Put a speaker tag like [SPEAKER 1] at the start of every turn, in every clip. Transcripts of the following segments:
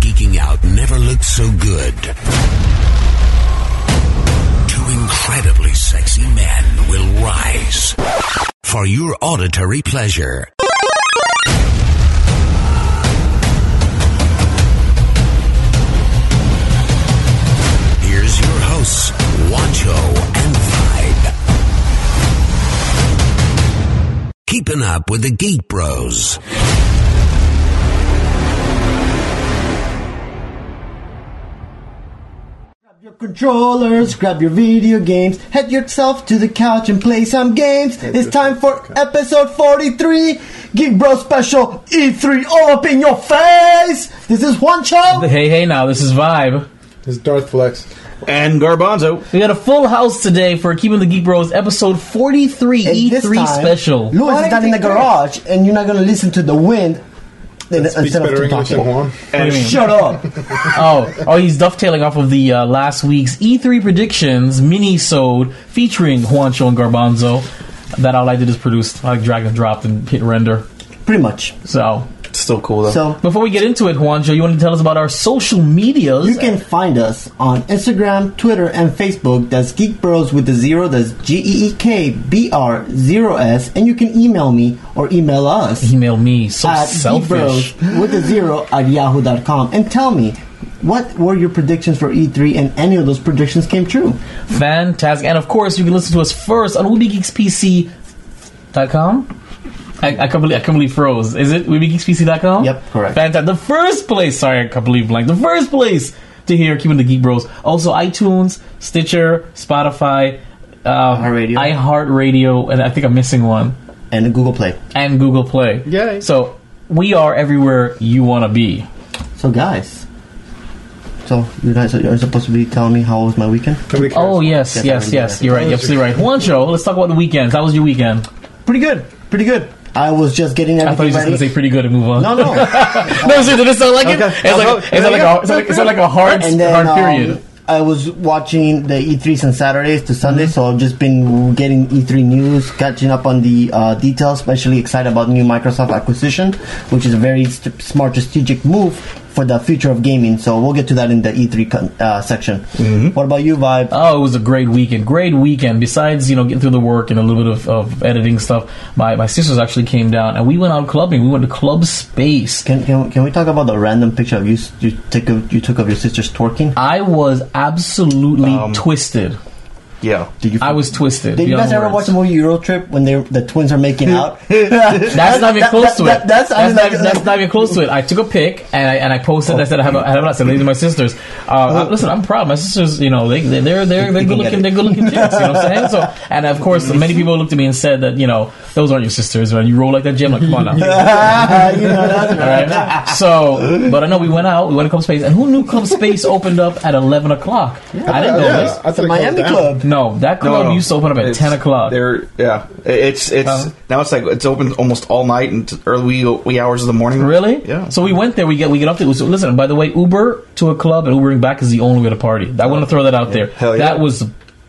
[SPEAKER 1] Geeking Out never looked so good. Two incredibly sexy men will rise for your auditory pleasure. Here's your hosts, Wancho and Vibe. Keeping up with the Geek Bros.
[SPEAKER 2] Your controllers, grab your video games, head yourself to the couch and play some games. It's time for episode 43, Geek Bro Special E3 all up in your face. This is one show.
[SPEAKER 3] Hey, hey, now this is Vibe.
[SPEAKER 4] It's Darth Flex.
[SPEAKER 5] and Garbanzo.
[SPEAKER 3] We got a full house today for Keeping the Geek Bros episode 43
[SPEAKER 2] And this
[SPEAKER 3] E3
[SPEAKER 2] time,
[SPEAKER 3] E special.
[SPEAKER 2] Louis is not in the garage and you're not going to listen to the wind in-
[SPEAKER 4] Speaks
[SPEAKER 2] instead of
[SPEAKER 4] better
[SPEAKER 2] two
[SPEAKER 4] English than
[SPEAKER 2] talking.
[SPEAKER 4] Juan.
[SPEAKER 3] What do you mean?
[SPEAKER 2] Shut up.
[SPEAKER 3] Oh, oh, he's dovetailing off of the uh, last week's E3 predictions mini-sode featuring Juancho and Garbanzo that all I did is produced. I like drag and drop and hit render.
[SPEAKER 2] Pretty much.
[SPEAKER 3] So,
[SPEAKER 5] It's still cool though.
[SPEAKER 2] So
[SPEAKER 3] before we get into it, Juancho, you want to tell us about our social medias?
[SPEAKER 2] You can find us on Instagram, Twitter, and Facebook. That's Geek Bros with the zero. That's G E E K B R zero S. And you can email me or email us
[SPEAKER 3] Email me. So
[SPEAKER 2] at
[SPEAKER 3] selfish.
[SPEAKER 2] geekbros with the zero at yahoo.com and tell me what were your predictions for E3 and any of those predictions came true.
[SPEAKER 3] Fantastic. And of course, you can listen to us first on WeBeGeeksPC.com. I, I, can't believe, I can't believe froze. Is it WeBeGeeksPC.com?
[SPEAKER 2] Yep, correct.
[SPEAKER 3] Fantastic. The first place, sorry, I can't believe blank. The first place to hear Keeping the Geek Bros. Also, iTunes, Stitcher, Spotify, uh,
[SPEAKER 2] iHeartRadio.
[SPEAKER 3] iHeartRadio, and I think I'm missing one,
[SPEAKER 2] And Google Play.
[SPEAKER 3] and Google Play.
[SPEAKER 4] Yay.
[SPEAKER 3] So we are everywhere you want to be.
[SPEAKER 2] So, guys. So, you guys are you're supposed to be telling me how was my weekend?
[SPEAKER 4] Nobody cares.
[SPEAKER 3] Oh, yes,
[SPEAKER 2] Yes,
[SPEAKER 3] yes,
[SPEAKER 2] I
[SPEAKER 3] yes.
[SPEAKER 2] remember.
[SPEAKER 3] You're right. You're absolutely right. Juancho, let's talk about the weekends. How was your weekend?
[SPEAKER 2] Pretty good. Pretty good. I was just getting
[SPEAKER 3] I thought you
[SPEAKER 2] everything
[SPEAKER 3] were
[SPEAKER 2] ready.
[SPEAKER 3] just going to say pretty good and move on.
[SPEAKER 2] no, no.
[SPEAKER 3] No, seriously, did it sound like it?
[SPEAKER 5] Okay.
[SPEAKER 3] It's like, it's like, a, it's like, it's like a hard,
[SPEAKER 2] and then
[SPEAKER 3] hard
[SPEAKER 2] um,
[SPEAKER 3] period.
[SPEAKER 2] I was watching the E3s on Saturdays to Sundays,
[SPEAKER 3] Mm-hmm.
[SPEAKER 2] so I've just been getting E3 news, catching up on the uh, details. Especially excited about new Microsoft acquisition, which is a very st- smart strategic move for the future of gaming. So we'll get to that in the E3 con- uh, section.
[SPEAKER 3] Mm-hmm.
[SPEAKER 2] What about you, Vibe?
[SPEAKER 3] Oh, it was a great weekend. Great weekend. Besides, you know, getting through the work and a little bit of, of editing stuff, my, my sisters actually came down and we went out clubbing. We went to Club Space.
[SPEAKER 2] Can, can can we talk about the random picture of you s- you took of, you took of your sister's twerking?
[SPEAKER 3] I was absolutely
[SPEAKER 5] Um,
[SPEAKER 3] twisted.
[SPEAKER 5] yeah.
[SPEAKER 2] Did you?
[SPEAKER 3] I was twisted.
[SPEAKER 2] Did you
[SPEAKER 3] beyond
[SPEAKER 2] guys ever
[SPEAKER 3] words.
[SPEAKER 2] watch the movie Euro Trip when they the twins are making out? that's,
[SPEAKER 3] That's not even
[SPEAKER 2] that-
[SPEAKER 3] close
[SPEAKER 2] that-
[SPEAKER 3] to it.
[SPEAKER 2] that- that's-
[SPEAKER 3] that's,
[SPEAKER 2] I mean,
[SPEAKER 3] not,
[SPEAKER 2] like-
[SPEAKER 3] that's not even close to it. I took a pic and I, and I posted. I said I have a, I have a lot. I said, "These are my sisters." Uh, I- listen, I'm proud. My sisters, you know, they they they're they're, they're
[SPEAKER 2] can
[SPEAKER 3] good
[SPEAKER 2] get
[SPEAKER 3] looking.
[SPEAKER 2] it. Mm-hmm.
[SPEAKER 3] They're good looking chicks. You know what I'm saying? So, and of course, many people looked at me and said that you know those aren't your sisters. Right? You roll like that, Jim. Like, come on now.
[SPEAKER 2] you know, that's
[SPEAKER 3] All right. So, but I know we went out. We went to Club Space, and who knew Club Space opened up at 11 o'clock? I didn't know
[SPEAKER 4] Yeah,
[SPEAKER 3] this.
[SPEAKER 4] I thought
[SPEAKER 2] the
[SPEAKER 4] it closed
[SPEAKER 2] Miami
[SPEAKER 4] down.
[SPEAKER 2] Club.
[SPEAKER 3] No, that club used to open up at
[SPEAKER 5] It's-
[SPEAKER 3] 10 o'clock.
[SPEAKER 5] They're yeah. It's it's
[SPEAKER 3] Uh-huh.
[SPEAKER 5] now it's like it's open almost all night and t- early wee hours of the morning.
[SPEAKER 3] Really?
[SPEAKER 5] Yeah.
[SPEAKER 3] So we went there. We get we get up to. So listen, by the way, Uber to a club and Ubering back is the only way to party. I want to throw that out there.
[SPEAKER 5] Hell Oh. yeah.
[SPEAKER 3] That was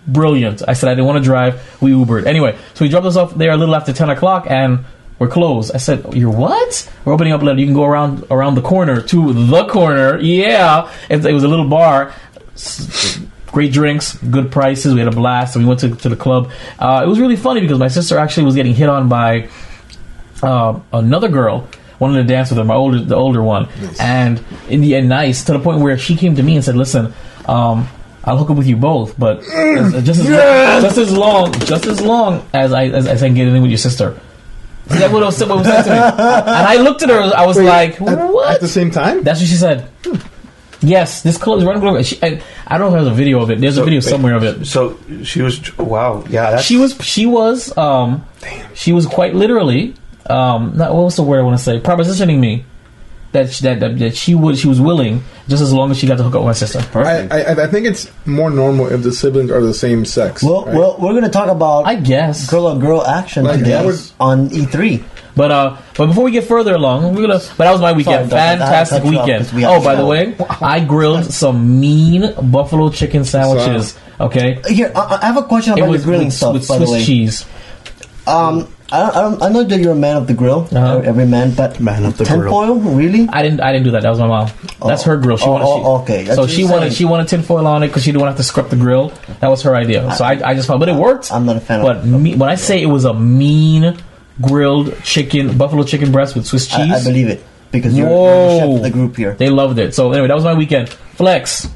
[SPEAKER 3] brilliant. I said I didn't want to drive. We Ubered anyway. So we dropped us off there a little after ten o'clock and. We're closed. I said, "You're what? We're opening up later. You can go around around the corner to the corner. Yeah, it, it was a little bar. S- Great drinks, good prices. We had a blast. And we went to, to the club. Uh, it was really funny because my sister actually was getting hit on by uh, another girl wanted to dance with her, my older the older one, and in the end, nice to the point where she came to me and said, "Listen, um, I'll hook up with you both, but as- just as, just as long, just as long as I as, as I can get in with your sister." Is that what was, what was said to me? And I looked at her. I was
[SPEAKER 4] Wait,
[SPEAKER 3] like,
[SPEAKER 4] at-
[SPEAKER 3] "What?"
[SPEAKER 4] At the same time?
[SPEAKER 3] That's what she said. Yes, this club is running over. She, I, I don't know if there's a video of it. There's a video somewhere of it
[SPEAKER 5] So she was wow. Yeah. That's,
[SPEAKER 3] she was she was um she was quite literally um not, what was the word I want to say propositioning me that, sh- that that that she would she was willing just as long as she got to hook up with my sister.
[SPEAKER 4] I, I I think it's more normal if the siblings are the same sex.
[SPEAKER 2] Well,
[SPEAKER 4] right?
[SPEAKER 2] well, we're gonna talk about
[SPEAKER 3] I guess.
[SPEAKER 2] girl on girl action
[SPEAKER 4] Like,
[SPEAKER 2] today
[SPEAKER 4] I would-
[SPEAKER 2] on E E3.
[SPEAKER 3] But uh but before we get further along, we're gonna. But that was my
[SPEAKER 2] Sorry,
[SPEAKER 3] weekend.
[SPEAKER 2] Dustin, I had to
[SPEAKER 3] Fantastic
[SPEAKER 2] cut you off
[SPEAKER 3] weekend.
[SPEAKER 2] 'cause we had
[SPEAKER 3] oh,
[SPEAKER 2] to
[SPEAKER 3] by the
[SPEAKER 2] shower.
[SPEAKER 3] way, I grilled some mean buffalo chicken sandwiches. Okay.
[SPEAKER 2] Here, I, I have a question about
[SPEAKER 3] It was
[SPEAKER 2] the grilling
[SPEAKER 3] with,
[SPEAKER 2] stuff.
[SPEAKER 3] with
[SPEAKER 2] by the way,
[SPEAKER 3] Swiss cheese.
[SPEAKER 2] um, I, I, don't- I know that you're a man of the grill,
[SPEAKER 3] Uh-huh. Uh,
[SPEAKER 2] every man, but
[SPEAKER 5] Man of the
[SPEAKER 2] tin
[SPEAKER 5] grill.
[SPEAKER 2] foil, really?
[SPEAKER 3] I didn't. I didn't do that. That was my mom. That's her grill. She
[SPEAKER 2] Oh,
[SPEAKER 3] wanted.
[SPEAKER 2] oh,
[SPEAKER 3] she,
[SPEAKER 2] okay. That's
[SPEAKER 3] So
[SPEAKER 2] what
[SPEAKER 3] she
[SPEAKER 2] you're
[SPEAKER 3] wanted.
[SPEAKER 2] saying.
[SPEAKER 3] She wanted tinfoil on it because she didn't want to have to scrub the grill. That was her idea. So I, I just found, but it worked.
[SPEAKER 2] I'm not a fan of-
[SPEAKER 3] But me, when I say it was a mean grilled chicken, buffalo chicken breast with Swiss cheese,
[SPEAKER 2] I, I believe it because you're, you're the
[SPEAKER 3] Whoa.
[SPEAKER 2] chef of the group here.
[SPEAKER 3] they loved it. So anyway, that was my weekend. Flex.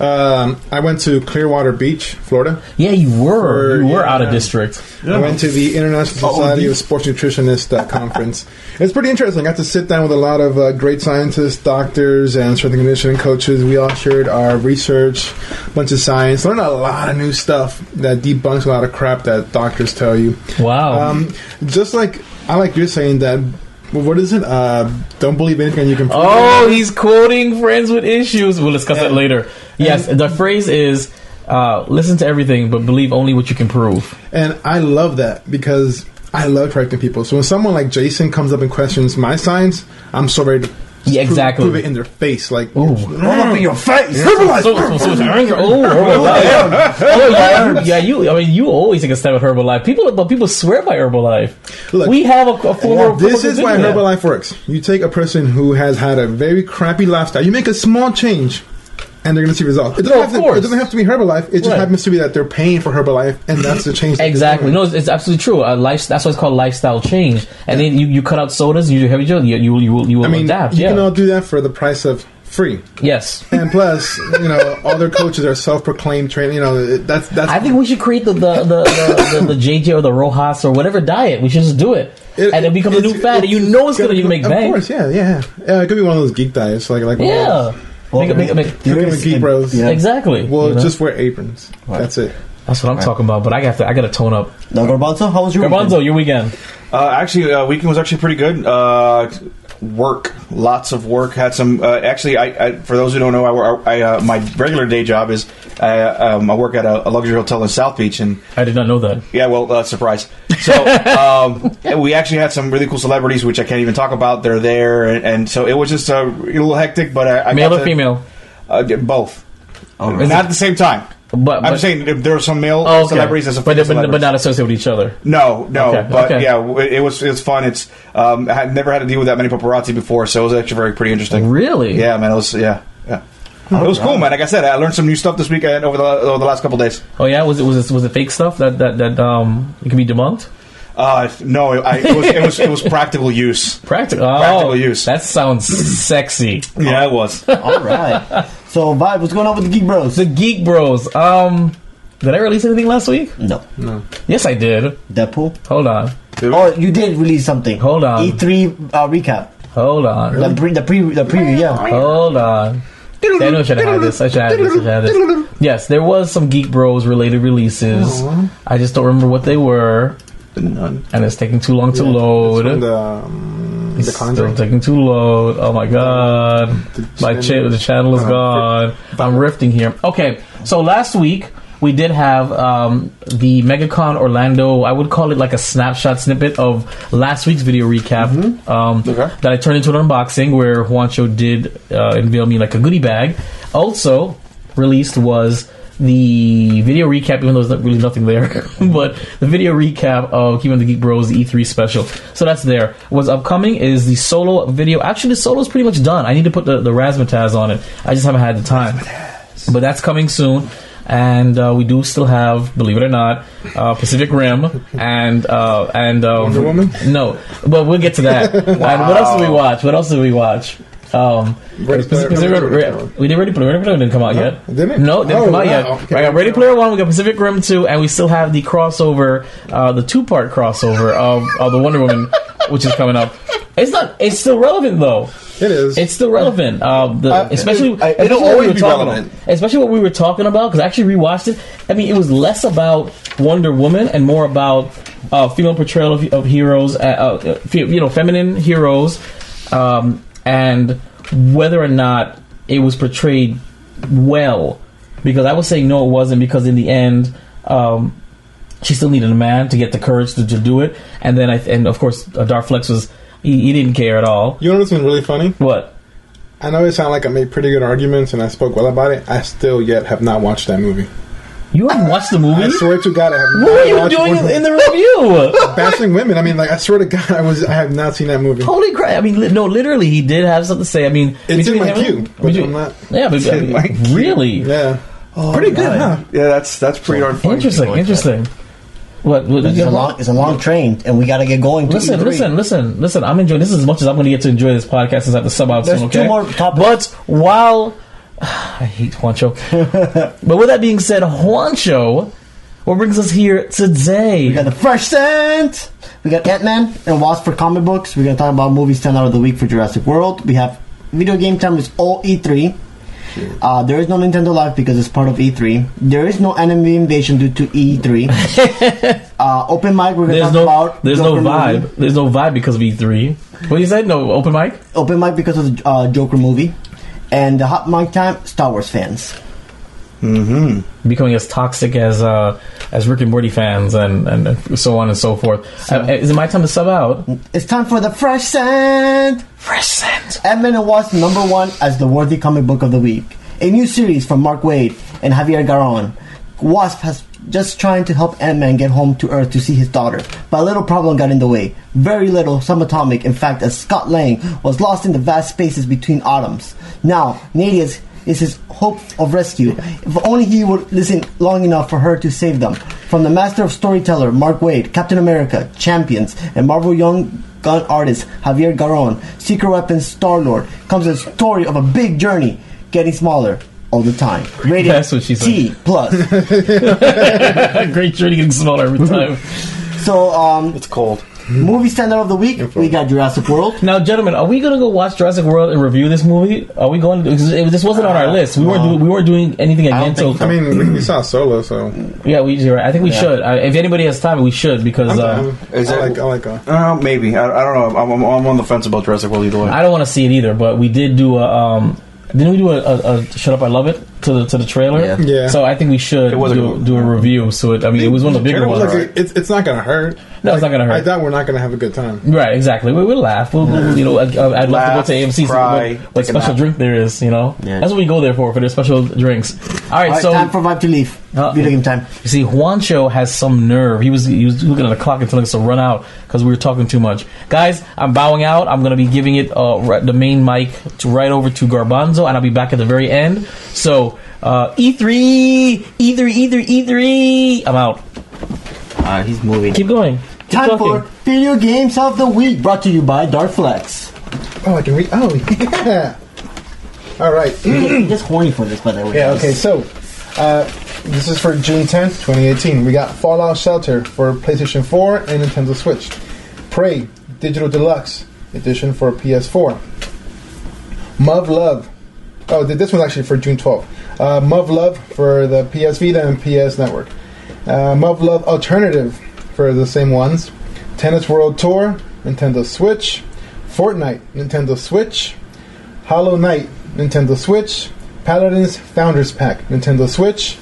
[SPEAKER 4] Um, I went to Clearwater Beach, Florida.
[SPEAKER 3] Yeah, you were.
[SPEAKER 4] Or,
[SPEAKER 3] you were out of
[SPEAKER 4] yeah.
[SPEAKER 3] district.
[SPEAKER 4] I went to the International Society of Sports Nutritionists uh, conference. It's pretty interesting. I got to sit down with a lot of uh, great scientists, doctors, and strength and conditioning coaches. We all shared our research, bunch of science, learned a lot of new stuff that debunks a lot of crap that doctors tell you.
[SPEAKER 3] Wow.
[SPEAKER 4] Um, just like I like you're saying that. well, What is it? Uh, don't believe anything you can. prove.
[SPEAKER 3] Oh, he's quoting Friends with Issues. We'll discuss that
[SPEAKER 4] And-
[SPEAKER 3] later. Yes, the phrase is uh, listen to everything, but believe only what you can prove.
[SPEAKER 4] And I love that because I love correcting people. So when someone like Jason comes up and questions my science, I'm so ready to
[SPEAKER 3] Yeah,
[SPEAKER 4] prove-
[SPEAKER 3] exactly.
[SPEAKER 4] prove, it in their face. Like,
[SPEAKER 2] Roll up in your face!
[SPEAKER 3] So, so, so it's Herbalife. Oh, Herbalife. Oh, yeah, yeah, you. I mean, you always take a stab at Herbalife. People, but people swear by Herbalife.
[SPEAKER 4] Look,
[SPEAKER 3] we have a, a former.
[SPEAKER 4] this is why
[SPEAKER 3] former-
[SPEAKER 4] Herbalife works. You take a person who has had a very crappy lifestyle, you make a small change, and they're going to see results. It doesn't,
[SPEAKER 3] No,
[SPEAKER 4] have
[SPEAKER 3] of
[SPEAKER 4] to,
[SPEAKER 3] course.
[SPEAKER 4] it doesn't have to be Herbalife. It just
[SPEAKER 3] Right.
[SPEAKER 4] happens to be that they're paying for Herbalife, and that's the change. that they're
[SPEAKER 3] Exactly.
[SPEAKER 4] doing.
[SPEAKER 3] No, it's, it's absolutely true. A life, that's why it's called lifestyle change. And then you, you cut out sodas and you do heavy gel. You, you will you will you will
[SPEAKER 4] I mean,
[SPEAKER 3] adapt.
[SPEAKER 4] you
[SPEAKER 3] Yeah.
[SPEAKER 4] can all do that for the price of free.
[SPEAKER 3] yes.
[SPEAKER 4] And plus, you know, all their coaches are self-proclaimed trainers. You know, that's that's.
[SPEAKER 3] I think we should create the the, the, the, the, the JJ or the Rojas or whatever diet. We should just do it,
[SPEAKER 4] It-
[SPEAKER 3] and it becomes a new
[SPEAKER 4] it's-
[SPEAKER 3] fad. And you know it's gonna you can make
[SPEAKER 4] of
[SPEAKER 3] bank.
[SPEAKER 4] course, yeah, yeah, yeah. It could be one of those geek diets, like like
[SPEAKER 3] Yeah. Make, make, make,
[SPEAKER 4] You're gonna keep bros.
[SPEAKER 2] Yeah.
[SPEAKER 3] Exactly.
[SPEAKER 4] Well,
[SPEAKER 3] you know?
[SPEAKER 4] just wear aprons. That's it.
[SPEAKER 3] that's what I'm talking about. But I got to I got to tone up.
[SPEAKER 2] Now, Garbanzo, how was your
[SPEAKER 3] Garbanzo, your weekend.
[SPEAKER 5] Uh, actually, uh, weekend was actually pretty good. Uh, work, lots of work. Had some. Uh, actually, I, I for those who don't know, I, wor- I uh, my regular day job is I, um, I work at a, a luxury hotel in South Beach, and
[SPEAKER 3] I did not know that.
[SPEAKER 5] yeah, well, uh, surprise. So um, and we actually had some really cool celebrities, which I can't even talk about. They're there, and, and so it was just uh, a little hectic. But I, I
[SPEAKER 3] Male
[SPEAKER 5] got
[SPEAKER 3] or
[SPEAKER 5] to-
[SPEAKER 3] female?
[SPEAKER 5] Uh, yeah, both,
[SPEAKER 2] weekend?
[SPEAKER 5] and not at the same time.
[SPEAKER 3] But, but-
[SPEAKER 5] I'm just saying there- there are some male
[SPEAKER 3] Oh, okay.
[SPEAKER 5] celebrities and some
[SPEAKER 3] but,
[SPEAKER 5] female
[SPEAKER 3] but, but
[SPEAKER 5] celebrities.
[SPEAKER 3] not associated with each other.
[SPEAKER 5] No, no,
[SPEAKER 3] Okay,
[SPEAKER 5] but
[SPEAKER 3] okay.
[SPEAKER 5] yeah, w- it was it's fun. It's um, I had never had to deal with that many paparazzi before, so it was actually very pretty interesting.
[SPEAKER 3] Really?
[SPEAKER 5] Yeah, man. It was yeah, yeah. It was cool, man. Like I said, I learned some new stuff this weekend over the, over the last couple days.
[SPEAKER 3] Oh yeah. Was it was it was it fake stuff that that that um it can be debunked?
[SPEAKER 5] Uh, no, I, it, was, it was it was practical use.
[SPEAKER 3] Practical. Oh,
[SPEAKER 5] Practical use.
[SPEAKER 3] That sounds sexy.
[SPEAKER 5] Yeah, it was.
[SPEAKER 2] All right. So, Vibe, what's going on with the Geek Bros?
[SPEAKER 3] The Geek Bros. Um, did I release anything last week?
[SPEAKER 2] no.
[SPEAKER 3] Yes, I did.
[SPEAKER 2] Deadpool?
[SPEAKER 3] Hold on.
[SPEAKER 2] Oh, you did release something.
[SPEAKER 3] Hold on.
[SPEAKER 2] E3 uh, recap.
[SPEAKER 3] Hold on.
[SPEAKER 2] The, pre- the, pre- the preview, yeah.
[SPEAKER 3] Hold on. See, I know I should have had this. I should have had this. I should have had this. Yes, there was some Geek Bros related releases. I just don't remember what they were,
[SPEAKER 5] None.
[SPEAKER 3] and it's taking too long to
[SPEAKER 4] It's from
[SPEAKER 3] load.
[SPEAKER 4] the, um, the
[SPEAKER 3] Oh, It's Still
[SPEAKER 4] Conjuring.
[SPEAKER 3] taking too load. Oh my god, my cha-
[SPEAKER 4] channel-
[SPEAKER 3] the channel is
[SPEAKER 4] Uh,
[SPEAKER 3] gone. I'm rifting here. Okay, so last week we did have um, the MegaCon Orlando. I would call it like a snapshot snippet of last week's video recap
[SPEAKER 4] Mm-hmm.
[SPEAKER 3] um,
[SPEAKER 5] Okay.
[SPEAKER 3] that I turned into an unboxing where Juancho did uh, unveil me like a goodie bag. Also released was. The video recap, even though there's not really nothing there, but the video recap of Keeping the Geek Bros the E3 special. So that's there. What's upcoming is the solo video. Actually, the solo is pretty much done. I need to put the, the razzmatazz on it. I just haven't had the time but that's coming soon. And uh, we do still have, believe it or not, uh, Pacific Rim and uh, and um,
[SPEAKER 4] Wonder Woman?
[SPEAKER 3] No, but we'll get to that. And what else did we watch? What else did we watch? Um,
[SPEAKER 4] Ready
[SPEAKER 3] Pacific-
[SPEAKER 4] Player-
[SPEAKER 3] Pacific
[SPEAKER 4] Ready
[SPEAKER 3] Rim-
[SPEAKER 4] Player One.
[SPEAKER 3] we did Ready Player, Ready Player One didn't come out yet.
[SPEAKER 4] didn't it?
[SPEAKER 3] No, it didn't
[SPEAKER 4] Oh,
[SPEAKER 3] come out
[SPEAKER 4] wow.
[SPEAKER 3] yet.
[SPEAKER 4] Okay.
[SPEAKER 3] I got Ready Player One, we got Pacific Rim Two, and we still have the crossover, uh, the two part crossover of, of the Wonder Woman, which is coming up. It's not. It's still relevant though.
[SPEAKER 4] It is.
[SPEAKER 3] It's still relevant, uh, the,
[SPEAKER 4] Uh,
[SPEAKER 3] especially
[SPEAKER 5] it- it'll
[SPEAKER 3] especially what
[SPEAKER 5] always
[SPEAKER 3] were
[SPEAKER 5] be
[SPEAKER 3] talking
[SPEAKER 5] relevant.
[SPEAKER 3] about- especially what we were talking about because I actually rewatched it. I mean, it was less about Wonder Woman and more about uh, female portrayal of, of heroes, uh, uh, fe- you know, feminine heroes, um, and whether or not it was portrayed well. Because I was saying no, it wasn't. Because in the end. Um, she still needed a man to get the courage to, to do it, and then I and of course uh, Dark Flex was he, he didn't care at all.
[SPEAKER 4] you know what's been really funny?
[SPEAKER 3] What
[SPEAKER 4] I know it sounded like I made pretty good arguments and I spoke well about it. I still yet have not watched that movie.
[SPEAKER 3] You haven't watched the movie?
[SPEAKER 4] I swear to God, I have
[SPEAKER 3] what
[SPEAKER 4] not
[SPEAKER 3] are you
[SPEAKER 4] watched
[SPEAKER 3] doing
[SPEAKER 4] one-
[SPEAKER 3] in the review?
[SPEAKER 4] bashing women. I mean, like I swear to God, I was I have not seen that movie.
[SPEAKER 3] Holy crap! I mean, li- no, literally, he did have something to say. I mean,
[SPEAKER 4] It's in
[SPEAKER 3] between
[SPEAKER 4] my
[SPEAKER 3] him-
[SPEAKER 4] queue, but
[SPEAKER 3] between-
[SPEAKER 4] I'm not-
[SPEAKER 3] Yeah, but,
[SPEAKER 5] It's
[SPEAKER 3] I
[SPEAKER 5] in
[SPEAKER 3] mean,
[SPEAKER 5] my queue.
[SPEAKER 3] really Oh
[SPEAKER 4] Yeah,
[SPEAKER 5] pretty good, huh? Yeah, that's that's pretty darn funny.
[SPEAKER 3] interesting. Interesting. What? what
[SPEAKER 2] It's a long, it's a long train, and we gotta get going. to E
[SPEAKER 3] Listen,
[SPEAKER 2] E3.
[SPEAKER 3] listen, listen, listen. I'm enjoying this as much as I'm going to get to enjoy this podcast since I have to sub out
[SPEAKER 2] There's
[SPEAKER 3] soon. Okay.
[SPEAKER 2] two more topics.
[SPEAKER 3] But while I hate Juancho, but with that being said, Juancho, what brings us here today?
[SPEAKER 2] We got the fresh scent. We got Ant Man and Wasp for comic books. We're gonna talk about movies ten out of the week for Jurassic World. We have video game time is all E three. Uh, there is no Nintendo Live because it's part of E3. There is no enemy invasion due to E3. uh, open mic, we're gonna
[SPEAKER 3] there's
[SPEAKER 2] talk
[SPEAKER 3] no,
[SPEAKER 2] about
[SPEAKER 3] there's no
[SPEAKER 2] Joker
[SPEAKER 3] vibe.
[SPEAKER 2] movie.
[SPEAKER 3] There's no vibe because of E3. What you said? No open mic.
[SPEAKER 2] Open mic because of the uh, Joker movie, and the hot mic time Star Wars fans.
[SPEAKER 3] becoming as toxic as uh, as Rick and Morty fans and, and, and so on and so forth. Uh, is it my time to sub out?
[SPEAKER 2] It's time for the fresh scent.
[SPEAKER 3] Fresh scent.
[SPEAKER 2] Ant-Man and Wasp number one as the worthy comic book of the week. A new series from Mark Waid and Javier Garon. Wasp has just trying to help Ant-Man get home to Earth to see his daughter, but a little problem got in the way. Very little, subatomic, in fact, as Scott Lang was lost in the vast spaces between atoms. Now, Nadia's is his hope of rescue. If only he would listen long enough for her to save them. From the master of storyteller Mark Waid, Captain America, Champions, and Marvel Young Gun artist Javier Garon, Secret Weapons Star Lord, comes a story of a big journey, getting smaller all the time. Rated
[SPEAKER 3] That's what she said.
[SPEAKER 2] T plus.
[SPEAKER 3] Great journey getting smaller every time.
[SPEAKER 2] so, um,
[SPEAKER 5] It's cold.
[SPEAKER 2] movie standout of the week, we got Jurassic World.
[SPEAKER 3] now, gentlemen, are we gonna go watch Jurassic World and review this movie? Are we going? To, 'cause it- this wasn't on our list. We weren't. do- we weren't doing anything again.
[SPEAKER 2] think
[SPEAKER 3] till-
[SPEAKER 4] I mean we, we saw Solo, so
[SPEAKER 3] yeah, we. You're right. I think we should. I, if anybody has time, we should because uh,
[SPEAKER 4] I'm-
[SPEAKER 5] is
[SPEAKER 4] um, I
[SPEAKER 5] that-
[SPEAKER 4] like I like uh,
[SPEAKER 5] Uh, maybe I, I don't know. I'm, I'm, I'm on the fence about Jurassic World either way.
[SPEAKER 3] I don't want to see it either. But we did do a. Um, didn't we do a, a, a "Shut Up, I Love It" to the to the trailer?
[SPEAKER 2] Yeah.
[SPEAKER 4] Yeah.
[SPEAKER 3] So I think we should
[SPEAKER 5] It was a
[SPEAKER 3] do,
[SPEAKER 5] good-
[SPEAKER 3] do a review. So it, I mean, it was one of the bigger
[SPEAKER 4] Jared was
[SPEAKER 3] ones.
[SPEAKER 4] like, it's, it's not gonna hurt.
[SPEAKER 3] No, it's not gonna hurt.
[SPEAKER 4] I thought we're not gonna have a good time.
[SPEAKER 3] Right, exactly. We, we'll laugh. We'll, we'll- you know, I, I- I'd love
[SPEAKER 5] Laugh,
[SPEAKER 3] to go to AMC.
[SPEAKER 5] cry,
[SPEAKER 3] what, what
[SPEAKER 5] take a
[SPEAKER 3] special
[SPEAKER 5] nap.
[SPEAKER 3] drink there is, you know?
[SPEAKER 2] Yeah.
[SPEAKER 3] That's what we go there for, for their special drinks. All right,
[SPEAKER 2] All right,
[SPEAKER 3] so
[SPEAKER 2] time for Vibe to leave.
[SPEAKER 3] Uh,
[SPEAKER 2] Video game time.
[SPEAKER 3] you see, Juancho has some nerve. He was he was looking at the clock and telling us to run out because we were talking too much. Guys, I'm bowing out. I'm going to be giving it uh, right, the main mic to right over to Garbanzo, and I'll be back at the very end. So uh, E E3, E3, E3, E3. I'm out.
[SPEAKER 2] Uh, he's moving.
[SPEAKER 3] Keep going. Keep
[SPEAKER 2] Time
[SPEAKER 3] talking.
[SPEAKER 2] for video games of the week, brought to you by Darflex.
[SPEAKER 4] Oh, I can read. Oh, yeah. All right.
[SPEAKER 2] I'm just horny for this, by the way.
[SPEAKER 4] Yeah, okay, so uh, this is for June 10th, 2018. We got Fallout Shelter for PlayStation 4 and Nintendo Switch. Prey Digital Deluxe Edition for PS4. Muv Love. Oh, th- this one's actually for June 12th. Uh, Muv Love for the PS Vita and PS Network. Uh, Muv Love Alternative for the same ones. Tennis World Tour, Nintendo Switch. Fortnite, Nintendo Switch. Hollow Knight, Nintendo Switch. Paladins Founders Pack, Nintendo Switch.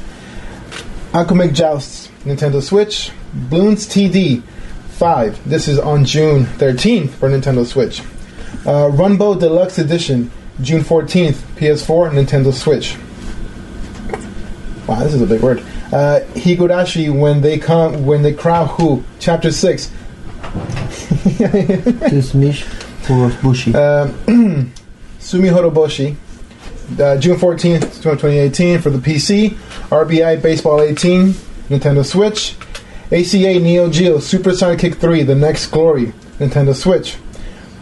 [SPEAKER 4] Akumek Jousts, Nintendo Switch. Bloons TD 5. This is on June 13th for Nintendo Switch. Uh, Runbo Deluxe Edition, June 14th, PS4, Nintendo Switch. Wow, this is a big word. Uh, Higurashi when they come when they crowd who chapter six
[SPEAKER 2] Just mish for bushy.
[SPEAKER 4] Um, Sumi Horoboshi, uh, June 14th, 2018, for the PC, RBI Baseball 18, Nintendo Switch, ACA Neo Geo Super Sonic Kick 3, The Next Glory, Nintendo Switch,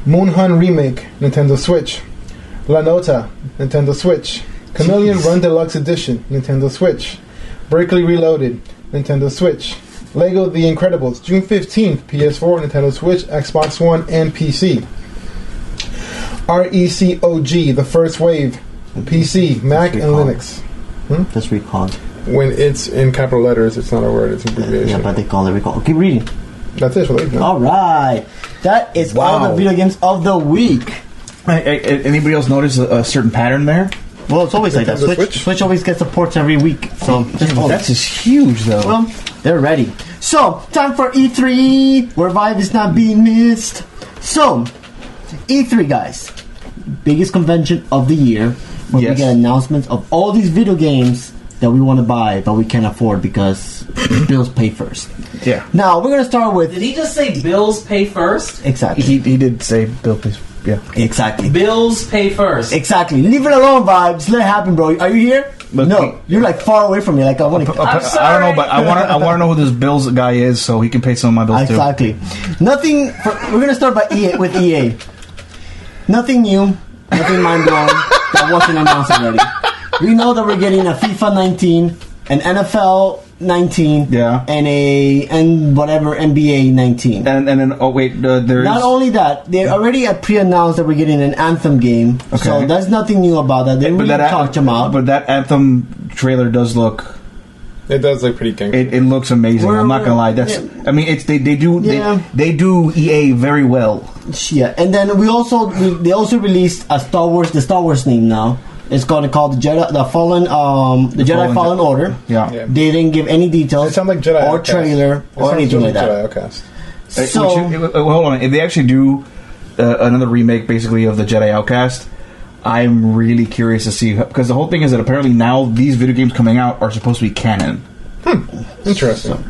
[SPEAKER 4] Moon Hun Remake, Nintendo Switch, La Nota, Nintendo Switch, Chameleon Run Deluxe Edition, Nintendo Switch, Berkeley Reloaded, Nintendo Switch, Lego The Incredibles, June 15th, PS4, Nintendo Switch, Xbox One, and PC. E RECOG, the first wave, PC, Mac, and Linux.
[SPEAKER 2] That's recall.
[SPEAKER 4] When it's in capital letters, it's not a word, it's an
[SPEAKER 2] Yeah, Oh.
[SPEAKER 4] abbreviation.
[SPEAKER 2] but they call it recall. Keep reading.
[SPEAKER 4] That's it for the week.
[SPEAKER 2] All right. That is all
[SPEAKER 5] Wow.
[SPEAKER 2] the video games of the week.
[SPEAKER 5] I, I, anybody else notice a, a certain pattern there?
[SPEAKER 2] Well, it's always like that.
[SPEAKER 4] Nintendo
[SPEAKER 2] Switch, Switch?
[SPEAKER 4] Switch?
[SPEAKER 2] always gets supports every week. So just hold
[SPEAKER 5] That's
[SPEAKER 2] it.
[SPEAKER 5] just Oh, huge, though.
[SPEAKER 2] Well, they're ready. So, time for E3, where Vive is not being missed. So, E3, guys. Biggest convention of the year, where we
[SPEAKER 5] Yes.
[SPEAKER 2] get announcements of all these video games that we want to buy but we can't afford because bills pay first.
[SPEAKER 5] Yeah.
[SPEAKER 2] Now we're gonna start with
[SPEAKER 5] Did he just say bills pay first?
[SPEAKER 2] exactly,
[SPEAKER 5] He, he did say bill please. Yeah.
[SPEAKER 2] exactly.
[SPEAKER 5] Bills pay first.
[SPEAKER 2] Exactly. Leave it alone, vibes. Let it happen, bro. Are you here?
[SPEAKER 5] But-
[SPEAKER 2] no, you're like far away from me. Like I want to.
[SPEAKER 5] I'm
[SPEAKER 6] I don't
[SPEAKER 5] sorry.
[SPEAKER 6] know, but I want to. I want to know who this Bills guy is, so he can pay some of my bills too.
[SPEAKER 2] Exactly. Nothing. For, we're gonna start by EA with EA. Nothing new. Nothing mind blowing. that wasn't announced already. We know that we're getting a FIFA 19, an NFL 19,
[SPEAKER 6] Yeah.
[SPEAKER 2] and a and whatever NBA 19.
[SPEAKER 6] And and then oh wait, uh, there's
[SPEAKER 2] Not only that, they already had pre-announced that we're getting an Anthem game. So
[SPEAKER 6] Okay.
[SPEAKER 2] that's nothing new about that. They really talked them out.
[SPEAKER 6] But that anthem trailer does look.
[SPEAKER 4] It does look pretty kinky.
[SPEAKER 6] It, it looks amazing.
[SPEAKER 2] We're-
[SPEAKER 6] I'm not gonna lie. That's. I mean, it's they, they do
[SPEAKER 2] Yeah.
[SPEAKER 6] they, they do EA very well. Uh,
[SPEAKER 2] Yeah, and then we also we, they also released a Star Wars the Star Wars name now. It's going to call the Jedi the Fallen um the, Jedi
[SPEAKER 6] Fallen
[SPEAKER 2] Fallen,
[SPEAKER 6] Je-
[SPEAKER 2] Order.
[SPEAKER 6] Yeah.
[SPEAKER 4] Yeah.
[SPEAKER 2] They didn't give any details
[SPEAKER 4] It sounds like Jedi
[SPEAKER 2] or
[SPEAKER 4] Outcast.
[SPEAKER 2] trailer
[SPEAKER 4] It
[SPEAKER 2] or
[SPEAKER 4] sounds
[SPEAKER 2] anything like
[SPEAKER 4] like
[SPEAKER 2] that.
[SPEAKER 4] Jedi Outcast.
[SPEAKER 6] Uh,
[SPEAKER 2] So
[SPEAKER 6] which- uh, uh, hold on, if they actually do uh, another remake, basically of the Jedi Outcast, I'm really curious to see because the whole thing is that apparently now these video games coming out are supposed to be canon.
[SPEAKER 4] Interesting.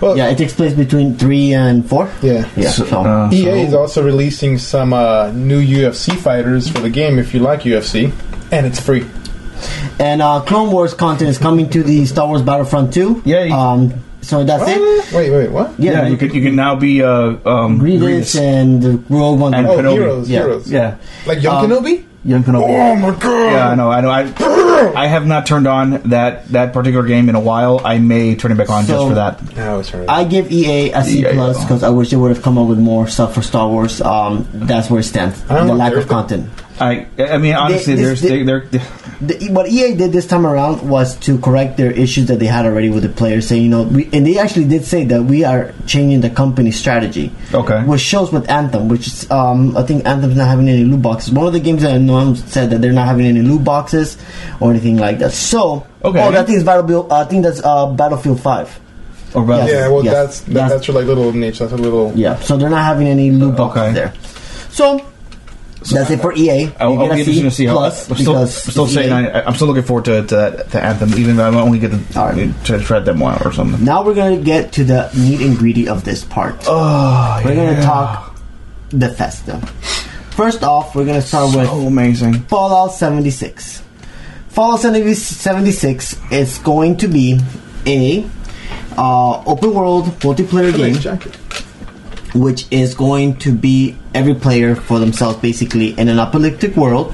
[SPEAKER 4] Well,
[SPEAKER 2] yeah, it takes place between three and four.
[SPEAKER 4] Yeah.
[SPEAKER 2] yeah.
[SPEAKER 6] So,
[SPEAKER 2] so-
[SPEAKER 6] uh,
[SPEAKER 4] EA E is also releasing some uh, new UFC fighters for the game if you like UFC, and it's free.
[SPEAKER 2] and uh, Clone Wars content is coming to the Star Wars Battlefront two.
[SPEAKER 6] Yeah, you-
[SPEAKER 2] Um. So that's it.
[SPEAKER 4] Wait, wait, what?
[SPEAKER 6] yeah, you could you could now be uh, um,
[SPEAKER 2] Grievous and the Rogue One.
[SPEAKER 6] And
[SPEAKER 4] Oh,
[SPEAKER 6] Kenobi.
[SPEAKER 4] heroes,
[SPEAKER 2] Yeah.
[SPEAKER 4] heroes.
[SPEAKER 6] Yeah,
[SPEAKER 4] Like Young Kenobi?
[SPEAKER 6] young Kenobi.
[SPEAKER 4] Um, Oh my god!
[SPEAKER 6] Yeah, I know. I know. I, I have not turned on that that particular game in a while. I may turn it back on just
[SPEAKER 2] So-
[SPEAKER 6] for that.
[SPEAKER 4] Now it's her.
[SPEAKER 2] I give EA a C
[SPEAKER 6] Yeah, yeah.
[SPEAKER 2] plus because I wish they would have come up with more stuff for Star Wars. Um, that's where it stands.
[SPEAKER 4] I don't
[SPEAKER 2] The
[SPEAKER 4] want
[SPEAKER 2] lack of
[SPEAKER 4] everything.
[SPEAKER 2] content.
[SPEAKER 6] I I mean honestly,
[SPEAKER 2] They-
[SPEAKER 6] there's
[SPEAKER 2] this-
[SPEAKER 6] they, they're
[SPEAKER 2] The, what EA did this time around was to correct their issues that they had already with the players, saying, you know, we, and they actually did say that we are changing the company strategy.
[SPEAKER 6] Okay.
[SPEAKER 2] Which shows with Anthem, which is, um, I think Anthem's not having any loot boxes. One of the games that I know said that they're not having any loot boxes or anything like that. So,
[SPEAKER 6] Okay.
[SPEAKER 2] oh, that thing is Battlefield, I think that's uh, Battlefield 5.
[SPEAKER 6] or rather,
[SPEAKER 4] yeah, well,
[SPEAKER 2] yes,
[SPEAKER 4] that's that,
[SPEAKER 2] yes.
[SPEAKER 4] that's your like little niche. That's a little.
[SPEAKER 2] Yeah, so they're not having any loot boxes
[SPEAKER 6] Okay.
[SPEAKER 2] there. So, that's it for EA.
[SPEAKER 6] I'll,
[SPEAKER 2] You
[SPEAKER 6] I'll
[SPEAKER 2] get a
[SPEAKER 6] be interested
[SPEAKER 2] C
[SPEAKER 6] to see how.
[SPEAKER 2] plus
[SPEAKER 6] I'm still, I'm
[SPEAKER 2] because E
[SPEAKER 6] still
[SPEAKER 2] it's
[SPEAKER 6] saying
[SPEAKER 2] EA.
[SPEAKER 6] I, I'm still looking forward to to, to Anthem, even though I only get to
[SPEAKER 2] All right.
[SPEAKER 6] to try that one or something.
[SPEAKER 2] Now we're gonna get to the meat and greedy of this part.
[SPEAKER 6] Oh,
[SPEAKER 2] we're gonna talk the Festa. First off, we're gonna start
[SPEAKER 6] So
[SPEAKER 2] with
[SPEAKER 6] Oh, amazing.
[SPEAKER 2] Fallout 76. Fallout 76 is going to be a uh, open world multiplayer game
[SPEAKER 4] jacket.
[SPEAKER 2] which is going to be every player for themselves basically in an apocalyptic world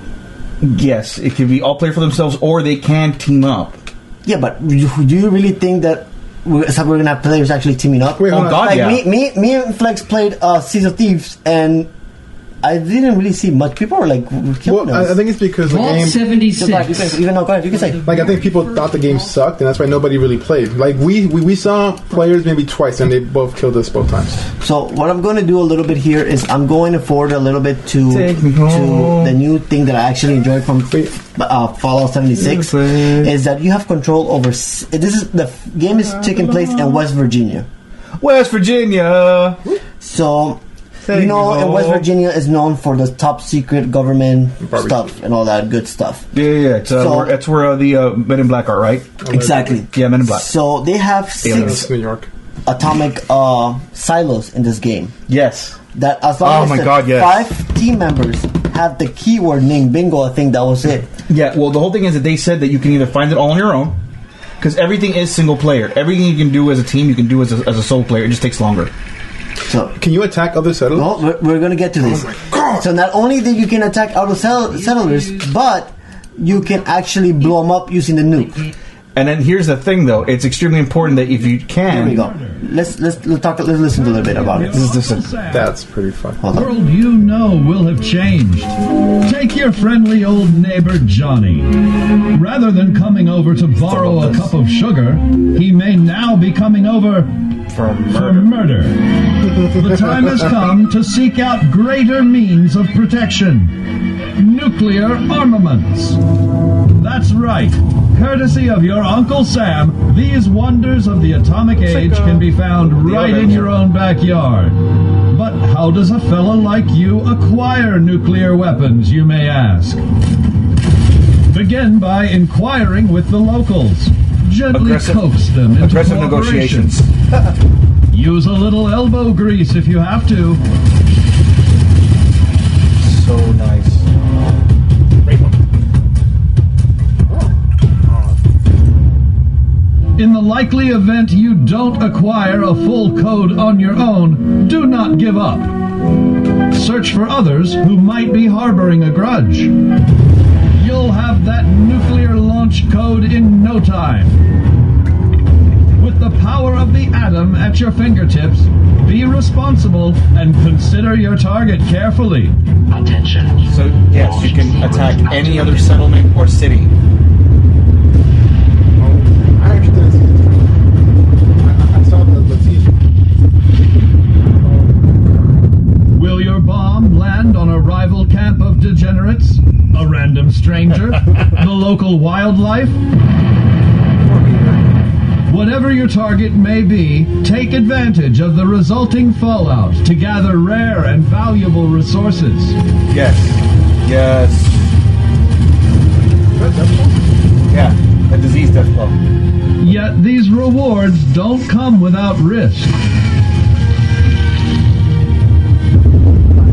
[SPEAKER 6] Yes, it can be all play for themselves, or they can team up.
[SPEAKER 2] Yeah, but you- do you really think that we're, so we're gonna have players actually teaming up?
[SPEAKER 4] Wait, Oh, hold on.
[SPEAKER 6] God,
[SPEAKER 2] like
[SPEAKER 6] yeah.
[SPEAKER 2] me, me, me and Flex played uh, Season of Thieves, and I didn't really see much. People were like, killing
[SPEAKER 4] Well, I, I
[SPEAKER 2] us.
[SPEAKER 4] think it's because the
[SPEAKER 7] Vault
[SPEAKER 4] game.
[SPEAKER 2] Just like, you
[SPEAKER 7] 76.
[SPEAKER 2] can- you can, no, go ahead, you can say.
[SPEAKER 4] Like I think people thought the game sucked, and that's why nobody really played. Like we, we, we saw players maybe twice, and they both killed us both times.
[SPEAKER 2] So what I'm going to do a little bit here is I'm going to forward a little bit to
[SPEAKER 6] Take me
[SPEAKER 2] to
[SPEAKER 6] home.
[SPEAKER 2] the new thing that I actually enjoyed from uh, Fallout 76 is that you have control over. s- This is the f- game is taking place in West Virginia.
[SPEAKER 6] West Virginia.
[SPEAKER 2] So,
[SPEAKER 6] Thank
[SPEAKER 2] you know,
[SPEAKER 6] you.
[SPEAKER 2] and West Virginia is known for the top secret government
[SPEAKER 4] Barbecue.
[SPEAKER 2] stuff and all that good stuff.
[SPEAKER 6] Yeah, yeah, yeah. It's, uh,
[SPEAKER 2] So-
[SPEAKER 6] where, that's where uh, the uh, Men in Black are, right?
[SPEAKER 2] Exactly.
[SPEAKER 6] Yeah, Men in Black.
[SPEAKER 2] So they have six
[SPEAKER 6] Aliens.
[SPEAKER 4] It's New York.
[SPEAKER 2] atomic uh, silos in this game.
[SPEAKER 6] Yes.
[SPEAKER 2] That as long
[SPEAKER 6] Oh
[SPEAKER 2] as
[SPEAKER 6] my
[SPEAKER 2] the
[SPEAKER 6] God, yes.
[SPEAKER 2] five team members have the keyword name bingo, I think that was it.
[SPEAKER 6] Yeah, well, the whole thing is that they said that you can either find it all on your own, because everything is single player. Everything you can do as a team, you can do as a, as a solo player. It just takes longer.
[SPEAKER 2] So.
[SPEAKER 4] Can you attack other settlers?
[SPEAKER 2] Well, we're, we're gonna get to this. So not only that you can attack other sell- settlers, but you can actually blow them up using the nuke.
[SPEAKER 6] And then here's the thing, though. It's extremely important that if you
[SPEAKER 2] Here
[SPEAKER 6] can,
[SPEAKER 2] we go. Let's let's, let's talk. Let's listen to a little bit about it.
[SPEAKER 6] This is just a,
[SPEAKER 4] That's pretty fun.
[SPEAKER 2] Hold on.
[SPEAKER 8] world you know will have changed. Take your friendly old neighbor Johnny. Rather than coming over to borrow a cup of sugar, he may now be coming over for murder. the time has come to seek out greater means of protection nuclear armaments. That's right. Courtesy of your Uncle Sam, these wonders of the atomic age can be found right in your own backyard. But how does a fella like you acquire nuclear weapons, you may ask? Begin by inquiring with the locals. gently
[SPEAKER 5] Aggressive-
[SPEAKER 8] coax them into
[SPEAKER 5] Aggressive
[SPEAKER 8] cooperation.
[SPEAKER 5] negotiations.
[SPEAKER 8] Use a little elbow grease if you have to.
[SPEAKER 6] So nice.
[SPEAKER 8] In the likely event you don't acquire a full code on your own, do not give up. Search for others who might be harboring a grudge. You'll have that nuclear launch code in no time. With the power of the atom at your fingertips, be responsible and consider your target carefully.
[SPEAKER 6] So yes, you can attack any other settlement or city.
[SPEAKER 4] I actually didn't see it. I, I- I saw the Latif.
[SPEAKER 8] Will your bomb land on a rival camp of degenerates? A random stranger? the local wildlife? Whatever your target may be, take advantage of the resulting fallout to gather rare and valuable resources.
[SPEAKER 6] Yes. Yes. Yeah. A disease death blow.
[SPEAKER 8] Yet these rewards don't come without risk.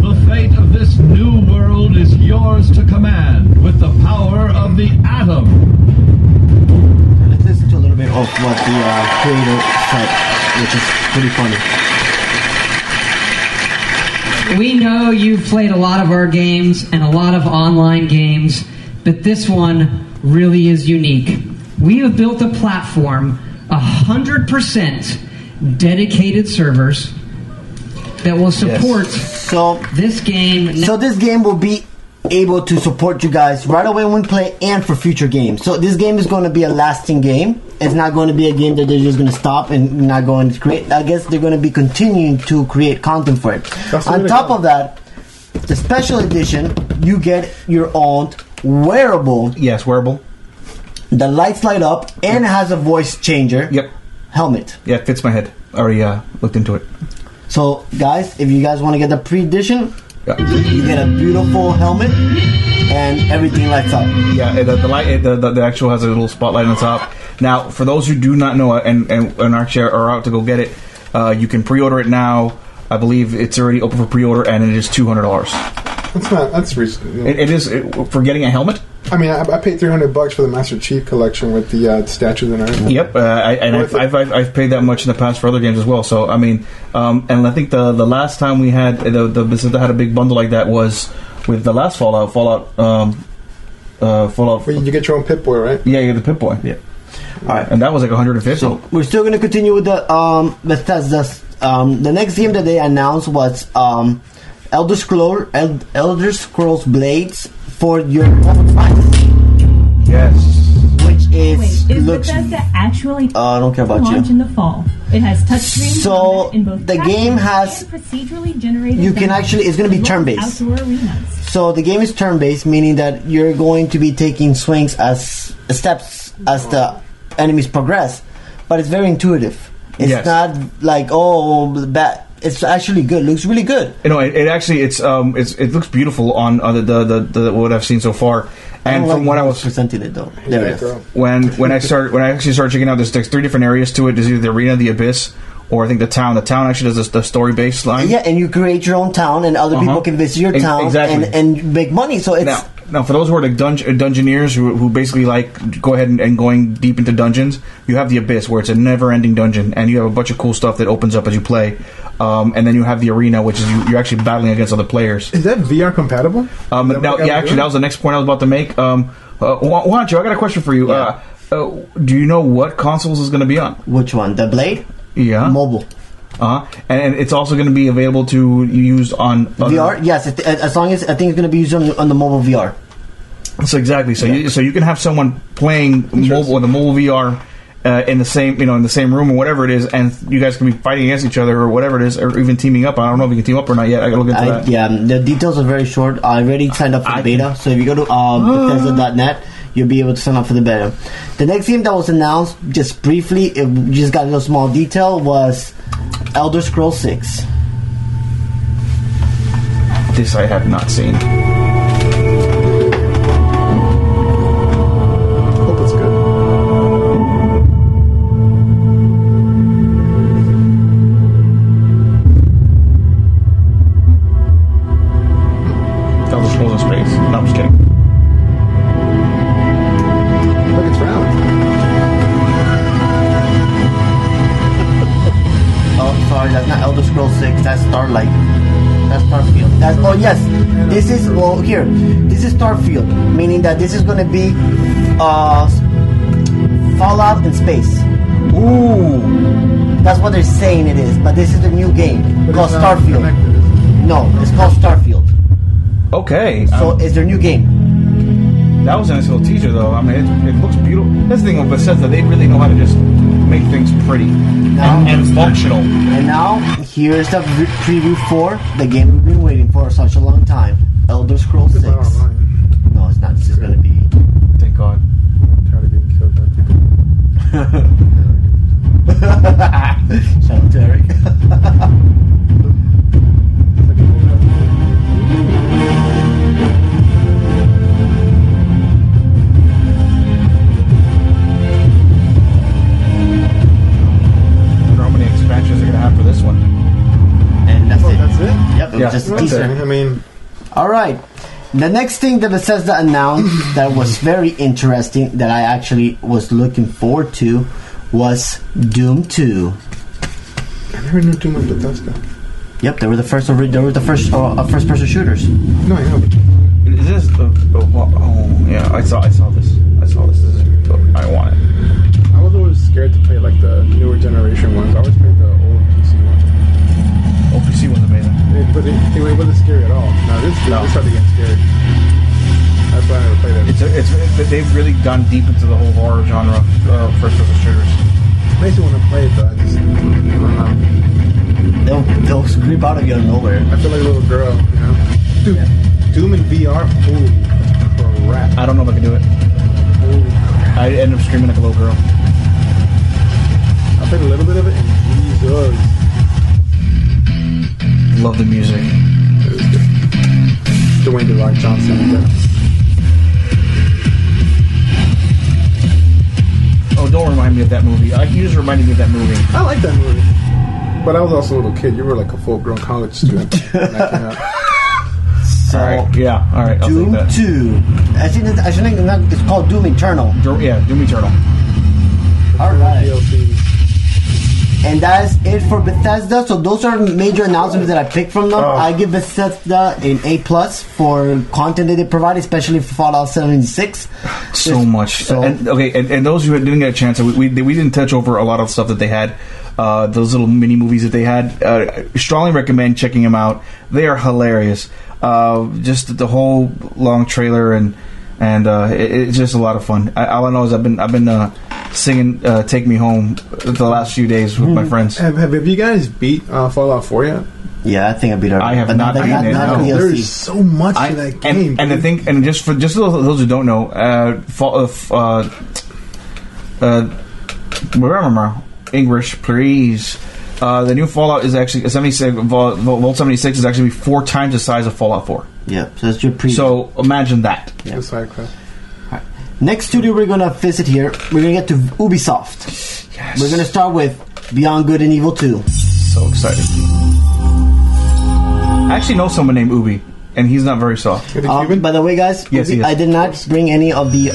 [SPEAKER 8] The fate of this new world is yours to command with the power of the atom.
[SPEAKER 2] Let's listen to a little bit of what the uh, creator said, which is pretty funny.
[SPEAKER 9] We know you've played a lot of our games and a lot of online games, but this one really is unique. We have built a platform, 100% dedicated servers that will support
[SPEAKER 2] So
[SPEAKER 9] this game.
[SPEAKER 2] So this game will be able to support you guys right away when play and for future games. So this game is going to be a lasting game. It's not going to be a game that they're just going to stop and not going to create. I guess they're going to be continuing to create content for it.
[SPEAKER 4] That's the way
[SPEAKER 2] On
[SPEAKER 4] to
[SPEAKER 2] top
[SPEAKER 4] go.
[SPEAKER 2] of that, the special edition, you get your own wearable.
[SPEAKER 6] Yes, wearable.
[SPEAKER 2] The lights light up and has a voice changer.
[SPEAKER 6] Yep.
[SPEAKER 2] Helmet.
[SPEAKER 6] Yeah, it fits my head. Already uh, looked into it.
[SPEAKER 2] So guys, if you guys want to get the pre-edition,
[SPEAKER 6] Yeah,
[SPEAKER 2] you get a beautiful helmet and everything lights up.
[SPEAKER 6] yeah. The, the light, the, the, the actual has a little spotlight on top. Now, for those who do not know uh, and and, and actually are out to go get it, uh, you can pre-order it now. I believe it's already open for pre-order, and it is two hundred dollars.
[SPEAKER 4] That's not. That's reasonable.
[SPEAKER 6] It, it is it, for getting a helmet.
[SPEAKER 4] I mean, I, I paid three hundred bucks for the Master Chief collection with the uh, statues and everything.
[SPEAKER 6] Yep, uh, I, and
[SPEAKER 4] Worth
[SPEAKER 6] I've,
[SPEAKER 4] it.
[SPEAKER 6] I've, I've, I've paid that much in the past for other games as well. So I mean, um, and I think the the last time we had the the business that had a big bundle like that was with the last Fallout Fallout um, uh, Fallout.
[SPEAKER 4] Well, you get your own Pip Boy, right?
[SPEAKER 6] Yeah, yeah, the Pip Boy. Yeah, all right, and that was like 150.
[SPEAKER 2] So we're still going to continue with the um, Bethesda's. Um, the next game that they announced was um, Elder Scroll, El- Elder Scrolls Blades for your Xbox,
[SPEAKER 6] yes,
[SPEAKER 2] which is
[SPEAKER 10] Wait, is
[SPEAKER 2] looks.
[SPEAKER 10] Bethesda actually
[SPEAKER 2] Uh, I don't care about
[SPEAKER 10] launch
[SPEAKER 2] you.
[SPEAKER 10] in the fall? It has touchscreen
[SPEAKER 2] So,
[SPEAKER 10] combat in both
[SPEAKER 2] the
[SPEAKER 10] graphics
[SPEAKER 2] game has-
[SPEAKER 10] and procedurally generated.
[SPEAKER 2] You can
[SPEAKER 10] dungeons
[SPEAKER 2] actually- it's gonna be
[SPEAKER 10] with
[SPEAKER 2] turn-based.
[SPEAKER 10] Outdoor arenas.
[SPEAKER 2] So the game is turn-based, meaning that you're going to be taking swings as steps as the enemies progress, but it's very intuitive. It's
[SPEAKER 6] Yes.
[SPEAKER 2] not like oh, bad. It's actually good. Looks really good.
[SPEAKER 6] you know, it, it actually it's um it's it looks beautiful on uh, the, the the the what I've seen so far, and
[SPEAKER 2] I don't
[SPEAKER 6] from
[SPEAKER 2] like
[SPEAKER 6] what I
[SPEAKER 2] how
[SPEAKER 6] was
[SPEAKER 2] presenting it though, there it is.
[SPEAKER 4] Girl.
[SPEAKER 6] when when I start when I actually start checking out, there's, there's three different areas to it. There's either the arena, the abyss, or I think the town. The town actually does the, the story based line.
[SPEAKER 2] Yeah, and you create your own town, and other people
[SPEAKER 6] Uh-huh.
[SPEAKER 2] can visit your
[SPEAKER 6] Ex-
[SPEAKER 2] town
[SPEAKER 6] exactly.
[SPEAKER 2] and, and make money. So it's
[SPEAKER 6] Now, now for those who are like dunge- uh, dungeoneers who, who basically like go ahead and, and going deep into dungeons, you have the abyss where it's a never-ending dungeon, and you have a bunch of cool stuff that opens up as you play, um, and then you have the arena, which is you, you're actually battling against other players.
[SPEAKER 4] Is that VR compatible?
[SPEAKER 6] Um,
[SPEAKER 4] Is that what I
[SPEAKER 6] now, yeah,
[SPEAKER 4] gotta
[SPEAKER 6] actually,
[SPEAKER 4] do?
[SPEAKER 6] that was the next point I was about to make. Um, uh, Wa- Juancho, I got a question for you. Uh, uh, do you know what consoles is going to be on?
[SPEAKER 2] which one? The blade,
[SPEAKER 6] Yeah,
[SPEAKER 2] mobile,
[SPEAKER 6] Uh-huh. And, and it's also going to be available to use on other-
[SPEAKER 2] VR. Yes, it, as long as I think it's going to be used on, on the mobile VR.
[SPEAKER 6] So exactly. So you, so you can have someone playing mobile with a mobile VR uh, in the same you know in the same room or whatever it is, and you guys can be fighting against each other or whatever it is, or even teaming up. I don't know if you can team up or not yet. I gotta look into
[SPEAKER 2] I,
[SPEAKER 6] that.
[SPEAKER 2] yeah, the details are very short. I already signed up for the beta, so if you go to
[SPEAKER 6] Ah.
[SPEAKER 2] um, Bethesda.net, you'll be able to sign up for the beta. The next game that was announced just briefly, it just got a little small detail, was Elder Scrolls Six.
[SPEAKER 6] This I have not seen.
[SPEAKER 4] Hope it's good. else.
[SPEAKER 6] No, I'm just kidding.
[SPEAKER 4] Look, it's round.
[SPEAKER 2] Oh, sorry, that's not Elder Scrolls 6. That's Starlight. That's Starfield. That's oh yes, this is well here. This is Starfield, meaning that this is going to be uh, Fallout in space.
[SPEAKER 6] Ooh,
[SPEAKER 2] That's what they're saying it is. But this is the new game
[SPEAKER 4] But
[SPEAKER 2] called
[SPEAKER 4] it's not
[SPEAKER 2] Starfield.
[SPEAKER 4] connected, is it?
[SPEAKER 2] No, it's called Starfield.
[SPEAKER 6] okay.
[SPEAKER 2] So
[SPEAKER 4] Um,
[SPEAKER 2] it's their new game.
[SPEAKER 6] That was a nice little teaser, though. I mean, it, it looks beautiful. That's the thing with Bethesda; they really know how to just make things pretty and, and functional.
[SPEAKER 2] And now here's the re- preview for the game we've been waiting for such a long time. Elder Scrolls
[SPEAKER 4] It's
[SPEAKER 2] 6.
[SPEAKER 4] not online.
[SPEAKER 2] No, it's not. This is going to be.
[SPEAKER 6] Thank God.
[SPEAKER 4] I'm tired of getting killed by people.
[SPEAKER 2] Shout out to Eric.
[SPEAKER 4] It's like a whole other-
[SPEAKER 6] I wonder how many expansions they're gonna have for this one.
[SPEAKER 2] and that's
[SPEAKER 4] Oh,
[SPEAKER 2] it.
[SPEAKER 4] that's it?
[SPEAKER 2] Yep, it
[SPEAKER 6] Yeah.
[SPEAKER 2] was just a
[SPEAKER 4] Okay.
[SPEAKER 2] teaser.
[SPEAKER 4] I mean,
[SPEAKER 2] All right. The next thing that Bethesda announced that was very interesting that I actually was looking forward to was Doom 2.
[SPEAKER 4] I never knew too much Bethesda.
[SPEAKER 2] Yep, they were the first. ori- They were the first uh, uh, first-person shooters.
[SPEAKER 4] No, I know.
[SPEAKER 6] Is this? The, oh, well, oh, yeah. I saw. I saw this. I saw this. This is. I want it.
[SPEAKER 4] I was always scared to play like the newer generation ones. I always played the old PC ones.
[SPEAKER 6] OPC was amazing.
[SPEAKER 4] It, but it, anyway, it wasn't scary at all. Now this, this started getting scary. That's why I never played it.
[SPEAKER 6] It's, a, it's it- they've really gone deep into the whole horror genre uh, first person shooters.
[SPEAKER 4] makes me want to play it though. I just, I don't know.
[SPEAKER 2] They'll they'll creep out of you out of nowhere.
[SPEAKER 4] I feel like a little girl, you know? Dude, Doom in VR? Holy crap.
[SPEAKER 6] I don't know if I can do it.
[SPEAKER 4] Holy crap.
[SPEAKER 6] I end up screaming like a little girl.
[SPEAKER 4] I played a little bit of it and Jesus.
[SPEAKER 6] Love the music.
[SPEAKER 4] It was good. Dwayne The Rock Johnson. but-
[SPEAKER 6] Oh, don't remind me of that movie. I, you just reminded me of that movie.
[SPEAKER 4] I like that movie. But I was also a little kid. You were like a full grown college student when that came out.
[SPEAKER 6] So Oh, yeah, all right, I'll
[SPEAKER 2] Doom
[SPEAKER 6] take that.
[SPEAKER 2] 2. I think that, I think that it's called Doom Eternal.
[SPEAKER 6] Doom, yeah, Doom Eternal.
[SPEAKER 2] All right.
[SPEAKER 4] DLCs.
[SPEAKER 2] And that is it for Bethesda. So those are major announcements that I picked from them. I give Bethesda an A plus for content that they provide, especially for Fallout 76.
[SPEAKER 6] So much.
[SPEAKER 2] so-
[SPEAKER 6] and, okay, and, and those who didn't get a chance, we, we, we didn't touch over a lot of stuff that they had. Uh, those little mini movies that they had. Uh, I strongly recommend checking them out. They are hilarious. Uh, just the whole long trailer and and uh, it, it's just a lot of fun. I, all I know is I've been I've been uh, singing uh, "Take Me Home" the last few days with my friends.
[SPEAKER 4] Have, have, have you guys beat uh, Fallout 4 yet?
[SPEAKER 2] Yeah, I think I beat her.
[SPEAKER 6] I have not
[SPEAKER 2] that-
[SPEAKER 6] beaten it, no.
[SPEAKER 2] the
[SPEAKER 4] There
[SPEAKER 2] DLC.
[SPEAKER 4] is so much
[SPEAKER 6] I-
[SPEAKER 4] to that game.
[SPEAKER 6] and, and the
[SPEAKER 4] dude.
[SPEAKER 6] thing, and just for just those, those who don't know, uh, fall, uh, f- uh, uh, remember English, please. Uh, the new Fallout is actually 76. Vol- Vol- Vault 76 is actually four times the size of Fallout 4.
[SPEAKER 2] Yeah, so that's your preview.
[SPEAKER 6] So imagine that.
[SPEAKER 4] The side quest.
[SPEAKER 2] Next studio we're gonna visit here, we're gonna get to Ubisoft.
[SPEAKER 6] Yes.
[SPEAKER 2] We're gonna start with Beyond Good and Evil 2.
[SPEAKER 6] so excited. I actually know someone named Ubi, and he's not very soft.
[SPEAKER 4] With the
[SPEAKER 2] Um,
[SPEAKER 4] Cuban?
[SPEAKER 2] by the way, guys,
[SPEAKER 6] Yes,
[SPEAKER 2] Ubi-
[SPEAKER 6] yes.
[SPEAKER 2] I did not bring any of the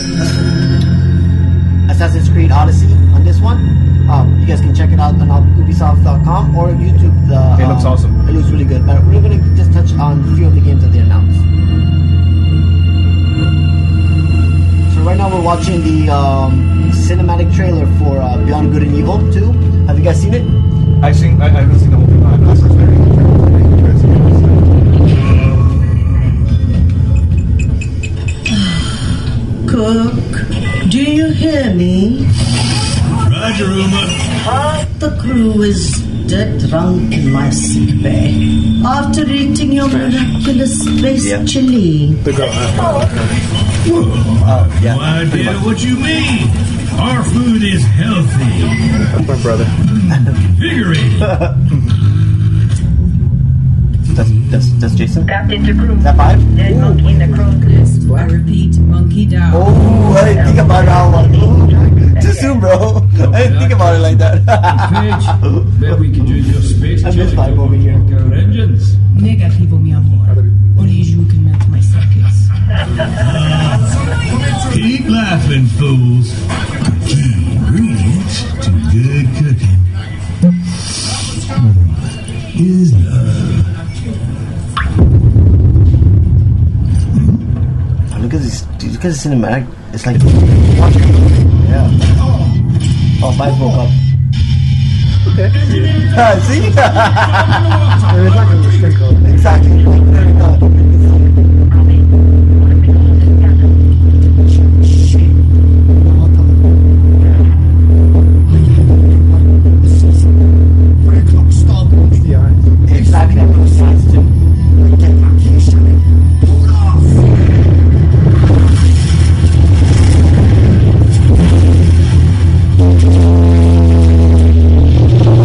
[SPEAKER 2] Assassin's Creed Odyssey on this one. Um, you guys can check it out on Ubisoft.com or YouTube. The,
[SPEAKER 6] It looks
[SPEAKER 2] um,
[SPEAKER 6] awesome.
[SPEAKER 2] It looks really good. But we're gonna just touch on a few of the games that they announced. So right now we're watching the um, cinematic trailer for uh, Beyond Good and Evil 2. Have you guys seen it?
[SPEAKER 6] I seen, I, I haven't seen the whole thing.
[SPEAKER 4] That's what's very interesting.
[SPEAKER 11] Cook, do you hear me? Roger, Uma. Half the crew is dead drunk in my sick bay. After eating your miraculous space chili.
[SPEAKER 4] The girl, uh,
[SPEAKER 8] No idea what you mean. Our food is healthy,
[SPEAKER 4] that's my brother.
[SPEAKER 8] invigorating.
[SPEAKER 2] That's that's, that's Jason. Is
[SPEAKER 11] Captain to crew.
[SPEAKER 2] that five?
[SPEAKER 11] Dead monkey in the crew. I repeat, monkey down.
[SPEAKER 2] Oh, I didn't think about it all like Too soon, bro. I didn't think about it like that.
[SPEAKER 8] Page, maybe we can use your space
[SPEAKER 2] I'm
[SPEAKER 8] jet
[SPEAKER 2] just
[SPEAKER 8] to
[SPEAKER 2] vibe over here.
[SPEAKER 8] work our engines.
[SPEAKER 11] Nega people me amor. Only you can melt my circuits.
[SPEAKER 12] and fools. The key ingredients to good cooking Hmm, is love.
[SPEAKER 2] Look at this. dude, Look at the cinematic. It's like. Yeah. Oh, five woke up.
[SPEAKER 4] Okay.
[SPEAKER 2] Ah, See?
[SPEAKER 4] exactly.
[SPEAKER 2] So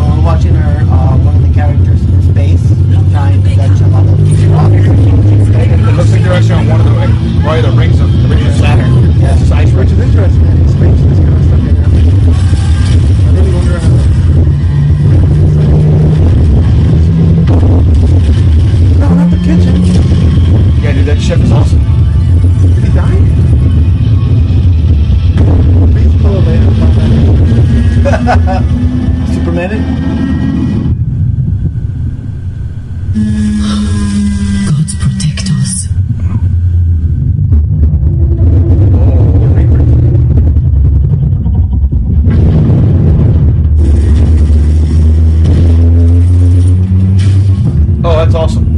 [SPEAKER 2] I'm watching her, uh, one of the characters in space, trying to catch up on the
[SPEAKER 13] It looks like they're actually on one of the like, probably the rings of the rings of Saturn. Yeah, it's ice
[SPEAKER 4] Which is interesting. in Space and this kind of stuff. you know. I really wonder how. No, Oh, not the kitchen.
[SPEAKER 6] Yeah, dude, that chef is awesome.
[SPEAKER 4] Did he die? Please pull away and find out.
[SPEAKER 2] Superman it?
[SPEAKER 14] Gods protect us.
[SPEAKER 6] Oh, that's awesome.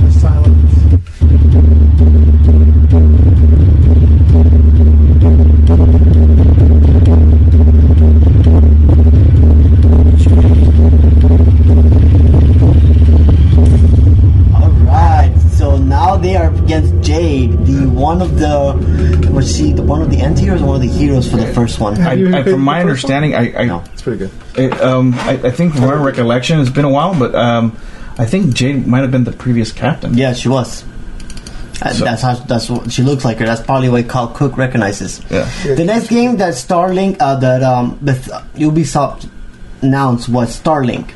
[SPEAKER 4] The silence.
[SPEAKER 2] Alright, so now they are against Jade, the one of the. Was she the one of the anti heroes or one of the heroes for the first one?
[SPEAKER 6] I, I, from my understanding, I, I it's
[SPEAKER 4] pretty good.
[SPEAKER 6] It, um, I, I think from my recollection, it's been a while, but um, I think Jade might have been the previous captain.
[SPEAKER 2] Yeah, she was. Uh, that's how that's what she looks like her. That's probably why Carl Cook recognizes.
[SPEAKER 6] Yeah.
[SPEAKER 2] The next game that Starlink uh, that um Beth- Ubisoft announced was Starlink.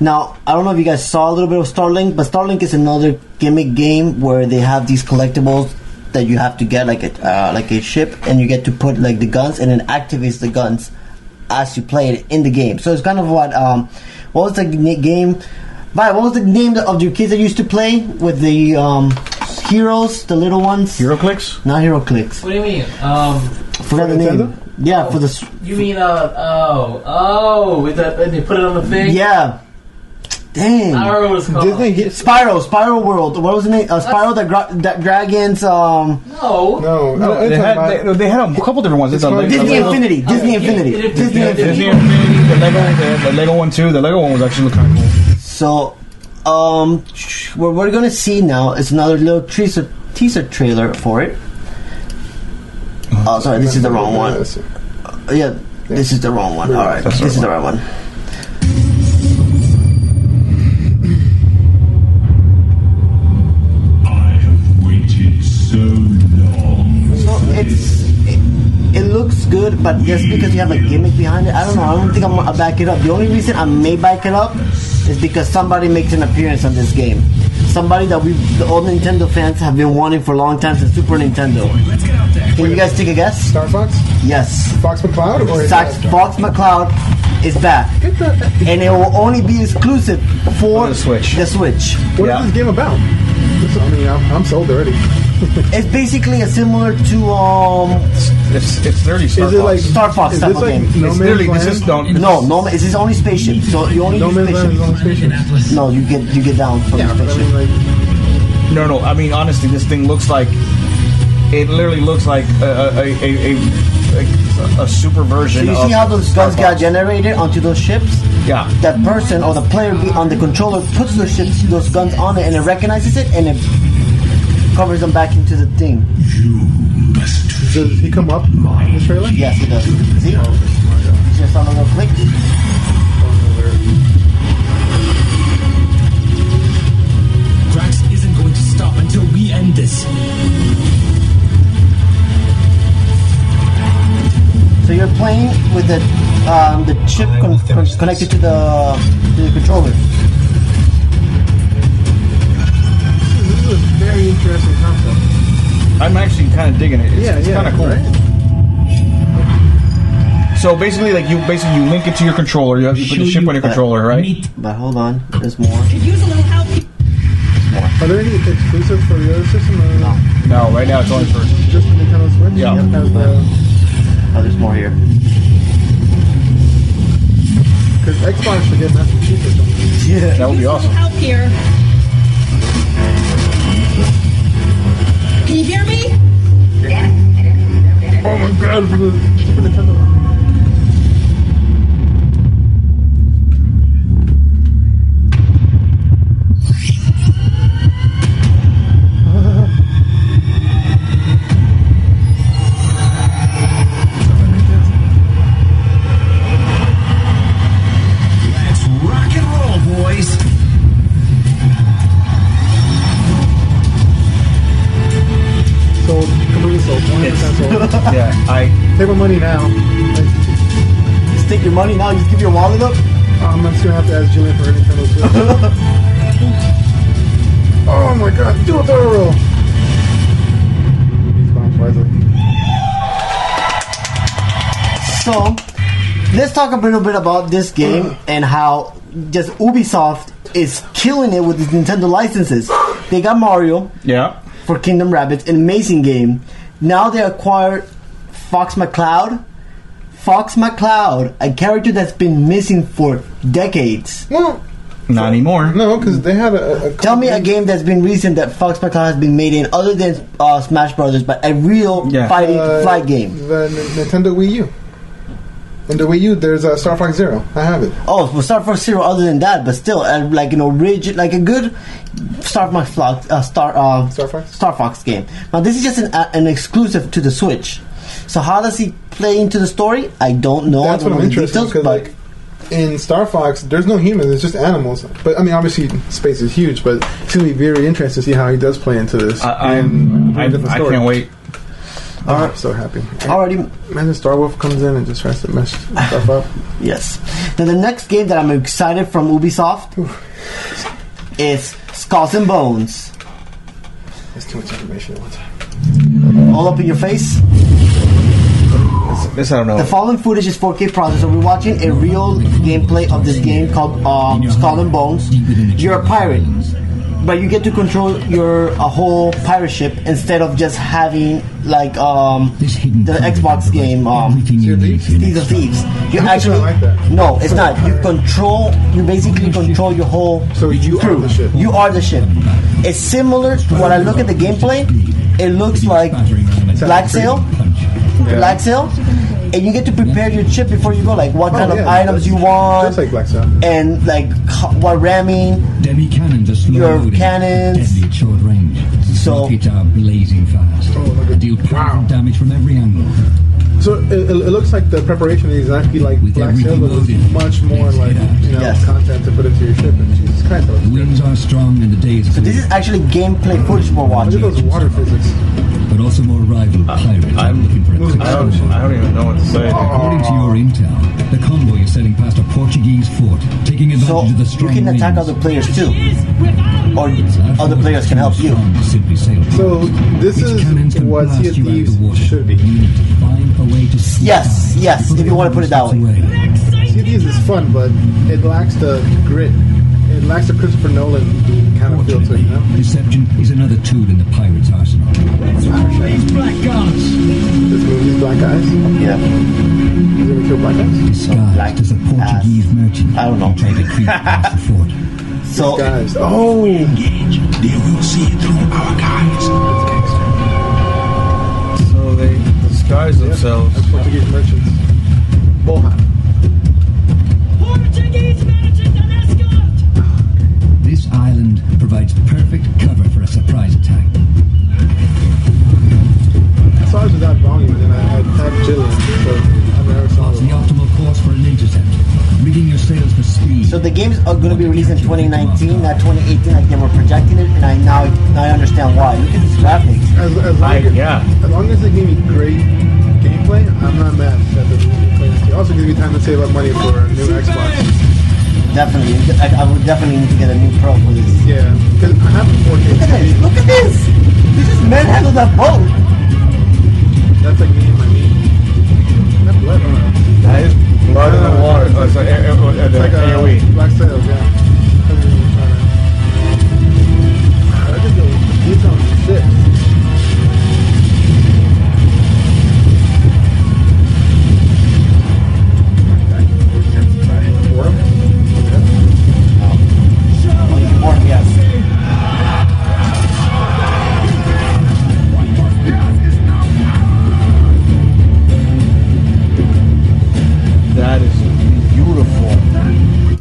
[SPEAKER 2] Now I don't know if you guys saw a little bit of Starlink, but Starlink is another gimmick game where they have these collectibles that you have to get like a uh, like a ship, and you get to put like the guns and then activates the guns as you play it in the game. So it's kind of what um what was the g- game? But what was the name of your kids that used to play with the um, heroes, the little ones? Hero
[SPEAKER 6] clicks?
[SPEAKER 2] Not hero clicks.
[SPEAKER 15] What do you mean? Um,
[SPEAKER 2] Forgot the name. Yeah, for the s-
[SPEAKER 15] you mean uh oh oh with the and they put it on the thing?
[SPEAKER 2] Yeah. Dang.
[SPEAKER 15] I remember what it's called.
[SPEAKER 2] Spiral, Spiral World. What was the name? Uh, Spiral the gra- that dragons. Um,
[SPEAKER 15] No.
[SPEAKER 4] No. oh,
[SPEAKER 6] No, they, had, they, they had a couple different ones. It's a Lego-
[SPEAKER 2] Disney
[SPEAKER 6] a Lego-
[SPEAKER 2] Infinity. Disney Infinity. Disney
[SPEAKER 6] Yeah,
[SPEAKER 2] Infinity.
[SPEAKER 6] Disney Infinity. The Lego, the, the Lego one too. The Lego one was actually kind of cool.
[SPEAKER 2] So, um, sh- what we're gonna see now is another little teaser, teaser trailer for it. Oh, sorry, this is the wrong one. Uh, yeah, this is the wrong one. All right, this is the right one.
[SPEAKER 12] Waited so long.
[SPEAKER 2] So it's it, it looks good, but just because you have a gimmick behind it, I don't know. I don't think I'm gonna back it up. The only reason I may back it up is because somebody makes an appearance on this game. Somebody that we, the old Nintendo fans, have been wanting for a long time since Super Nintendo. Let's get out there. Can you guys take a guess? Star
[SPEAKER 4] Fox.
[SPEAKER 2] Yes.
[SPEAKER 4] Fox McCloud or is
[SPEAKER 2] Fox,
[SPEAKER 4] that-
[SPEAKER 2] Fox McCloud is back, and it will only be exclusive for the Switch. The Switch.
[SPEAKER 4] What is this game about? This- I mean, I'm, I'm sold already.
[SPEAKER 2] It's basically a similar to um.
[SPEAKER 6] It's it's literally
[SPEAKER 4] Star Is it Fox. like-
[SPEAKER 2] Star Fox
[SPEAKER 4] is
[SPEAKER 2] type
[SPEAKER 4] this
[SPEAKER 2] of
[SPEAKER 4] like
[SPEAKER 2] game?
[SPEAKER 4] No It's Man's literally- this Land? is
[SPEAKER 2] no
[SPEAKER 4] Don't-
[SPEAKER 2] no no. It's his only spaceship, so you only
[SPEAKER 4] No
[SPEAKER 2] use
[SPEAKER 4] Man's Land
[SPEAKER 2] spaceship.
[SPEAKER 4] is only spaceship.
[SPEAKER 2] No, you get you get down from the spaceship.
[SPEAKER 6] No, no. I mean, honestly, this thing looks like it. Literally looks like a a, a, a, a, a
[SPEAKER 2] so
[SPEAKER 6] super version.
[SPEAKER 2] you
[SPEAKER 6] of
[SPEAKER 2] see how those
[SPEAKER 6] Star
[SPEAKER 2] guns
[SPEAKER 6] Fox.
[SPEAKER 2] got generated onto those ships?
[SPEAKER 6] Yeah.
[SPEAKER 2] That person or the player be- on the controller puts those ships, those guns on it, and it recognizes it, and it covers them back into the thing.
[SPEAKER 4] Does he come up in the trailer?
[SPEAKER 2] Yes, he does. See? Just on a little click.
[SPEAKER 12] Drax isn't going to stop until we end this.
[SPEAKER 2] So you're playing with a um, the chip con- con- connected to the to the controller.
[SPEAKER 4] This is a very interesting concept.
[SPEAKER 6] I'm actually kind of digging it. It's,
[SPEAKER 4] Yeah,
[SPEAKER 6] it's
[SPEAKER 4] yeah,
[SPEAKER 6] kind of cool.
[SPEAKER 4] right?
[SPEAKER 6] So basically, like you basically you link it to your controller. You have you put the chip on your controller, right?
[SPEAKER 2] But hold on, there's more. Oh,
[SPEAKER 11] Use a little help.
[SPEAKER 4] Are there any exclusive for the other system? Or no.
[SPEAKER 6] No, right now it's only for
[SPEAKER 4] just for Nintendo Switch.
[SPEAKER 6] Yeah.
[SPEAKER 4] Yep, that's the-
[SPEAKER 2] Oh, there's more here.
[SPEAKER 4] Because Xbox should get Massachusetts. don't they?
[SPEAKER 2] Yeah,
[SPEAKER 6] that would be awesome.
[SPEAKER 11] Help here. Can you hear me?
[SPEAKER 4] Oh my god, for the for Nintendo.
[SPEAKER 12] Let's rock and roll, boys.
[SPEAKER 4] Sold. Completely sold. 100% sold.
[SPEAKER 6] yeah, I
[SPEAKER 4] Take my money now.
[SPEAKER 2] Just take your money now. Just give your wallet up.
[SPEAKER 4] Um, I'm just gonna have to ask Julian for her Nintendo Switch. oh my god, do a barrel roll. He's gone twice.
[SPEAKER 2] So, let's talk a little bit about this game and how just Ubisoft is killing it with these Nintendo licenses. They got Mario
[SPEAKER 6] yeah.
[SPEAKER 2] for Kingdom Rabbits, an amazing game. Now they acquired Fox McCloud. Fox McCloud, a character that's been missing for decades.
[SPEAKER 4] Well,
[SPEAKER 6] Not anymore.
[SPEAKER 4] no, because they had a, a
[SPEAKER 2] Tell me a game that's been recent that Fox McCloud has been made in, other than uh, Smash Brothers, but a real
[SPEAKER 6] Yeah.
[SPEAKER 2] fighting
[SPEAKER 4] Uh,
[SPEAKER 2] flight game.
[SPEAKER 4] The N- Nintendo Wii U. In the Wii U, there's uh, Star Fox Zero. I have it.
[SPEAKER 2] Oh, well, Star Fox Zero. Other than that, but still, uh, like you know, rigid, like a good Star Fox, Fox- uh, Star uh,
[SPEAKER 4] Star Fox?
[SPEAKER 2] Star Fox game. Now this is just an, uh, an exclusive to the Switch. So how does he play into the story? I don't know.
[SPEAKER 4] That's
[SPEAKER 2] I don't know Oh,
[SPEAKER 4] what I'm
[SPEAKER 2] the
[SPEAKER 4] interested in.
[SPEAKER 2] details,
[SPEAKER 4] 'cause,
[SPEAKER 2] but
[SPEAKER 4] like, in Star Fox, there's no humans. It's just animals. But I mean, obviously, space is huge. But it's gonna be very interesting to see how he does play into this.
[SPEAKER 6] I,
[SPEAKER 4] And
[SPEAKER 6] I'm,
[SPEAKER 4] bring
[SPEAKER 6] I,
[SPEAKER 4] a different
[SPEAKER 6] I
[SPEAKER 4] story.
[SPEAKER 6] can't wait.
[SPEAKER 4] Oh, I'm so happy.
[SPEAKER 2] already
[SPEAKER 4] Imagine Star Wolf comes in and just tries to mess stuff up.
[SPEAKER 2] yes. Then the next game that I'm excited from Ubisoft is Skulls and Bones.
[SPEAKER 4] It's too much information at one time.
[SPEAKER 2] All up in your face.
[SPEAKER 6] This I don't
[SPEAKER 2] The
[SPEAKER 6] know.
[SPEAKER 2] following footage is 4K processor. We're watching a real gameplay of this game called um, Skull and Bones. You're a pirate, but you get to control your a whole pirate ship instead of just having like um, the Xbox game um, Thieves of Thieves. You
[SPEAKER 4] I
[SPEAKER 2] actually
[SPEAKER 4] like that.
[SPEAKER 2] no, it's not. You control. You basically control your whole
[SPEAKER 4] So you are the ship.
[SPEAKER 2] you are the ship. It's similar. When I look at the gameplay, it looks like Black Sail, Black Sail, and you get to prepare your ship before you go. Like what
[SPEAKER 4] Oh,
[SPEAKER 2] kind of
[SPEAKER 4] yeah,
[SPEAKER 2] items
[SPEAKER 4] that's-
[SPEAKER 2] you want,
[SPEAKER 4] Just like Black Sabbath.
[SPEAKER 2] and like ho- what ramming.
[SPEAKER 12] Deadly cannons are slow
[SPEAKER 2] Your
[SPEAKER 12] loading,
[SPEAKER 2] cannons.
[SPEAKER 12] Deadly at short range.
[SPEAKER 2] So- Oh,
[SPEAKER 12] Rockets are blazing fast. Deal powerful damage from every angle.
[SPEAKER 4] So it, it it looks like the preparation is exactly like Black
[SPEAKER 12] everything
[SPEAKER 4] Sail, but with
[SPEAKER 12] loaded.
[SPEAKER 4] much more like you know
[SPEAKER 2] Yes.
[SPEAKER 4] content to put into your ship. And Jesus Christ, that was good.
[SPEAKER 12] Winds are strong and the day is
[SPEAKER 2] So
[SPEAKER 12] clear,
[SPEAKER 2] this is actually gameplay footage we're
[SPEAKER 4] Look at
[SPEAKER 2] watching.
[SPEAKER 4] those water physics.
[SPEAKER 12] but also more rival
[SPEAKER 2] Uh,
[SPEAKER 12] pirates are
[SPEAKER 6] I'm-
[SPEAKER 12] looking for a quick
[SPEAKER 6] I don't,
[SPEAKER 12] solution.
[SPEAKER 6] I don't even know what to say.
[SPEAKER 12] According to your intel, the convoy is sailing past a Portuguese fort, taking advantage
[SPEAKER 2] So
[SPEAKER 12] of the
[SPEAKER 2] you
[SPEAKER 12] strong
[SPEAKER 2] can attack
[SPEAKER 12] winds.
[SPEAKER 2] other players too, or
[SPEAKER 12] Our
[SPEAKER 2] other
[SPEAKER 12] fort
[SPEAKER 2] players
[SPEAKER 12] is
[SPEAKER 2] can
[SPEAKER 12] too
[SPEAKER 2] help you.
[SPEAKER 12] strong to simply sail
[SPEAKER 4] So this
[SPEAKER 12] Its cannons
[SPEAKER 4] is
[SPEAKER 12] can
[SPEAKER 4] what
[SPEAKER 12] blast
[SPEAKER 4] Sea of
[SPEAKER 12] you out of
[SPEAKER 4] Thieves
[SPEAKER 12] the water.
[SPEAKER 4] should be.
[SPEAKER 12] You need to find a way to slip
[SPEAKER 2] Yes,
[SPEAKER 12] by
[SPEAKER 2] yes,
[SPEAKER 12] before
[SPEAKER 2] if
[SPEAKER 12] the
[SPEAKER 2] you wanna
[SPEAKER 12] enemy
[SPEAKER 2] put it that
[SPEAKER 12] slips
[SPEAKER 2] way.
[SPEAKER 12] away.
[SPEAKER 4] Sea of Thieves is fun, but it lacks the grit. It lacks the Christopher Nolan kind of feel to it. You know?
[SPEAKER 12] Fortunately, Deception is another tool in the pirate's arsenal.
[SPEAKER 4] This movie's black eyes.
[SPEAKER 2] Yeah,
[SPEAKER 4] He's gonna kill black eyes.
[SPEAKER 12] Disguised as a Portuguese merchant,
[SPEAKER 2] I don't know.
[SPEAKER 12] who tried to creep past the fort.
[SPEAKER 2] So
[SPEAKER 4] Guys. Oh,
[SPEAKER 12] They will see through our guys.
[SPEAKER 6] So they disguise themselves.
[SPEAKER 4] Portuguese merchants. Bohan.
[SPEAKER 12] This island provides perfect cover for a surprise attack.
[SPEAKER 4] I saw it without volume, and I had had Jillian, so I never saw
[SPEAKER 12] It's the
[SPEAKER 4] it.
[SPEAKER 12] optimal course for an intercept, rigging your sails for speed.
[SPEAKER 2] So the games are going to be released in 2019, not 2018, like they were projecting it, and I now now I understand why. Look at these graphics.
[SPEAKER 4] As, as, long
[SPEAKER 6] I-
[SPEAKER 4] as,
[SPEAKER 6] yeah.
[SPEAKER 4] as long as they give me great gameplay, I'm not mad that they're playing this game. Also, maybe time to save up money for a new Xbox.
[SPEAKER 2] Definitely, I, I would definitely need to get a new pro for this.
[SPEAKER 4] Yeah, because I have a
[SPEAKER 2] Look
[SPEAKER 4] 4K.
[SPEAKER 2] at this! Look at this! This is manhandled that boat.
[SPEAKER 4] That's like me and my knee. That blood, huh?
[SPEAKER 13] That is blood in the water. Oh, it's
[SPEAKER 6] uh,
[SPEAKER 13] like, a- a- a-
[SPEAKER 4] It's like a E.
[SPEAKER 6] E.
[SPEAKER 13] AOE.
[SPEAKER 4] black sails, yeah. Wow, Ah, that is a- these are sick.
[SPEAKER 6] That is beautiful.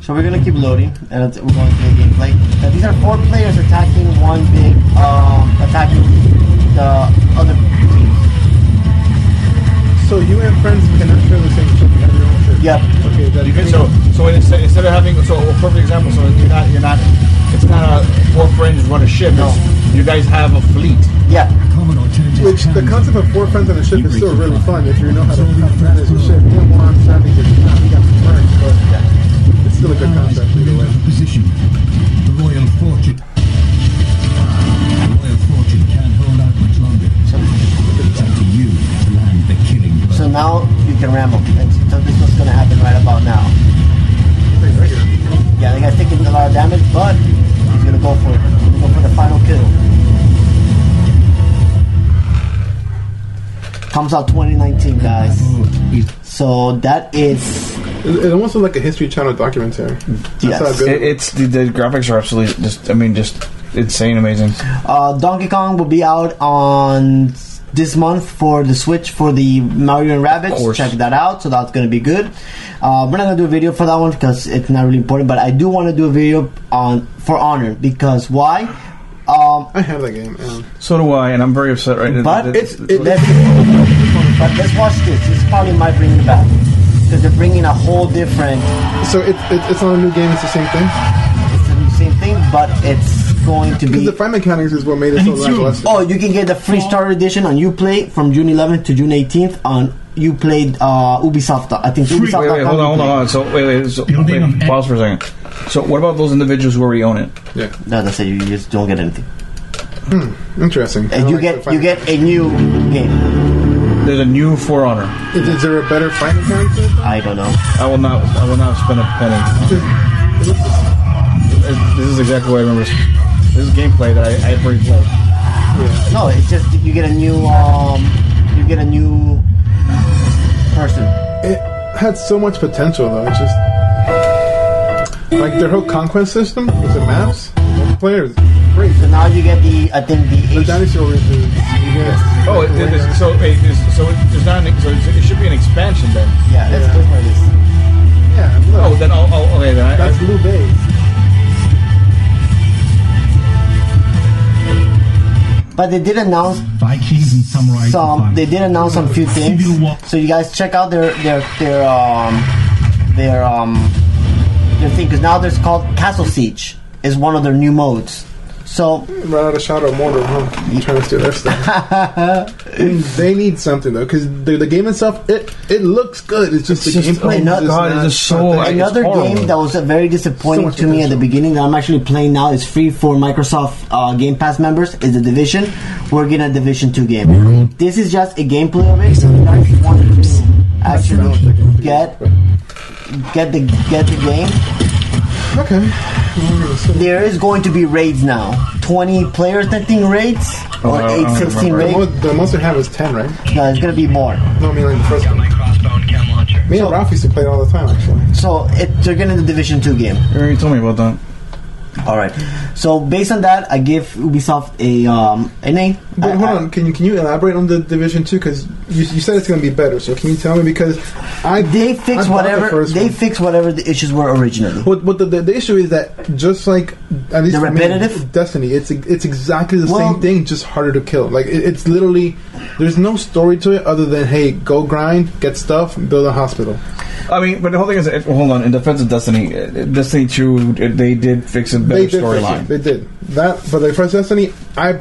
[SPEAKER 2] So we're gonna keep loading, and it's- we're going to the gameplay. Now these are four players attacking one big, um, attacking the other team.
[SPEAKER 4] So you and friends cannot share the same ship. You have your own ship.
[SPEAKER 2] Yep.
[SPEAKER 4] Okay. That's
[SPEAKER 13] You can, so so instead, instead of having so a perfect example, so you're not you're not it's not a four friends run a ship. No. You guys have a fleet.
[SPEAKER 2] Yeah.
[SPEAKER 4] Which the concept of four friends on a ship is still really fun if you know how to how to manage a ship. You know, more on savvy than you have. You got some burn, but it's still a good
[SPEAKER 8] Ah,
[SPEAKER 4] concept either way.
[SPEAKER 12] Position. The Royal Fortune. The Royal Fortune can't hold out much longer. It's up to you to land the killing blow.
[SPEAKER 2] So now you can ramble. That's, so this is what's gonna happen right about now. Yeah, the guy's taking a lot of damage, but he's gonna go for it. He's gonna go for the final kill. Comes out 2019, guys. So that is
[SPEAKER 4] It, it almost looks like a History Channel documentary. That's how
[SPEAKER 6] Yes.
[SPEAKER 4] good.
[SPEAKER 6] It, it's the, the graphics are absolutely just. I mean, just insane, amazing.
[SPEAKER 2] Uh, Donkey Kong will be out on this month for the Switch for the Mario and Rabbits.
[SPEAKER 6] course.
[SPEAKER 2] Check that out. So that's going to be good. Uh, we're not going to do a video for that one because it's not really important. But I do want to do a video on for Honor because why? Um,
[SPEAKER 4] I have that game. Man.
[SPEAKER 6] So do I, and I'm very upset right now.
[SPEAKER 2] But
[SPEAKER 6] That-
[SPEAKER 2] it's, let's, but let's watch this. This probably might bring it back because they're bringing a whole different.
[SPEAKER 4] So it's it, it's not a new game. It's the same thing.
[SPEAKER 2] It's the same thing, but it's going to
[SPEAKER 4] Because
[SPEAKER 2] be
[SPEAKER 4] the fight mechanics is what made it so lackluster.
[SPEAKER 2] Oh, you can get the free starter edition on Uplay from June 11th to June 18th on Uplay uh, Ubisoft. I think
[SPEAKER 6] Wait,
[SPEAKER 2] Ubisoft.
[SPEAKER 6] wait, hold on, hold on, hold on. So wait, wait, so, wait pause for a second. So what about those individuals who already own it?
[SPEAKER 4] Yeah.
[SPEAKER 2] No, that's it. You just don't get anything.
[SPEAKER 6] Oh.
[SPEAKER 4] Interesting.
[SPEAKER 2] And you get you get a new game.
[SPEAKER 6] There's a new For Honor.
[SPEAKER 4] Is, is there a better fight mechanic? to it?
[SPEAKER 2] I don't know.
[SPEAKER 6] I will not. I will not spend a penny. It- Uh, This is exactly what I remember. This is gameplay that I, I had already played.
[SPEAKER 2] No, it's just you get a new um you get a new person.
[SPEAKER 4] It had so much potential though. It's just like their whole conquest system with the maps, the players. Great.
[SPEAKER 2] So now you get the I think the
[SPEAKER 4] The
[SPEAKER 2] H-
[SPEAKER 4] dinosaur is. is- you get-
[SPEAKER 13] Oh, it, it, it's- so wait, it's- so it, there's not an, so it, it should be an expansion then.
[SPEAKER 2] yeah. Let's go for this.
[SPEAKER 4] yeah. look,
[SPEAKER 13] Oh, then I'll, I'll okay then. I,
[SPEAKER 4] that's
[SPEAKER 13] I,
[SPEAKER 4] Blue Bay.
[SPEAKER 2] But they did announce
[SPEAKER 12] Vikings and samurai.
[SPEAKER 2] some um, they did announce some few things so you guys check out their their their um their um their thing because now there's called castle siege is one of their new modes so
[SPEAKER 4] Right out of Shadow of Mordor, huh? You trying to steal their stuff? they need something though, because the, the game itself, it it looks good. It's just
[SPEAKER 6] It's
[SPEAKER 4] the
[SPEAKER 6] just-
[SPEAKER 4] gameplay.
[SPEAKER 6] oh
[SPEAKER 4] is
[SPEAKER 6] my God,
[SPEAKER 4] not
[SPEAKER 6] it's just so-
[SPEAKER 4] something-
[SPEAKER 6] I-
[SPEAKER 2] another
[SPEAKER 6] horrible.
[SPEAKER 2] game that was uh, very disappointing
[SPEAKER 4] So much
[SPEAKER 2] to me at the
[SPEAKER 4] potential.
[SPEAKER 2] beginning that i'm actually playing now is free for microsoft uh, game pass members is the division we're getting a division 2 game this is just a gameplay of it that i wanted to actually get get the get the game
[SPEAKER 4] okay.
[SPEAKER 2] There is going to be raids now. 20 players, I think, raids? Or
[SPEAKER 6] Oh, I- I
[SPEAKER 2] eight,
[SPEAKER 6] don't
[SPEAKER 2] 16
[SPEAKER 4] The,
[SPEAKER 6] remember.
[SPEAKER 2] raids?
[SPEAKER 4] mo- the most they have is ten, right?
[SPEAKER 2] No, it's going to be more.
[SPEAKER 4] No, I mean like the first one. Me and Ralph used to play it all the time, actually.
[SPEAKER 2] So it, they're getting the Division 2 game.
[SPEAKER 6] You already told me about that.
[SPEAKER 2] Alright. So based on that, I give Ubisoft a, um, an A.
[SPEAKER 4] But
[SPEAKER 2] I-
[SPEAKER 4] hold
[SPEAKER 2] I-
[SPEAKER 4] on, can you can you elaborate on the Division Two? Because you, you said it's going to be better, so can you tell me? Because I
[SPEAKER 2] They
[SPEAKER 4] I bought
[SPEAKER 2] fix
[SPEAKER 4] the
[SPEAKER 2] whatever
[SPEAKER 4] first
[SPEAKER 2] they
[SPEAKER 4] one.
[SPEAKER 2] fix whatever the issues were originally.
[SPEAKER 4] What, what the, the, the issue is that just like at least
[SPEAKER 2] The
[SPEAKER 4] for me,
[SPEAKER 2] repetitive?
[SPEAKER 4] Destiny, it's it's exactly the
[SPEAKER 2] Well-
[SPEAKER 4] same thing, just harder to kill. Like it, it's literally there's no story to it other than hey, go grind, get stuff, build a hospital.
[SPEAKER 6] I mean, but the whole thing is, if, hold on. In defense of Destiny, uh, Destiny Two, uh, they did fix a better
[SPEAKER 4] they did fix it.
[SPEAKER 6] storyline.
[SPEAKER 4] They did that, but the first Destiny, I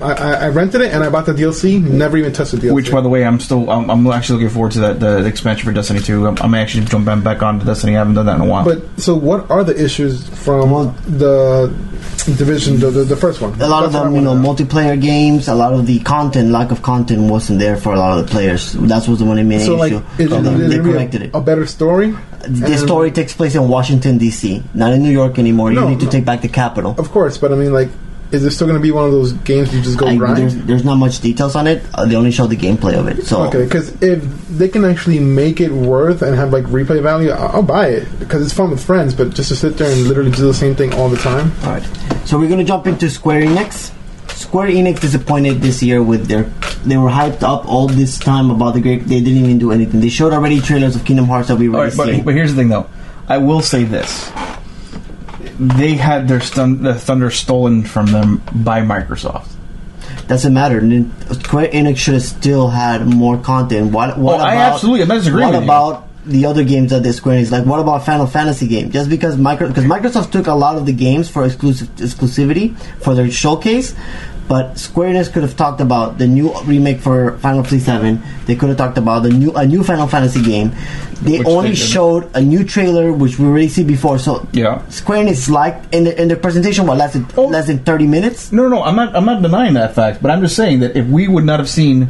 [SPEAKER 4] I, I, I rented it and I bought the DLC. Never even touched the DLC.
[SPEAKER 6] Which, by the way, I'm still I'm, I'm actually looking forward to that the expansion for Destiny 2. I'm, I'm actually jumping back onto Destiny. I haven't done that in a while.
[SPEAKER 4] But so, what are the issues from the division, the, the, the first one?
[SPEAKER 2] a lot of them, you know, multiplayer games. A lot of the content, lack of content, wasn't there for a lot of the players. That's was the one main
[SPEAKER 4] So, like,
[SPEAKER 2] issue.
[SPEAKER 4] is it-
[SPEAKER 2] So
[SPEAKER 4] is it
[SPEAKER 2] they
[SPEAKER 4] gonna be a-
[SPEAKER 2] corrected it.
[SPEAKER 4] A better story.
[SPEAKER 2] The story takes place in Washington D.C., not in New York anymore. you need to take back the capital.
[SPEAKER 4] Of course, but I mean, like, is it still going to be one of those games you just go
[SPEAKER 2] I-
[SPEAKER 4] grind?
[SPEAKER 2] there's, there's not much details on it. Uh, they only show the gameplay of it. So
[SPEAKER 4] Okay, because if they can actually make it worth and have like replay value, I- I'll buy it because it's fun with friends. But just to sit there and literally do the same thing all the time.
[SPEAKER 2] All right. So we're gonna jump into Square Enix. Square Enix disappointed this year with their. They were hyped up all this time about the great. They didn't even do anything. They showed already trailers of Kingdom Hearts that we were
[SPEAKER 6] All right,
[SPEAKER 2] already
[SPEAKER 6] but,
[SPEAKER 2] seen.
[SPEAKER 6] but here's the thing, though. I will say this: they had their stun- the thunder stolen from them by Microsoft.
[SPEAKER 2] Doesn't matter. Nin- Square Enix should have still had more content. What? what
[SPEAKER 6] Oh, I absolutely- I'm not disagreeing
[SPEAKER 2] What
[SPEAKER 6] with you.
[SPEAKER 2] about the other games that they Square Enix? Like, what about Final Fantasy game? Just because micro because Microsoft took a lot of the games for exclusive exclusivity for their showcase. But Square Enix could have talked about the new remake for Final Fantasy VII. They could have talked about the new a new Final Fantasy game. They
[SPEAKER 6] Which
[SPEAKER 2] only
[SPEAKER 6] they didn't.
[SPEAKER 2] showed a new trailer, which we already see before. So
[SPEAKER 6] Yeah. Oh.
[SPEAKER 2] Square Enix liked in the, in the presentation what lasted less than thirty minutes.
[SPEAKER 6] No, no, no, I'm not. I'm not denying that fact, but I'm just saying that if we would not have seen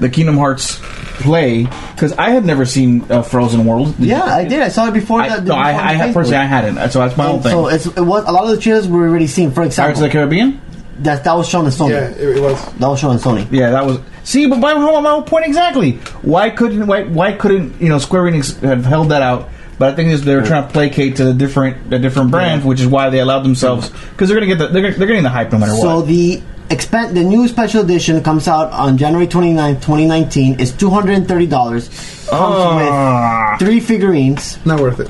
[SPEAKER 6] the Kingdom Hearts play, because I had never seen uh, Frozen World.
[SPEAKER 2] Yeah, I did. I saw it before.
[SPEAKER 6] I,
[SPEAKER 2] the,
[SPEAKER 6] no, I, I had, personally, I hadn't. So that's my own
[SPEAKER 2] And
[SPEAKER 6] thing.
[SPEAKER 2] So it's, it was a lot of the trailers were already seen. For example,
[SPEAKER 6] Pirates of the Caribbean.
[SPEAKER 2] That that was shown in Sony.
[SPEAKER 6] Yeah,
[SPEAKER 4] it, was.
[SPEAKER 2] That was shown in Sony.
[SPEAKER 6] Yeah, that was. See, but my, my my whole point exactly. Why couldn't why, why couldn't you know Square Enix have held that out? But I think is they were trying to placate to the different the different brands, which is why they allowed themselves because they're gonna get the they're, gonna- they're getting the hype no matter
[SPEAKER 2] So
[SPEAKER 6] what.
[SPEAKER 2] the expand the new special edition comes out on January 29th, 2019. It's two hundred and thirty dollars. Comes
[SPEAKER 6] Ah.
[SPEAKER 2] with three figurines.
[SPEAKER 4] Not worth it.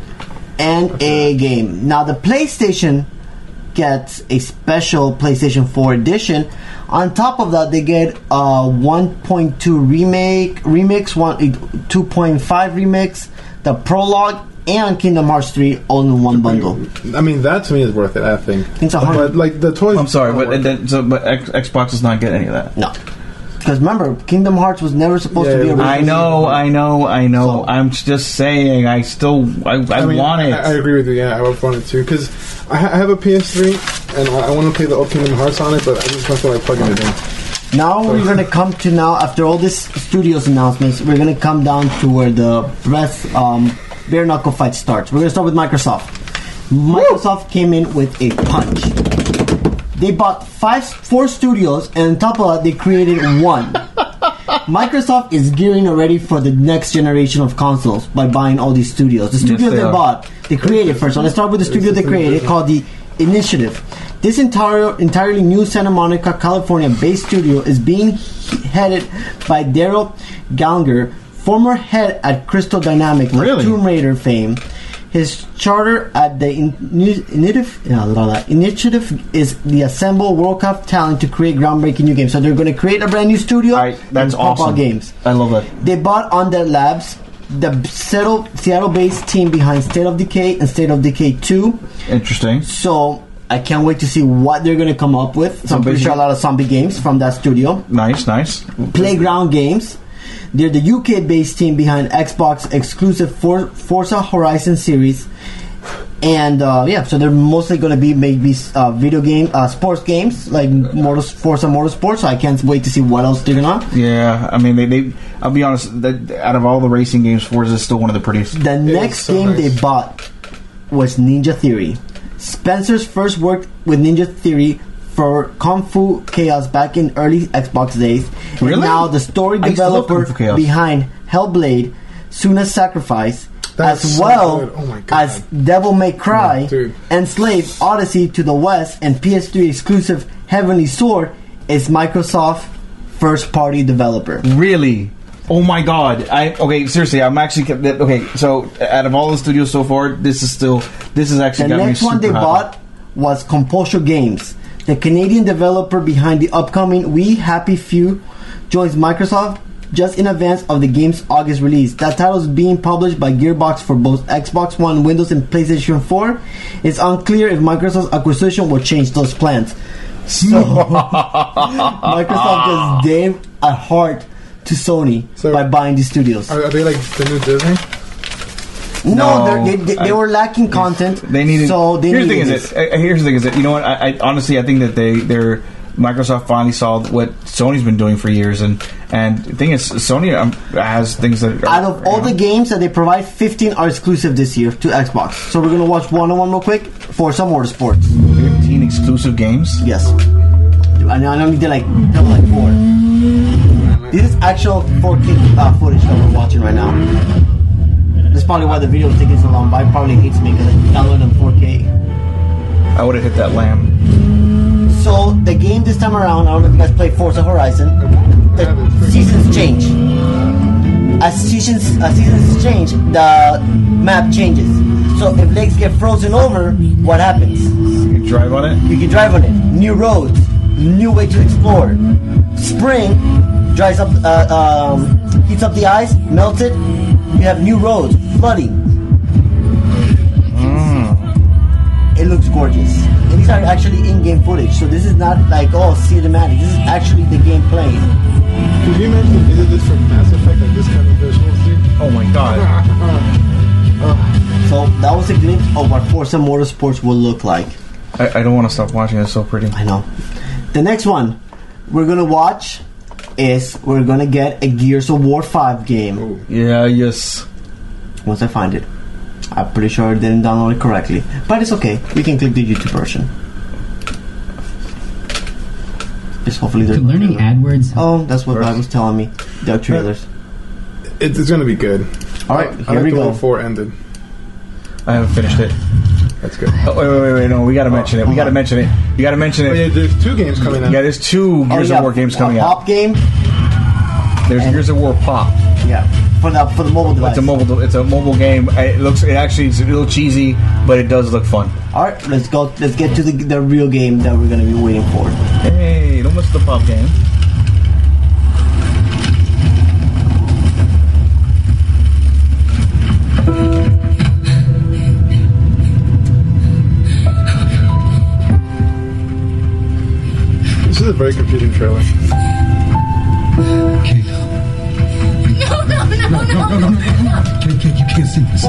[SPEAKER 2] And a game. Now the PlayStation gets a special PlayStation 4 edition. On top of that, they get a 1.2 remake, remix, one eh, 2.5 remix, the prologue, and Kingdom Hearts 3 all in one bundle.
[SPEAKER 4] I mean, that to me is worth it. I think.
[SPEAKER 2] It's a hundred.
[SPEAKER 4] But like the toys.
[SPEAKER 6] I'm sorry, but and then, so, but X, Xbox does not get any of that.
[SPEAKER 2] No, because remember, Kingdom Hearts was never supposed to be. a
[SPEAKER 6] I
[SPEAKER 2] original.
[SPEAKER 6] know, I know, I know. I'm just saying. I still I, I,
[SPEAKER 4] mean,
[SPEAKER 6] want it.
[SPEAKER 4] I, I agree with you. Yeah, I would want it too because I, ha- I have a PS3 and I, I want to play the old Kingdom Hearts on it, but I just don't feel like plugging it in.
[SPEAKER 2] Now we're gonna come to now after all this studios announcements, we're gonna come down to where the best um, bare knuckle fight starts. We're gonna start with Microsoft. Microsoft came in with a punch. They bought five, four studios, and on top of that, they created one. Microsoft is gearing already for the next generation of consoles by buying all these studios. The
[SPEAKER 6] Yes,
[SPEAKER 2] studios
[SPEAKER 6] they
[SPEAKER 2] they
[SPEAKER 6] are.
[SPEAKER 2] bought, they created first. So let's start with the studio they created called the Initiative. This entire entirely new Santa Monica, California-based studio is being headed by Daryl Gallagher, former head at Crystal Dynamics, like Tomb Raider fame. His charter at the in- nu- initiative, uh, la- la- initiative is the assemble World Cup talent to create groundbreaking new games. So they're going to create a brand new studio.
[SPEAKER 6] That's
[SPEAKER 2] and pop out
[SPEAKER 6] awesome.
[SPEAKER 2] games.
[SPEAKER 6] I love that.
[SPEAKER 2] They bought on their labs the Seattle Seattle based team behind State of Decay and State of Decay 2.
[SPEAKER 6] Interesting.
[SPEAKER 2] So I can't wait to see what they're going to come up with. So, I'm pretty sure a lot of zombie games from that studio.
[SPEAKER 6] Nice, nice.
[SPEAKER 2] Playground Games. They're the UK based team behind Xbox exclusive For- Forza Horizon series. And uh, yeah, so they're mostly going to be maybe uh, video game, uh, sports games like Motor- Forza Motorsports. So I can't wait to see what else they're going to
[SPEAKER 6] Yeah, I mean, they, they. I'll be honest. That out of all the racing games, Forza is still one of the prettiest.
[SPEAKER 2] The next game they bought was Ninja Theory. Spencer's first worked with Ninja Theory for Kung Fu Chaos back in early Xbox days.
[SPEAKER 6] Really?
[SPEAKER 2] And now the story
[SPEAKER 6] I used to love
[SPEAKER 2] developer
[SPEAKER 6] Kung Fu Chaos.
[SPEAKER 2] behind Hellblade, Suna's Sacrifice, as
[SPEAKER 4] so
[SPEAKER 2] well
[SPEAKER 4] good. Oh my God.
[SPEAKER 2] as Devil May Cry, and Slave Odyssey to the West, and PS3 exclusive Heavenly Sword is Microsoft first party developer.
[SPEAKER 6] Really? Oh my god! I okay. Seriously, I'm actually kept- that- okay. So out of all the studios so far, this is still this is actually
[SPEAKER 2] The
[SPEAKER 6] got
[SPEAKER 2] next
[SPEAKER 6] me
[SPEAKER 2] one
[SPEAKER 6] super
[SPEAKER 2] they
[SPEAKER 6] hyped.
[SPEAKER 2] bought was Compulsion Games. The Canadian developer behind the upcoming We Happy Few joins Microsoft just in advance of the game's August release. That title is being published by Gearbox for both Xbox One, Windows, and PlayStation 4. It's unclear if Microsoft's acquisition will change those plans. So Microsoft just gave a heart to Sony by buying these studios.
[SPEAKER 4] Are, are they like the new Disney?
[SPEAKER 2] No,
[SPEAKER 6] No,
[SPEAKER 2] they're- they, they, they
[SPEAKER 6] I-
[SPEAKER 2] were lacking content.
[SPEAKER 6] They needed.
[SPEAKER 2] so they
[SPEAKER 6] here's the
[SPEAKER 2] needed
[SPEAKER 6] thing
[SPEAKER 2] this.
[SPEAKER 6] is that, uh, here's the thing is that you know what I, I honestly I think that they they're Microsoft finally saw what Sony's been doing for years and and the thing is Sony um, has things that are,
[SPEAKER 2] Out of all the games that they provide, 15 are exclusive this year to Xbox. So we're gonna watch one on one real quick for some more sports.
[SPEAKER 6] 15 exclusive games.
[SPEAKER 2] Yes. I know. I know. We did like double like four. This is actual 4K uh, footage that we're watching right now. That's probably why the video is taking so long. But it probably hates me because I downloaded in 4K.
[SPEAKER 6] I would have hit that lamb.
[SPEAKER 2] So the game this time around, I don't know if you guys play Forza Horizon. The seasons change. As seasons as seasons change, the map changes. So if lakes get frozen over, what happens?
[SPEAKER 6] You drive on it.
[SPEAKER 2] You can drive on it. New roads, new way to explore. Spring dries up, uh, um, heats up the ice, melts it. You have new roads, flooding. It looks gorgeous. And these are actually in-game footage, so this is not like oh cinematic. This is actually the game playing.
[SPEAKER 4] Did you mention they did this for Mass Effect, like this kind of visuals, dude?
[SPEAKER 6] Oh my god.
[SPEAKER 2] So that was a glimpse of what Forza Motorsports will look like.
[SPEAKER 6] I, I don't want to stop watching. It's so pretty. I
[SPEAKER 2] know. The next one we're gonna watch is we're gonna get a Gears of War 5 game.
[SPEAKER 6] Yeah, yes.
[SPEAKER 2] Once I find it. I'm pretty sure I didn't download it correctly. But it's okay. We can click the YouTube version. Just hopefully they're learning
[SPEAKER 14] AdWords.
[SPEAKER 2] Oh, that's what I was telling me. The trailers.
[SPEAKER 4] It's, it's going to be good.
[SPEAKER 2] All right,
[SPEAKER 4] I,
[SPEAKER 2] here
[SPEAKER 4] I like
[SPEAKER 2] we
[SPEAKER 4] the
[SPEAKER 2] go.
[SPEAKER 4] World 4 ended.
[SPEAKER 6] I haven't finished it.
[SPEAKER 4] That's good.
[SPEAKER 6] Oh, wait, wait, wait, wait, no, we gotta mention it. We gotta mention it. You gotta mention it.
[SPEAKER 4] Oh, yeah, there's two games coming out.
[SPEAKER 6] Yeah, there's two
[SPEAKER 2] Oh,
[SPEAKER 6] Gears
[SPEAKER 2] yeah,
[SPEAKER 6] of War games
[SPEAKER 2] a
[SPEAKER 6] coming out.
[SPEAKER 2] Pop game.
[SPEAKER 6] There's Gears of War Pop.
[SPEAKER 2] Yeah, for the for the mobile device.
[SPEAKER 6] It's a mobile. de- It's a mobile game. It looks. It actually is a little cheesy, but it does look fun.
[SPEAKER 2] All right, let's go. Let's get to the, the real game that we're gonna be waiting for.
[SPEAKER 6] Hey, don't miss the pop game.
[SPEAKER 4] This is a very confusing trailer.
[SPEAKER 12] No, no, no, no, no, no, no, no. Kate, Kate, you can't see this.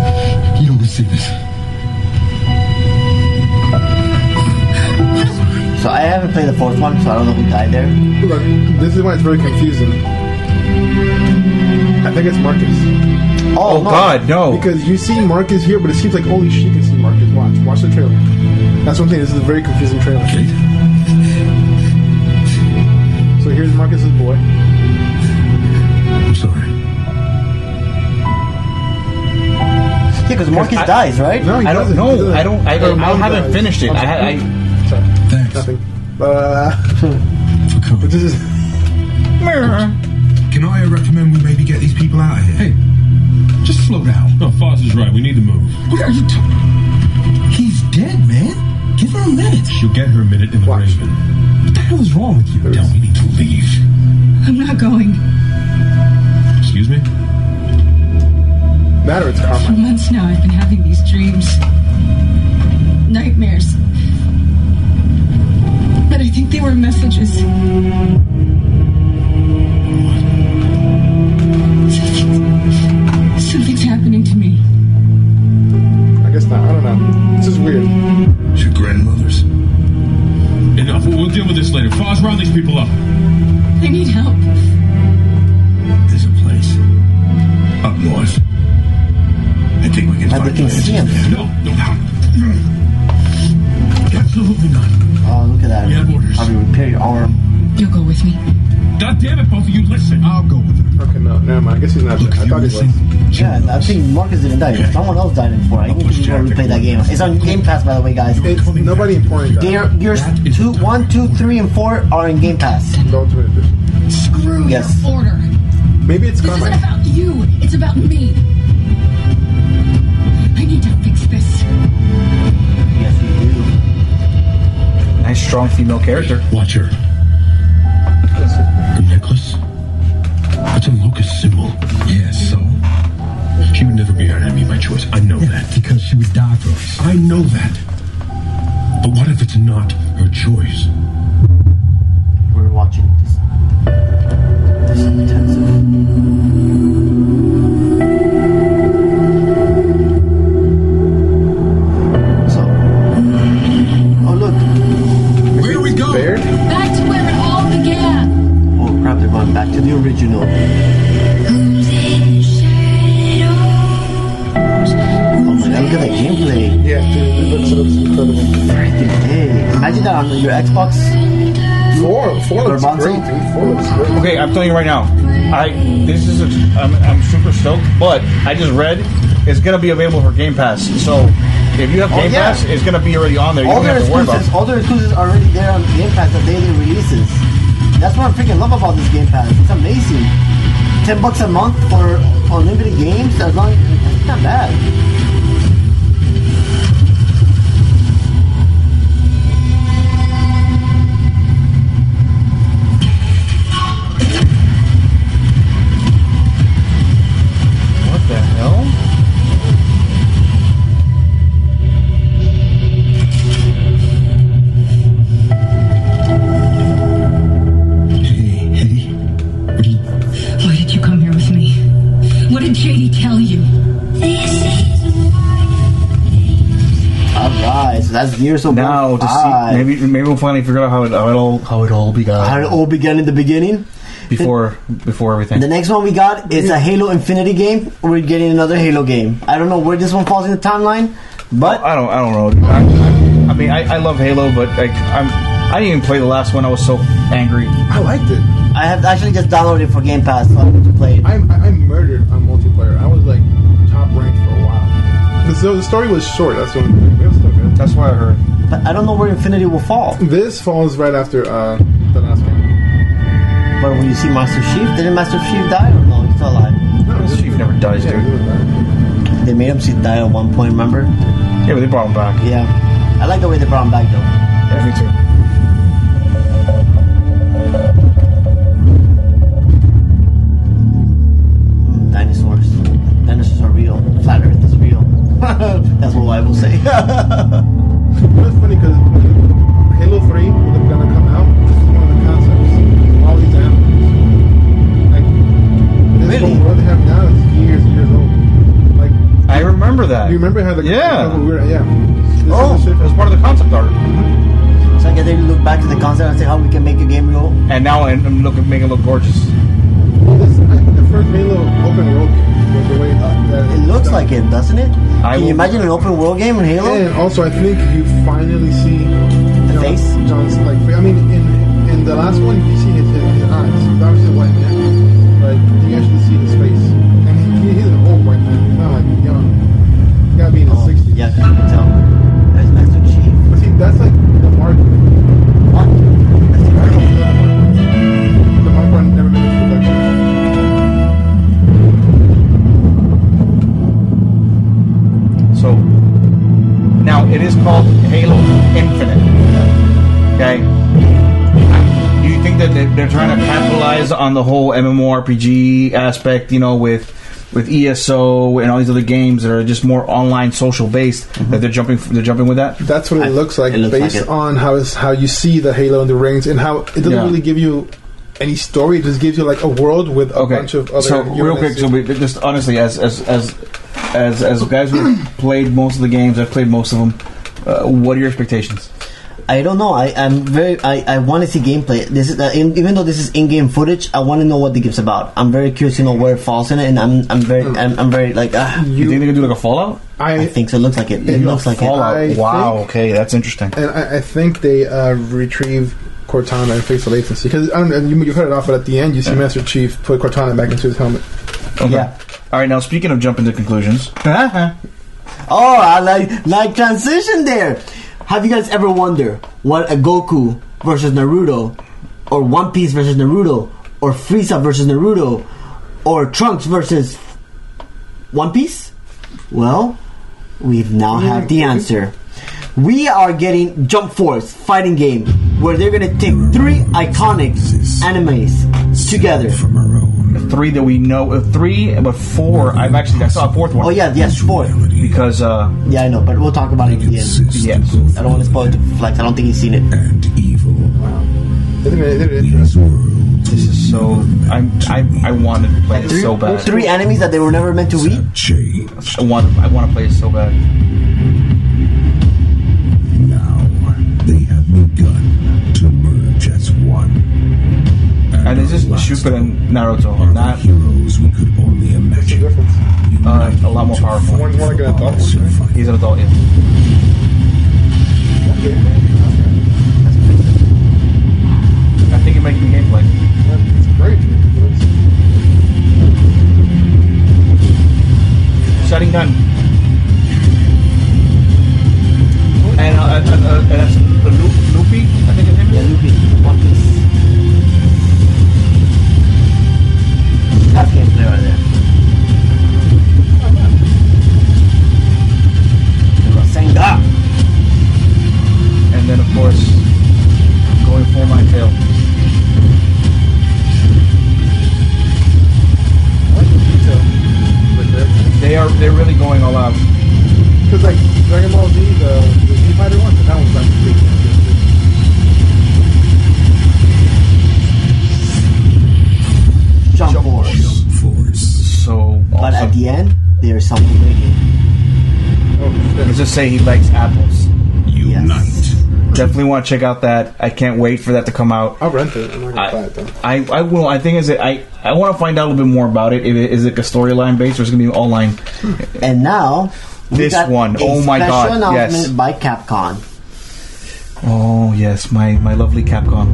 [SPEAKER 12] You don't see this.
[SPEAKER 2] So I haven't played the fourth one, so I don't know who died there.
[SPEAKER 4] Look, this is why it's very confusing. I think it's Marcus.
[SPEAKER 2] Oh,
[SPEAKER 6] no. God, no.
[SPEAKER 4] Because you see Marcus here, but it seems like only she can see Marcus. Watch, watch the trailer. That's one thing. This is a very confusing trailer. So here's Marcus's boy.
[SPEAKER 12] I'm sorry.
[SPEAKER 2] Yeah, because Marcus
[SPEAKER 6] I-
[SPEAKER 2] dies, right?
[SPEAKER 4] No, he
[SPEAKER 6] I don't
[SPEAKER 4] doesn't. He
[SPEAKER 6] know.
[SPEAKER 4] doesn't.
[SPEAKER 6] I don't. I,
[SPEAKER 4] Or
[SPEAKER 6] don't, I
[SPEAKER 4] Mom
[SPEAKER 6] haven't
[SPEAKER 4] dies.
[SPEAKER 6] finished it. I, had- I
[SPEAKER 4] Sorry. Nothing. Uh, but this is.
[SPEAKER 12] Can I uh, recommend we maybe get these people out of here? Hey, just slow down.
[SPEAKER 16] No, Foz is right. We need to move.
[SPEAKER 12] What are you talking? He's dead, man. Give her a minute.
[SPEAKER 16] She'll get her minute in the Raven.
[SPEAKER 12] What the hell is wrong with you? Don't we need to leave?
[SPEAKER 10] I'm not going.
[SPEAKER 16] Excuse me.
[SPEAKER 4] That or it's
[SPEAKER 10] For
[SPEAKER 4] Carmine.
[SPEAKER 10] months now, I've been having these dreams, nightmares. But I think they were messages. Something's something's happening to me.
[SPEAKER 4] I guess not. I don't know. This is weird.
[SPEAKER 16] It's your grandmother's. Enough. We'll, we'll deal with this later. Foz, round these people up.
[SPEAKER 10] I need help.
[SPEAKER 16] There's a place up north. I think we can
[SPEAKER 2] But they
[SPEAKER 16] find
[SPEAKER 2] can see him.
[SPEAKER 16] No, no, absolutely not.
[SPEAKER 2] Oh, look at that.
[SPEAKER 16] We have orders.
[SPEAKER 2] How do you repair your arm?
[SPEAKER 10] You'll go with me.
[SPEAKER 16] God damn it, both of you, listen.
[SPEAKER 12] I'll go with him.
[SPEAKER 4] Okay, no, never mind. I guess he's not. Look, I thought he was.
[SPEAKER 2] Yeah, I think Marcus didn't die. Someone else died in four. I think we should replay that game. It's on Game Pass, by the way, guys.
[SPEAKER 4] It's nobody important. guys.
[SPEAKER 2] Gear, Gears two, one, two, three, and four are in Game Pass.
[SPEAKER 4] The Ultimate Edition.
[SPEAKER 10] Screw
[SPEAKER 2] Yes.
[SPEAKER 10] your order.
[SPEAKER 4] Maybe it's
[SPEAKER 10] This isn't
[SPEAKER 4] Carmine.
[SPEAKER 10] about you. It's about me. I need to fix this.
[SPEAKER 2] Yes, you do.
[SPEAKER 6] nice strong female character.
[SPEAKER 16] Watch her. Her necklace? It's a locust symbol.
[SPEAKER 12] Yeah, so
[SPEAKER 16] She would never be our enemy by choice. I know that.
[SPEAKER 12] because she would die for us.
[SPEAKER 16] I know that. But what if it's not her choice?
[SPEAKER 2] watching this. This intensive. Oh look.
[SPEAKER 16] Where do we go?
[SPEAKER 10] Back to where it all began.
[SPEAKER 2] Oh crap, they're going back to the original. Oh my god, look at the gameplay.
[SPEAKER 4] Yeah, dude, it looks, it looks incredible.
[SPEAKER 2] Freaking hey. Imagine that on your Xbox.
[SPEAKER 4] Four, four looks
[SPEAKER 2] Garbanzo?
[SPEAKER 4] great, dude. Four looks great.
[SPEAKER 13] Okay, I'm telling you right now. I this is a, I'm, I'm super stoked, but I just read it's gonna be available for Game Pass. So if you have
[SPEAKER 2] Oh,
[SPEAKER 13] Game
[SPEAKER 2] yeah.
[SPEAKER 13] Pass, it's gonna be already on there. You
[SPEAKER 2] All
[SPEAKER 13] don't
[SPEAKER 2] their
[SPEAKER 13] have to worry about.
[SPEAKER 2] exclusives,
[SPEAKER 13] it.
[SPEAKER 2] all their exclusives are already there on Game Pass the day they releases. That's what I freaking love about this Game Pass. It's amazing. Ten bucks a month for unlimited games, as long it's not bad.
[SPEAKER 13] What the hell?
[SPEAKER 10] Why did you come here with me? What did JD tell you?
[SPEAKER 2] Alright, so that's Gears of
[SPEAKER 6] Now to see, maybe maybe we'll finally figure out how it, how it all how it all began.
[SPEAKER 2] How it all began in the beginning.
[SPEAKER 6] before before everything.
[SPEAKER 2] The next one we got is a Halo Infinity game. We're getting another Halo game. I don't know where this one falls in the timeline, but
[SPEAKER 6] I don't I don't know. I, I mean I, I love Halo, but like I'm I didn't even play the last one. I was so angry.
[SPEAKER 4] I liked it.
[SPEAKER 2] I have actually just downloaded it for Game Pass, so I'm going to play it.
[SPEAKER 4] I'm, I I murdered on multiplayer. I was like top ranked for a while. The, so the story was short. That's the only thing. It was still good.
[SPEAKER 6] That's why I heard.
[SPEAKER 2] But I don't know where Infinity will fall.
[SPEAKER 4] This falls right after uh, the last game.
[SPEAKER 2] But when you see Master Chief, didn't Master Chief die or no? He's still alive.
[SPEAKER 6] This chief never dies,
[SPEAKER 4] Yeah,
[SPEAKER 6] dude.
[SPEAKER 4] it was bad.
[SPEAKER 2] They made him see die at one point, remember?
[SPEAKER 6] Yeah, but they brought him back.
[SPEAKER 2] Yeah. I like the way they brought him back though.
[SPEAKER 6] Yeah, me too.
[SPEAKER 2] Mm, dinosaurs. Dinosaurs are real. Flat Earth is real. That's what I will say.
[SPEAKER 4] It's funny because Halo 3 would have gonna come out. This is one of the concepts. All these animals. Like, this
[SPEAKER 2] Really?
[SPEAKER 4] whole world they have now is years and years old. Like,
[SPEAKER 6] I remember that.
[SPEAKER 4] you remember how the
[SPEAKER 6] Yeah.
[SPEAKER 4] we were, yeah. This is the
[SPEAKER 6] Oh,
[SPEAKER 4] shit.
[SPEAKER 6] it was part of the concept art.
[SPEAKER 2] so I guess they look back to the concept and say how we can make a game real.
[SPEAKER 6] And now I'm I'm looking, making it look gorgeous.
[SPEAKER 4] Well, this, I think the first Halo open world game was the way that that
[SPEAKER 2] It looks
[SPEAKER 4] done.
[SPEAKER 2] like it, doesn't it? can
[SPEAKER 6] I
[SPEAKER 2] you
[SPEAKER 6] will-
[SPEAKER 2] imagine an open world game in Halo?
[SPEAKER 4] And also, I think you finally see the
[SPEAKER 2] face?
[SPEAKER 4] John's like, I mean, in in the last one, you see his, his, his eyes. He's obviously a white man, but you actually see his face. And he, he's an old white man. He's not like young. He gotta be in his
[SPEAKER 2] Oh,
[SPEAKER 4] sixties.
[SPEAKER 2] yeah, 'cause you can tell. There's Master Chief.
[SPEAKER 4] See, that's like the mark.
[SPEAKER 2] What? That's
[SPEAKER 4] I don't
[SPEAKER 2] incredible.
[SPEAKER 4] know that mark. The mark one never made it to production.
[SPEAKER 6] So now it is called Halo Infinite. Okay. Do you think that they- they're trying to capitalize on the whole MMORPG aspect? You know, with with ESO and all these other games that are just more online social based
[SPEAKER 4] Mm-hmm.
[SPEAKER 6] that they're jumping they're jumping with that.
[SPEAKER 4] That's what it looks like
[SPEAKER 2] it looks like
[SPEAKER 4] based
[SPEAKER 2] it.
[SPEAKER 4] on how it's, how you see the Halo and the rings and how it doesn't
[SPEAKER 6] Yeah.
[SPEAKER 4] really give you any story. It just gives you like a world with a
[SPEAKER 6] Okay.
[SPEAKER 4] bunch of other.
[SPEAKER 6] so real
[SPEAKER 4] units.
[SPEAKER 6] quick, so we, just honestly, as as as as as guys who played most of the games, I've played most of them. Uh, what are your expectations?
[SPEAKER 2] I don't know. I, I'm very. I, I want to see gameplay. This is uh, in, even though this is in-game footage. I want to know what the game's about. I'm very curious to know where it falls in it, and I'm I'm very I'm, I'm very like ah,
[SPEAKER 6] You, think they're gonna do like a Fallout?
[SPEAKER 2] I think so. It looks like it. It looks like it.
[SPEAKER 6] Fallout.
[SPEAKER 4] I
[SPEAKER 6] wow.
[SPEAKER 4] think-
[SPEAKER 6] okay, that's interesting.
[SPEAKER 4] And I, I think they uh, retrieve Cortana and fix the latency because I don't know, you, you cut it off, but at the end you see Master Chief put Cortana back into his helmet.
[SPEAKER 6] Okay.
[SPEAKER 2] Yeah.
[SPEAKER 6] All right. Now, speaking of jumping to conclusions, Uh-huh.
[SPEAKER 2] Oh, I like like transition there. Have you guys ever wondered what a Goku versus Naruto, or One Piece versus Naruto, or Frieza versus Naruto, or Trunks versus One Piece? Well, we've now have the answer. We are getting Jump Force fighting game where they're gonna take three iconic animes together.
[SPEAKER 6] three that we know, uh, three but four. I've actually I saw a fourth one.
[SPEAKER 2] Oh yeah, yes, four.
[SPEAKER 6] Because uh,
[SPEAKER 2] Yeah, I know, but we'll talk about it in the end.
[SPEAKER 6] yeah,
[SPEAKER 2] I don't want to spoil it to Flex. I don't think he's seen it.
[SPEAKER 16] And evil.
[SPEAKER 6] This is so. I'm. I. I want to play this
[SPEAKER 2] Three,
[SPEAKER 6] so bad.
[SPEAKER 2] three enemies that they were never meant to read.
[SPEAKER 6] I want. I want to play it so bad.
[SPEAKER 16] They have begun to merge as one.
[SPEAKER 6] And it's just Shuper and Naruto. Not
[SPEAKER 16] heroes we could only imagine.
[SPEAKER 6] Uh, a lot more powerful. He's an adult. Yeah. I think it might be gameplay.
[SPEAKER 13] Great.
[SPEAKER 6] Shutting gun. And uh, uh, uh, uh, that's Lu- Loopy, I think his name is. Yeah, Loopy. One Piece.
[SPEAKER 2] That's gameplay right there. Senga.
[SPEAKER 6] And then of course, going for my tail. They are. They're really going all out.
[SPEAKER 4] Because like Dragon Ball Z, the, the Z Fighter one, that one's like pretty good.
[SPEAKER 2] Jump, force.
[SPEAKER 6] So,
[SPEAKER 2] but at the end, there's something breaking.
[SPEAKER 6] Let's just say he likes apples. Unite. Definitely want to check out that. I can't wait for that to come out.
[SPEAKER 4] I'll rent it. I'm not gonna buy it though.
[SPEAKER 6] I, I will. I think is it. I, I want to find out a little bit more about it. If it is it a storyline based or is it going to be online?
[SPEAKER 2] And now we
[SPEAKER 6] this
[SPEAKER 2] got
[SPEAKER 6] one.
[SPEAKER 2] a
[SPEAKER 6] Oh my
[SPEAKER 2] special
[SPEAKER 6] god!
[SPEAKER 2] Announcement
[SPEAKER 6] Yes.
[SPEAKER 2] by Capcom.
[SPEAKER 6] Oh yes, my my lovely Capcom.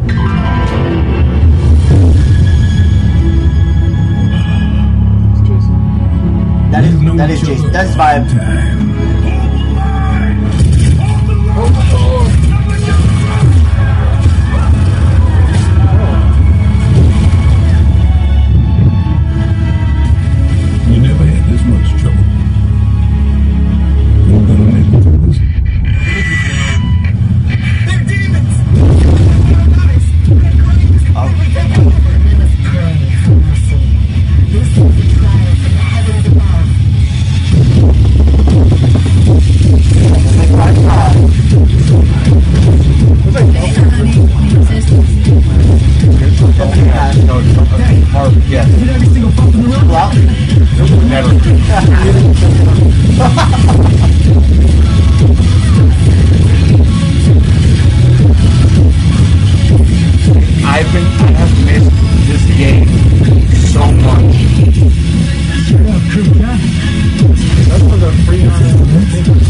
[SPEAKER 2] That is that is Jason. That's vibe.
[SPEAKER 16] We never had this much trouble. We're gonna make it through this.
[SPEAKER 6] I've been I have missed this game so much.
[SPEAKER 4] That's for the free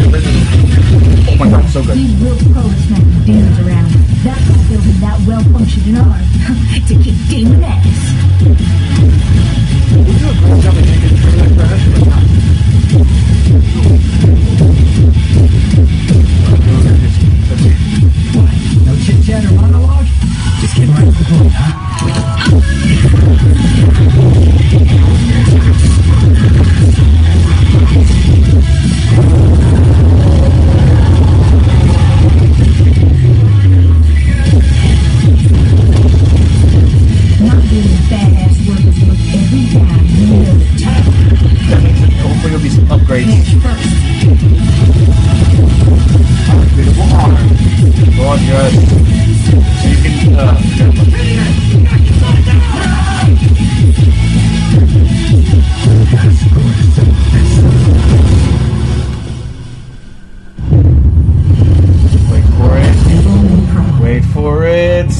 [SPEAKER 6] Oh my god, so good.
[SPEAKER 10] We will throw smack demons around. That's why building that well functioning arm to kick demon ass.
[SPEAKER 12] No chit chat or monologue? Just get right to the point, huh?
[SPEAKER 10] Not doing the badass work is worth every time you know it.
[SPEAKER 6] Hopefully there'll be some upgrades.
[SPEAKER 10] Cash first.
[SPEAKER 6] Gorgeous. So you can uh, Wait for it. Wait for it.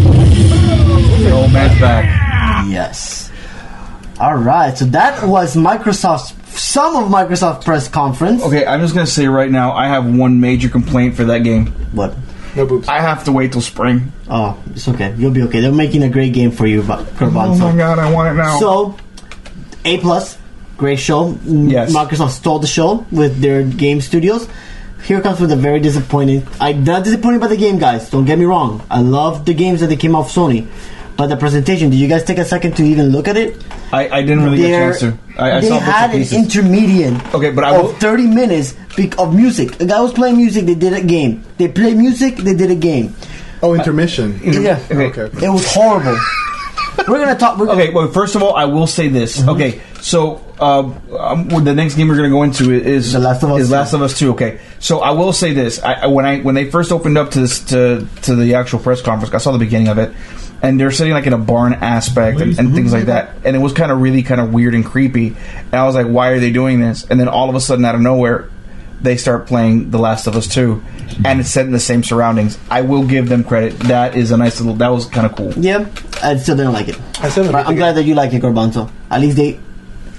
[SPEAKER 6] The old man's back.
[SPEAKER 2] Yes. All right. So that was Microsoft's some of Microsoft press conference.
[SPEAKER 6] Okay, I'm just gonna say right now, I have one major complaint for that game.
[SPEAKER 2] What?
[SPEAKER 4] No boobs.
[SPEAKER 6] I have to wait till spring.
[SPEAKER 2] Oh, it's okay. You'll be okay. They're making a great game for you, Ba- Garbanzo.
[SPEAKER 6] Oh god, I want it
[SPEAKER 2] So, A plus, great show. M-
[SPEAKER 6] Yes.
[SPEAKER 2] Microsoft stole the show with their game studios. Here comes with a very disappointing. I'm not disappointed by the game, guys. Don't get me wrong. I love the games that they came off Sony, but the presentation. Did you guys take a second to even look at it?
[SPEAKER 6] I, I didn't really
[SPEAKER 2] They're-
[SPEAKER 6] get a chance to. I, I
[SPEAKER 2] they
[SPEAKER 6] saw bits and
[SPEAKER 2] had an
[SPEAKER 6] pieces.
[SPEAKER 2] intermediate
[SPEAKER 6] Okay, but I will.
[SPEAKER 2] of 30 minutes be- of music. A guy was playing music. They did a game. They played music. They did a game.
[SPEAKER 4] Oh, intermission.
[SPEAKER 6] Yeah. Okay.
[SPEAKER 2] It was horrible. We're gonna talk.
[SPEAKER 6] okay, well, first of all, I will say this. Okay, so uh, um, well, the next game we're gonna go into i- is the Last of Us. Is Last of Us Two? Okay, so I will say this. I, I- when I when they first opened up to this to to the actual press conference, I saw the beginning of it, and they're sitting like in a barn aspect and, and things like that, and it was kind of really kind of weird and creepy. And I was like, why are they doing this? And then all of a sudden, out of nowhere, they start playing The Last of Us 2 and it's set in the same surroundings. I will give them credit. That is a nice little that was kind of cool.
[SPEAKER 2] Yeah, I still didn't like it. I still Uh, I'm glad that you like it, Garbanzo. At least they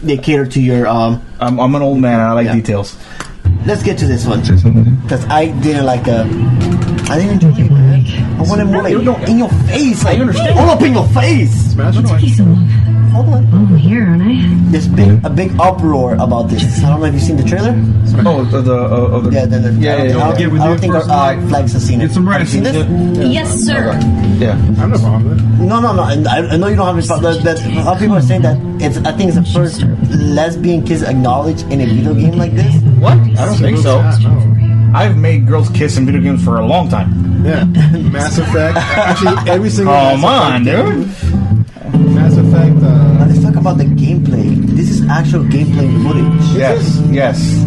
[SPEAKER 2] they cater to your. Um,
[SPEAKER 6] I'm, I'm an old man and I like details.
[SPEAKER 2] Let's get to this one because I didn't like the. I didn't enjoy it. man. I wanted more like in your face. I understand. All up in your face. Hold on.
[SPEAKER 14] Oh, here, aren't I?
[SPEAKER 2] There's been a big uproar about this. I don't know if you've seen the trailer.
[SPEAKER 6] Oh, the, the, uh, the
[SPEAKER 2] yeah, the, the, yeah,
[SPEAKER 6] yeah,
[SPEAKER 2] I
[SPEAKER 6] yeah.
[SPEAKER 2] don't, I don't think uh, Flex has seen it. Get some rest. Have you seen this?
[SPEAKER 17] Yes, sir.
[SPEAKER 6] Yeah.
[SPEAKER 4] I have no problem with it.
[SPEAKER 2] No, no, no. and I, I know you don't have this problem. That, that, a lot of people are saying that it's. I think it's the first lesbian kiss acknowledged in a video game like this.
[SPEAKER 6] What? I don't think so. I've made girls kiss in video games for a long time.
[SPEAKER 4] Yeah, Mass Effect. Actually, every single.
[SPEAKER 6] Come
[SPEAKER 4] Mass
[SPEAKER 6] on,
[SPEAKER 4] Effect
[SPEAKER 6] dude.
[SPEAKER 4] game- Mass Effect. Uh,
[SPEAKER 2] Now let's talk about the gameplay. This is actual gameplay footage.
[SPEAKER 6] Yes, yes.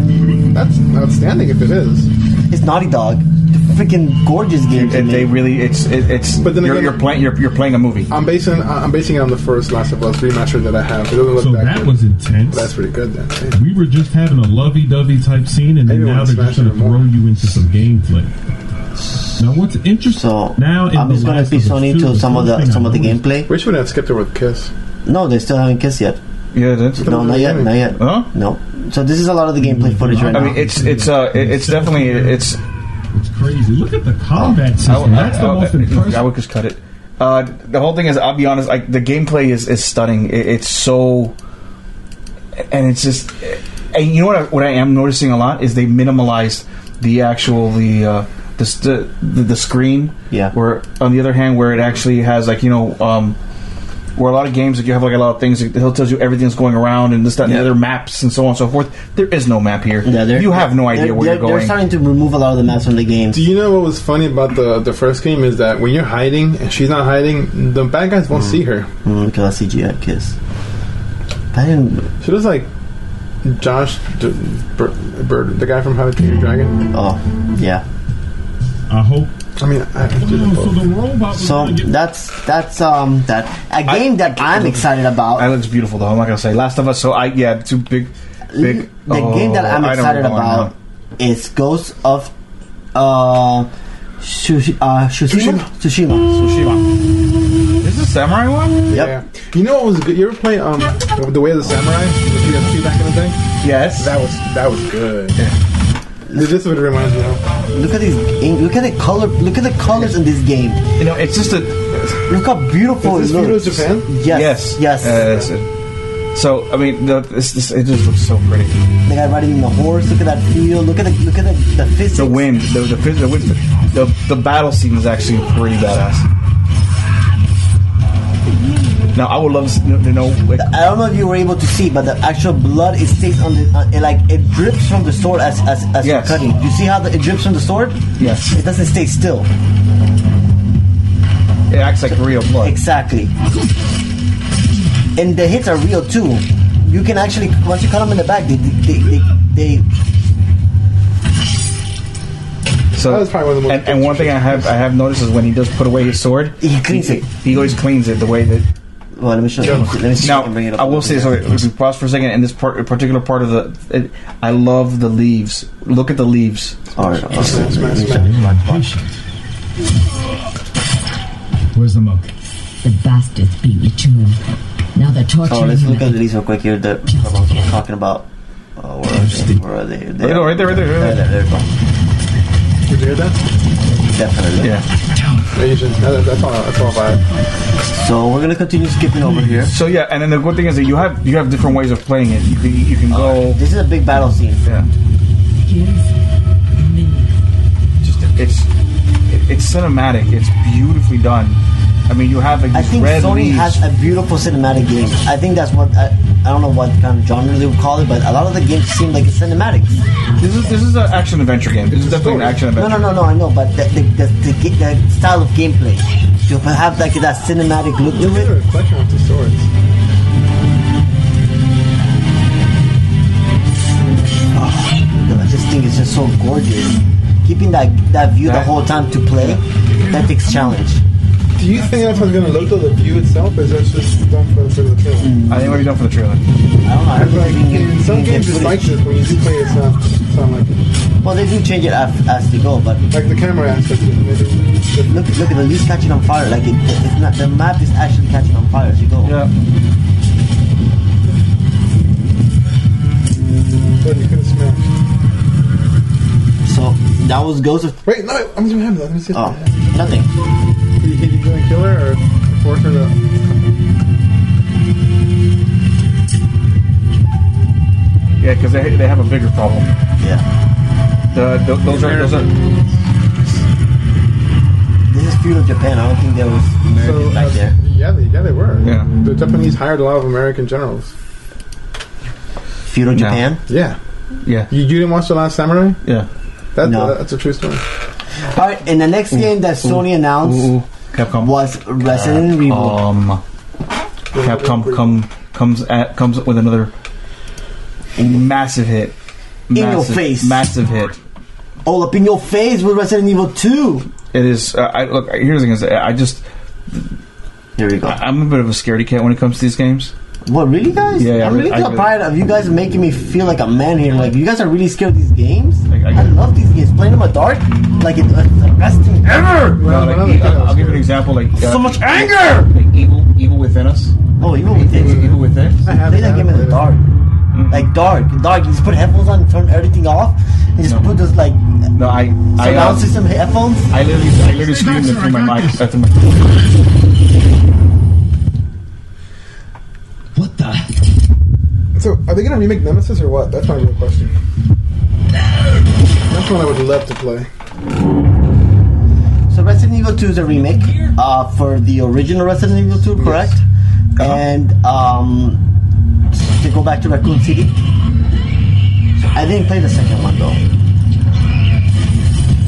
[SPEAKER 4] That's outstanding if it is.
[SPEAKER 2] It's Naughty Dog. The freaking gorgeous game.
[SPEAKER 6] It, they really, it's, it, it's. But
[SPEAKER 4] then
[SPEAKER 6] you're,
[SPEAKER 4] again-
[SPEAKER 6] you're playing, you're, you're playing a movie.
[SPEAKER 4] I'm basing I'm basing it on the first Last of Us remaster that I have. It doesn't look
[SPEAKER 18] So
[SPEAKER 4] that,
[SPEAKER 18] that
[SPEAKER 4] good.
[SPEAKER 18] was intense.
[SPEAKER 4] But that's pretty good then.
[SPEAKER 18] We were just having a lovey-dovey type scene, and then
[SPEAKER 4] Maybe
[SPEAKER 18] now
[SPEAKER 4] we'll
[SPEAKER 18] they're just
[SPEAKER 4] smash
[SPEAKER 18] going
[SPEAKER 4] it
[SPEAKER 18] to throw you into some gameplay. Now, what's interesting? now, in
[SPEAKER 2] I'm
[SPEAKER 18] the
[SPEAKER 2] just gonna
[SPEAKER 18] Last
[SPEAKER 2] be
[SPEAKER 18] of Us
[SPEAKER 2] Sony
[SPEAKER 18] 2,
[SPEAKER 2] to some of the
[SPEAKER 18] first thing
[SPEAKER 2] some
[SPEAKER 18] I
[SPEAKER 2] of the
[SPEAKER 18] noticed-
[SPEAKER 2] gameplay.
[SPEAKER 4] Which one have skipped over with Kiss?
[SPEAKER 2] No, they still haven't kissed yet.
[SPEAKER 6] Yeah, that's
[SPEAKER 2] No, not yet, not yet.
[SPEAKER 6] Huh? Mm-hmm.
[SPEAKER 2] No. So this is a lot of the gameplay footage right
[SPEAKER 6] I
[SPEAKER 2] now.
[SPEAKER 6] mean, it's, it's, uh, it- it's definitely, it's.
[SPEAKER 18] It's crazy. Look at the combat
[SPEAKER 6] I
[SPEAKER 18] system.
[SPEAKER 6] would-
[SPEAKER 18] That's the
[SPEAKER 6] I would-
[SPEAKER 18] most
[SPEAKER 6] Oh, I
[SPEAKER 18] impressive.
[SPEAKER 6] would just cut it. Uh, the whole thing is, I'll be honest, like the gameplay is, is stunning. It, it's so, and it's just, and you know what? I, what I am noticing a lot is they minimalized the actual the uh, the, st- the the screen.
[SPEAKER 2] Yeah.
[SPEAKER 6] Where on the other hand, where it actually has like you know. Um, where a lot of games that you have like a lot of things, it tells you everything that's going around and this, that, and the other maps and so on and so forth. There is no map here.
[SPEAKER 2] Yeah, they're-
[SPEAKER 6] you have no idea
[SPEAKER 2] they're-
[SPEAKER 6] where
[SPEAKER 2] they're,
[SPEAKER 6] you're going.
[SPEAKER 2] They're starting to remove a lot of the maps from the games.
[SPEAKER 4] Do you know what was funny about the the first game is that when you're hiding and she's not hiding, the bad guys won't see her.
[SPEAKER 2] Mm, look at that CGI kiss. I didn't.
[SPEAKER 4] She looks like Josh D- Bird, Bird, the guy from How to Train Your Dragon.
[SPEAKER 2] Oh, yeah.
[SPEAKER 18] I hope.
[SPEAKER 4] I mean, I have to do them both.
[SPEAKER 18] Mm,
[SPEAKER 2] So that's that's um that a game that I'm excited about.
[SPEAKER 6] That looks beautiful, though. I'm not gonna say Last of Us. So I yeah, two big, big.
[SPEAKER 2] the
[SPEAKER 6] oh,
[SPEAKER 2] game that I'm
[SPEAKER 6] I don't
[SPEAKER 2] excited
[SPEAKER 6] know, I don't
[SPEAKER 2] about is Ghost of uh, Shush- uh Tsushima. Tsushima.
[SPEAKER 6] Tsushima. Is this samurai one?
[SPEAKER 2] Yep.
[SPEAKER 4] You know what was good? You ever play um the Way of the Samurai, the PSP back in the day?
[SPEAKER 6] Yes.
[SPEAKER 4] That was that was good. This is what it reminds me of.
[SPEAKER 2] Look at these. Look at the color. Look at the colors in this game.
[SPEAKER 6] You know, it's just a.
[SPEAKER 2] Look how beautiful
[SPEAKER 4] Is
[SPEAKER 2] it
[SPEAKER 4] this Feudal
[SPEAKER 2] looks.
[SPEAKER 4] Japan?
[SPEAKER 2] Yes.
[SPEAKER 6] Yes.
[SPEAKER 2] Yes.
[SPEAKER 6] Uh, Yeah, that's it. So I mean, the, this, this, it just looks so pretty.
[SPEAKER 2] The guy riding the horse. Look at that field. Look at the look at the, the physics.
[SPEAKER 6] The wind, the the the, the, wind, the the battle scene is actually pretty badass. Now I would love to know. To know like,
[SPEAKER 2] I don't know if you were able to see, but the actual blood is stays on the on, it, like it drips from the sword as as, as
[SPEAKER 6] Yes.
[SPEAKER 2] you're cutting. You see how the, it drips from the sword?
[SPEAKER 6] yes,
[SPEAKER 2] It doesn't stay still.
[SPEAKER 6] it acts like real blood.
[SPEAKER 2] Exactly. And the hits are real too. You can actually once you cut them in the back, they they they, they,
[SPEAKER 6] So
[SPEAKER 4] That was probably one of the most
[SPEAKER 6] and, and one thing I have I have noticed is when he does put away his sword,
[SPEAKER 2] he cleans it.
[SPEAKER 6] he always cleans it the way that
[SPEAKER 2] Well, let me show you. Let me see if I
[SPEAKER 6] Now,
[SPEAKER 2] can bring it up.
[SPEAKER 6] I will say so. If we pause for a second, in this part, particular part of the, it, I love the leaves. Look at the leaves.
[SPEAKER 2] All right, all right.
[SPEAKER 4] Smash, smash.
[SPEAKER 18] Where's the monk?
[SPEAKER 14] The bastards be returned. Now they're torturing
[SPEAKER 2] So Oh,
[SPEAKER 6] Oh,
[SPEAKER 2] let's
[SPEAKER 14] him
[SPEAKER 2] look
[SPEAKER 14] at
[SPEAKER 2] at these real quick here. The we're talking about. Oh, where are they? Where are they? They-
[SPEAKER 6] Right there, right there, right there,
[SPEAKER 2] There,
[SPEAKER 6] right there.
[SPEAKER 2] there, there we go.
[SPEAKER 4] Did you hear that?
[SPEAKER 2] Definitely.
[SPEAKER 6] Yeah.
[SPEAKER 4] Yeah, you should- eh? that- That's all. That's all vibe.
[SPEAKER 2] So we're gonna continue skipping over here.
[SPEAKER 6] So yeah, and then the good thing is that you have you have different ways of playing it. You can you can go.
[SPEAKER 2] This is a big battle scene.
[SPEAKER 6] Yeah. Just it's it, it's cinematic. It's beautifully done. I mean, you have like
[SPEAKER 2] I
[SPEAKER 6] these
[SPEAKER 2] think
[SPEAKER 6] red
[SPEAKER 2] Sony
[SPEAKER 6] leaves.
[SPEAKER 2] has a beautiful cinematic game. I think that's what I, I don't know what kind of genre they would call it, but a lot of the games seem like it's cinematic.
[SPEAKER 6] this is this is an action adventure game. This is definitely an action
[SPEAKER 2] No,
[SPEAKER 6] adventure.
[SPEAKER 2] no, no, no. I know, but the the, the, the, ga- the style of gameplay. to have like that cinematic look to it.
[SPEAKER 4] Reflection off the swords.
[SPEAKER 2] I just think it's just so gorgeous. Keeping that that view the whole time to play, that takes challenge.
[SPEAKER 4] Do you think that's how it's going to look though, the view itself? Is that just done for, for the film?
[SPEAKER 6] I think we're done for the trailer.
[SPEAKER 4] I
[SPEAKER 2] Mm.
[SPEAKER 4] don't know. Like, in some games it's like this, when you do play it, it's not, it's not like
[SPEAKER 2] Well, they do change it as, as they go, but
[SPEAKER 4] like the camera aspect.
[SPEAKER 2] Look, look at the leaves catching on fire. Like it, it's not the map is actually catching on fire as you go.
[SPEAKER 4] Yeah. But you couldn't smell.
[SPEAKER 2] So that was Ghost of
[SPEAKER 4] Wait, no, I'm going to have that. Let me see.
[SPEAKER 2] Oh, nothing.
[SPEAKER 4] Are you, you going to kill her or force her to...
[SPEAKER 6] Yeah, because they, they have a bigger problem.
[SPEAKER 2] Yeah.
[SPEAKER 6] The, the, those are those are
[SPEAKER 2] This is feudal Japan. I don't think there was Americans
[SPEAKER 4] So,
[SPEAKER 2] back
[SPEAKER 4] uh,
[SPEAKER 2] there.
[SPEAKER 4] yeah, they, yeah, they were.
[SPEAKER 6] Yeah.
[SPEAKER 4] The Japanese hired a lot of American generals.
[SPEAKER 2] Feudal Japan.
[SPEAKER 4] Yeah.
[SPEAKER 6] Yeah.
[SPEAKER 4] You, you didn't watch The Last Samurai?
[SPEAKER 6] Yeah.
[SPEAKER 4] That,
[SPEAKER 2] No.
[SPEAKER 4] that's a true story.
[SPEAKER 2] All right, and the next
[SPEAKER 4] Mm.
[SPEAKER 2] game that Sony announced
[SPEAKER 6] Capcom.
[SPEAKER 2] was Resident Evil.
[SPEAKER 6] Um, Capcom come comes at comes up with another massive hit.
[SPEAKER 2] In your
[SPEAKER 6] Massive-
[SPEAKER 2] face.
[SPEAKER 6] Massive hit.
[SPEAKER 2] All Oh, up in your face with Resident Evil 2.
[SPEAKER 6] It is. Uh, I look. Here's the thing. Is I just.
[SPEAKER 2] Here we go.
[SPEAKER 6] I, am a bit of a scaredy cat when it comes to these games.
[SPEAKER 2] What really, guys?
[SPEAKER 6] Yeah, yeah,
[SPEAKER 2] I'm
[SPEAKER 6] I
[SPEAKER 2] really
[SPEAKER 6] re- I
[SPEAKER 2] feel
[SPEAKER 6] really-
[SPEAKER 2] proud of you guys making me feel like a man here. Like you guys are really scared of these games. I, love these games. Playing them at dark, like it, it's the best thing ever.
[SPEAKER 6] No, like, I'll, I'll give you an example. Like uh,
[SPEAKER 2] so much anger.
[SPEAKER 6] like evil, evil within us.
[SPEAKER 2] Oh, even with
[SPEAKER 6] Evil,
[SPEAKER 2] it,
[SPEAKER 6] evil within.
[SPEAKER 2] I play that game in the dark.
[SPEAKER 6] Mm-hmm.
[SPEAKER 2] Like dark, dark. You just put headphones on, turn everything off, and just put those like
[SPEAKER 6] No, I. I,
[SPEAKER 2] surround
[SPEAKER 6] uh,
[SPEAKER 2] system headphones.
[SPEAKER 6] I literally, I literally screamed it through my mic. uh, through my-
[SPEAKER 4] What the? So, are they going to remake Nemesis or what? That's my real question. That's one I would love to play.
[SPEAKER 2] So Resident Evil 2 is a remake uh, for the original Resident Evil 2, correct?
[SPEAKER 4] Uh-huh.
[SPEAKER 2] And um, to go back to Raccoon City. I didn't play the second one though.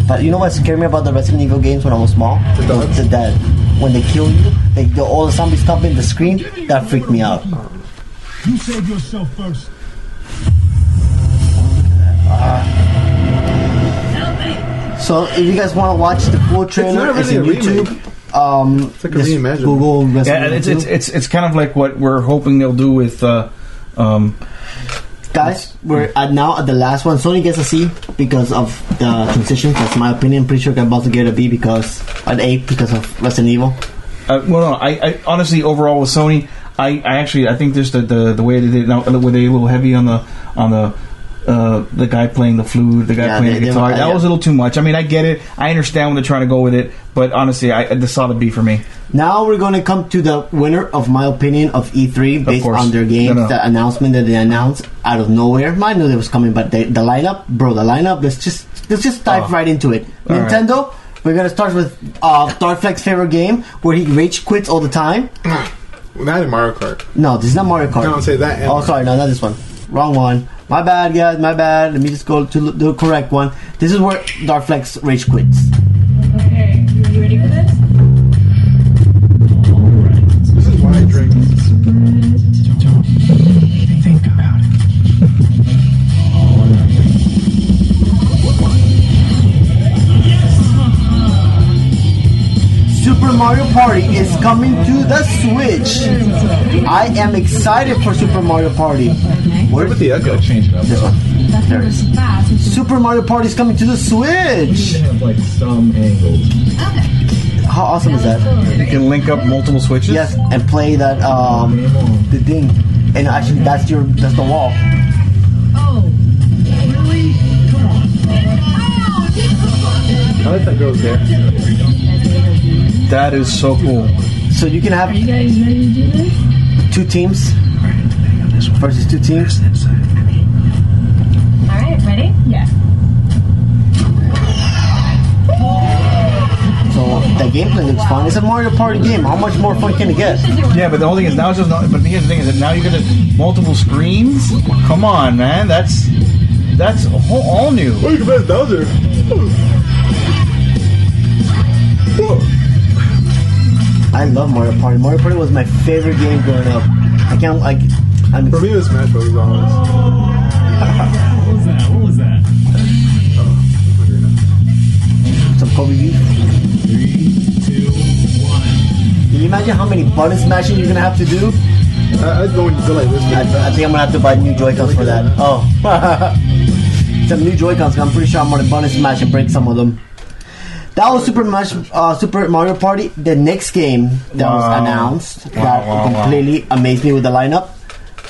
[SPEAKER 2] But you know what scared me about the Resident Evil games when I was small? Was the- that when they kill you, they, the, all the zombies come in the screen. That freaked me out.
[SPEAKER 8] You save yourself first.
[SPEAKER 2] So if you guys want to watch the full trailer,
[SPEAKER 4] not
[SPEAKER 2] it's,
[SPEAKER 4] really a
[SPEAKER 2] in
[SPEAKER 4] remake.
[SPEAKER 2] YouTube. Um,
[SPEAKER 4] like a
[SPEAKER 2] just
[SPEAKER 4] reimagining.
[SPEAKER 2] Google Resident
[SPEAKER 6] yeah, and it's,
[SPEAKER 2] Evil 2.
[SPEAKER 6] it's it's it's kind of like what we're hoping they'll do with. Uh, um,
[SPEAKER 2] Guys, we're at now at the last one. Sony gets a C because of the transition. That's my opinion. Pretty sure I'm about to get a B because an A because of Resident Evil.
[SPEAKER 6] uh, well, no, I, I honestly overall with Sony, I, I actually I think just the, the the way they did now were they a little heavy on the on the. Uh, the guy playing the flute, the guy
[SPEAKER 2] Yeah,
[SPEAKER 6] playing
[SPEAKER 2] they-
[SPEAKER 6] the
[SPEAKER 2] they
[SPEAKER 6] guitar.
[SPEAKER 2] were-
[SPEAKER 6] that
[SPEAKER 2] yeah.
[SPEAKER 6] was a little too much. I mean, I get it. I understand when they're trying to go with it, but honestly, I the solid B for me.
[SPEAKER 2] Now we're gonna come to the winner of my opinion of E3 based
[SPEAKER 6] course.
[SPEAKER 2] on their
[SPEAKER 6] No,
[SPEAKER 2] games,
[SPEAKER 6] no.
[SPEAKER 2] the announcement that they announced out of nowhere. I knew it was coming, but they, the lineup, bro, the lineup. Let's just let's just dive right into it.
[SPEAKER 6] Oh. All right.
[SPEAKER 2] Nintendo. We're gonna start with uh, Darkfleck's favorite game, where he rage quits all the time.
[SPEAKER 4] Well, Not in Mario Kart.
[SPEAKER 2] No, this is not Mario Kart.
[SPEAKER 4] Don't say that.
[SPEAKER 2] Oh, sorry, no, not this one. Wrong one. My bad, guys. My bad. Let me just go to the correct one. This is where Darkflex rage quits.
[SPEAKER 17] Okay, are you ready for this?
[SPEAKER 4] This is why I drink.
[SPEAKER 2] Super Mario Party is coming to the Switch. I am excited for Super Mario Party. Where
[SPEAKER 4] with the echo?
[SPEAKER 2] Change it up. This one. There it is. Super Mario Party is coming to the Switch.
[SPEAKER 18] have like some angles.
[SPEAKER 2] How awesome is that?
[SPEAKER 6] You can link up multiple switches.
[SPEAKER 2] Yes, and play that um the thing. And actually, that's your that's the wall.
[SPEAKER 17] Oh, really? Come on.
[SPEAKER 4] I like that girl's there.
[SPEAKER 6] That is so cool.
[SPEAKER 2] So you can have
[SPEAKER 17] Are you guys ready to do this?
[SPEAKER 2] two teams versus two teams.
[SPEAKER 17] All right, ready? Yeah.
[SPEAKER 2] So the gameplay looks fun. It's a Mario Party game. How much more fun can it get?
[SPEAKER 6] Yeah, but the whole thing is now it's just not. But here's the thing is that now you get a- multiple screens. Come on, man, that's that's a whole, all new.
[SPEAKER 4] Oh, you can play Bowser.
[SPEAKER 2] I love Mario Party. Mario Party was my favorite game growing up. I can't like. I'm, For
[SPEAKER 4] me, it was Smash Bros.
[SPEAKER 18] What was that? What was that?
[SPEAKER 2] Some Kobe beef.
[SPEAKER 18] Three, two, one.
[SPEAKER 2] Can you imagine how many button smashing you're gonna have to do?
[SPEAKER 4] I, I'd go into like this.
[SPEAKER 2] I, think I'm gonna have to buy new Joy Cons for that. Oh, some new Joy Cons. I'm pretty sure I'm gonna button smash and break some of them. That was Super Smash, uh, Super Mario Party. The next game that was
[SPEAKER 6] Wow.
[SPEAKER 2] announced
[SPEAKER 6] Wow,
[SPEAKER 2] that
[SPEAKER 6] wow, wow.
[SPEAKER 2] completely amazed me with the lineup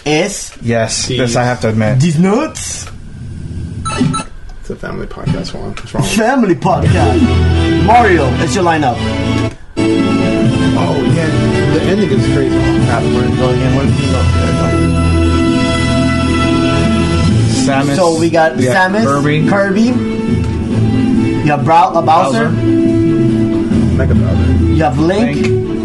[SPEAKER 2] is
[SPEAKER 6] Yes, this I have to admit.
[SPEAKER 2] these nuts.
[SPEAKER 4] It's a family podcast one. What's wrong?
[SPEAKER 2] Family podcast. Mario, it's your lineup.
[SPEAKER 4] Oh yeah, the ending is crazy.
[SPEAKER 2] Crap, where is it going again? Where is it going? There it goes.
[SPEAKER 6] Samus.
[SPEAKER 2] So we got Samus, Kirby. You have Brow- uh, Bowser.
[SPEAKER 4] Mega Bowser.
[SPEAKER 2] You have Link.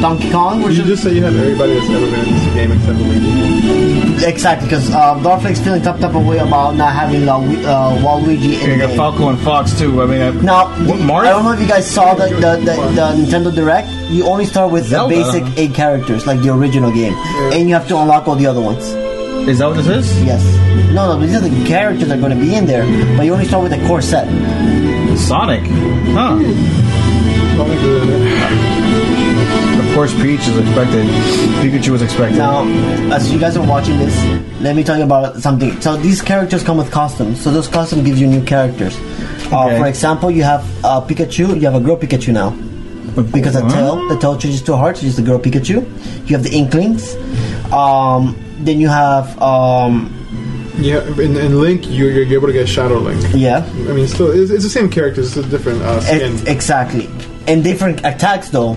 [SPEAKER 2] Donkey Kong.
[SPEAKER 4] Would you just say you have everybody that's ever been in this game except Luigi?
[SPEAKER 2] Exactly, because uh, Darfleck's feeling some type of way about not having La- uh, Waluigi in the
[SPEAKER 6] You got
[SPEAKER 2] game.
[SPEAKER 6] Falco and Fox too. I mean, I,
[SPEAKER 2] Now, the- I don't know if you guys saw the, the, the, the Nintendo Direct. You only start with
[SPEAKER 6] Zelda.
[SPEAKER 2] the basic eight characters, like the original game, and you have to unlock all the other ones.
[SPEAKER 6] Is that what this is?
[SPEAKER 2] Yes. No, no, these are the characters that are going to be in there, but you only start with the core set.
[SPEAKER 6] Sonic, huh? Of course, Peach is expected. Pikachu was expected.
[SPEAKER 2] Now, as you guys are watching this, let me tell you about something. So these characters come with costumes. So those costumes give you new characters. Uh, for example, you have uh, Pikachu. You have a girl Pikachu now. Because the tail, the tail changes to a heart, so it's the girl Pikachu. You have the Inklings. Um, then you have, um,
[SPEAKER 4] Yeah, in, in Link, you're, you're able to get Shadow Link.
[SPEAKER 2] yeah,
[SPEAKER 4] I mean, still, it's, it's the same characters, it's a different uh, skin.
[SPEAKER 2] Ex- exactly. And different attacks though.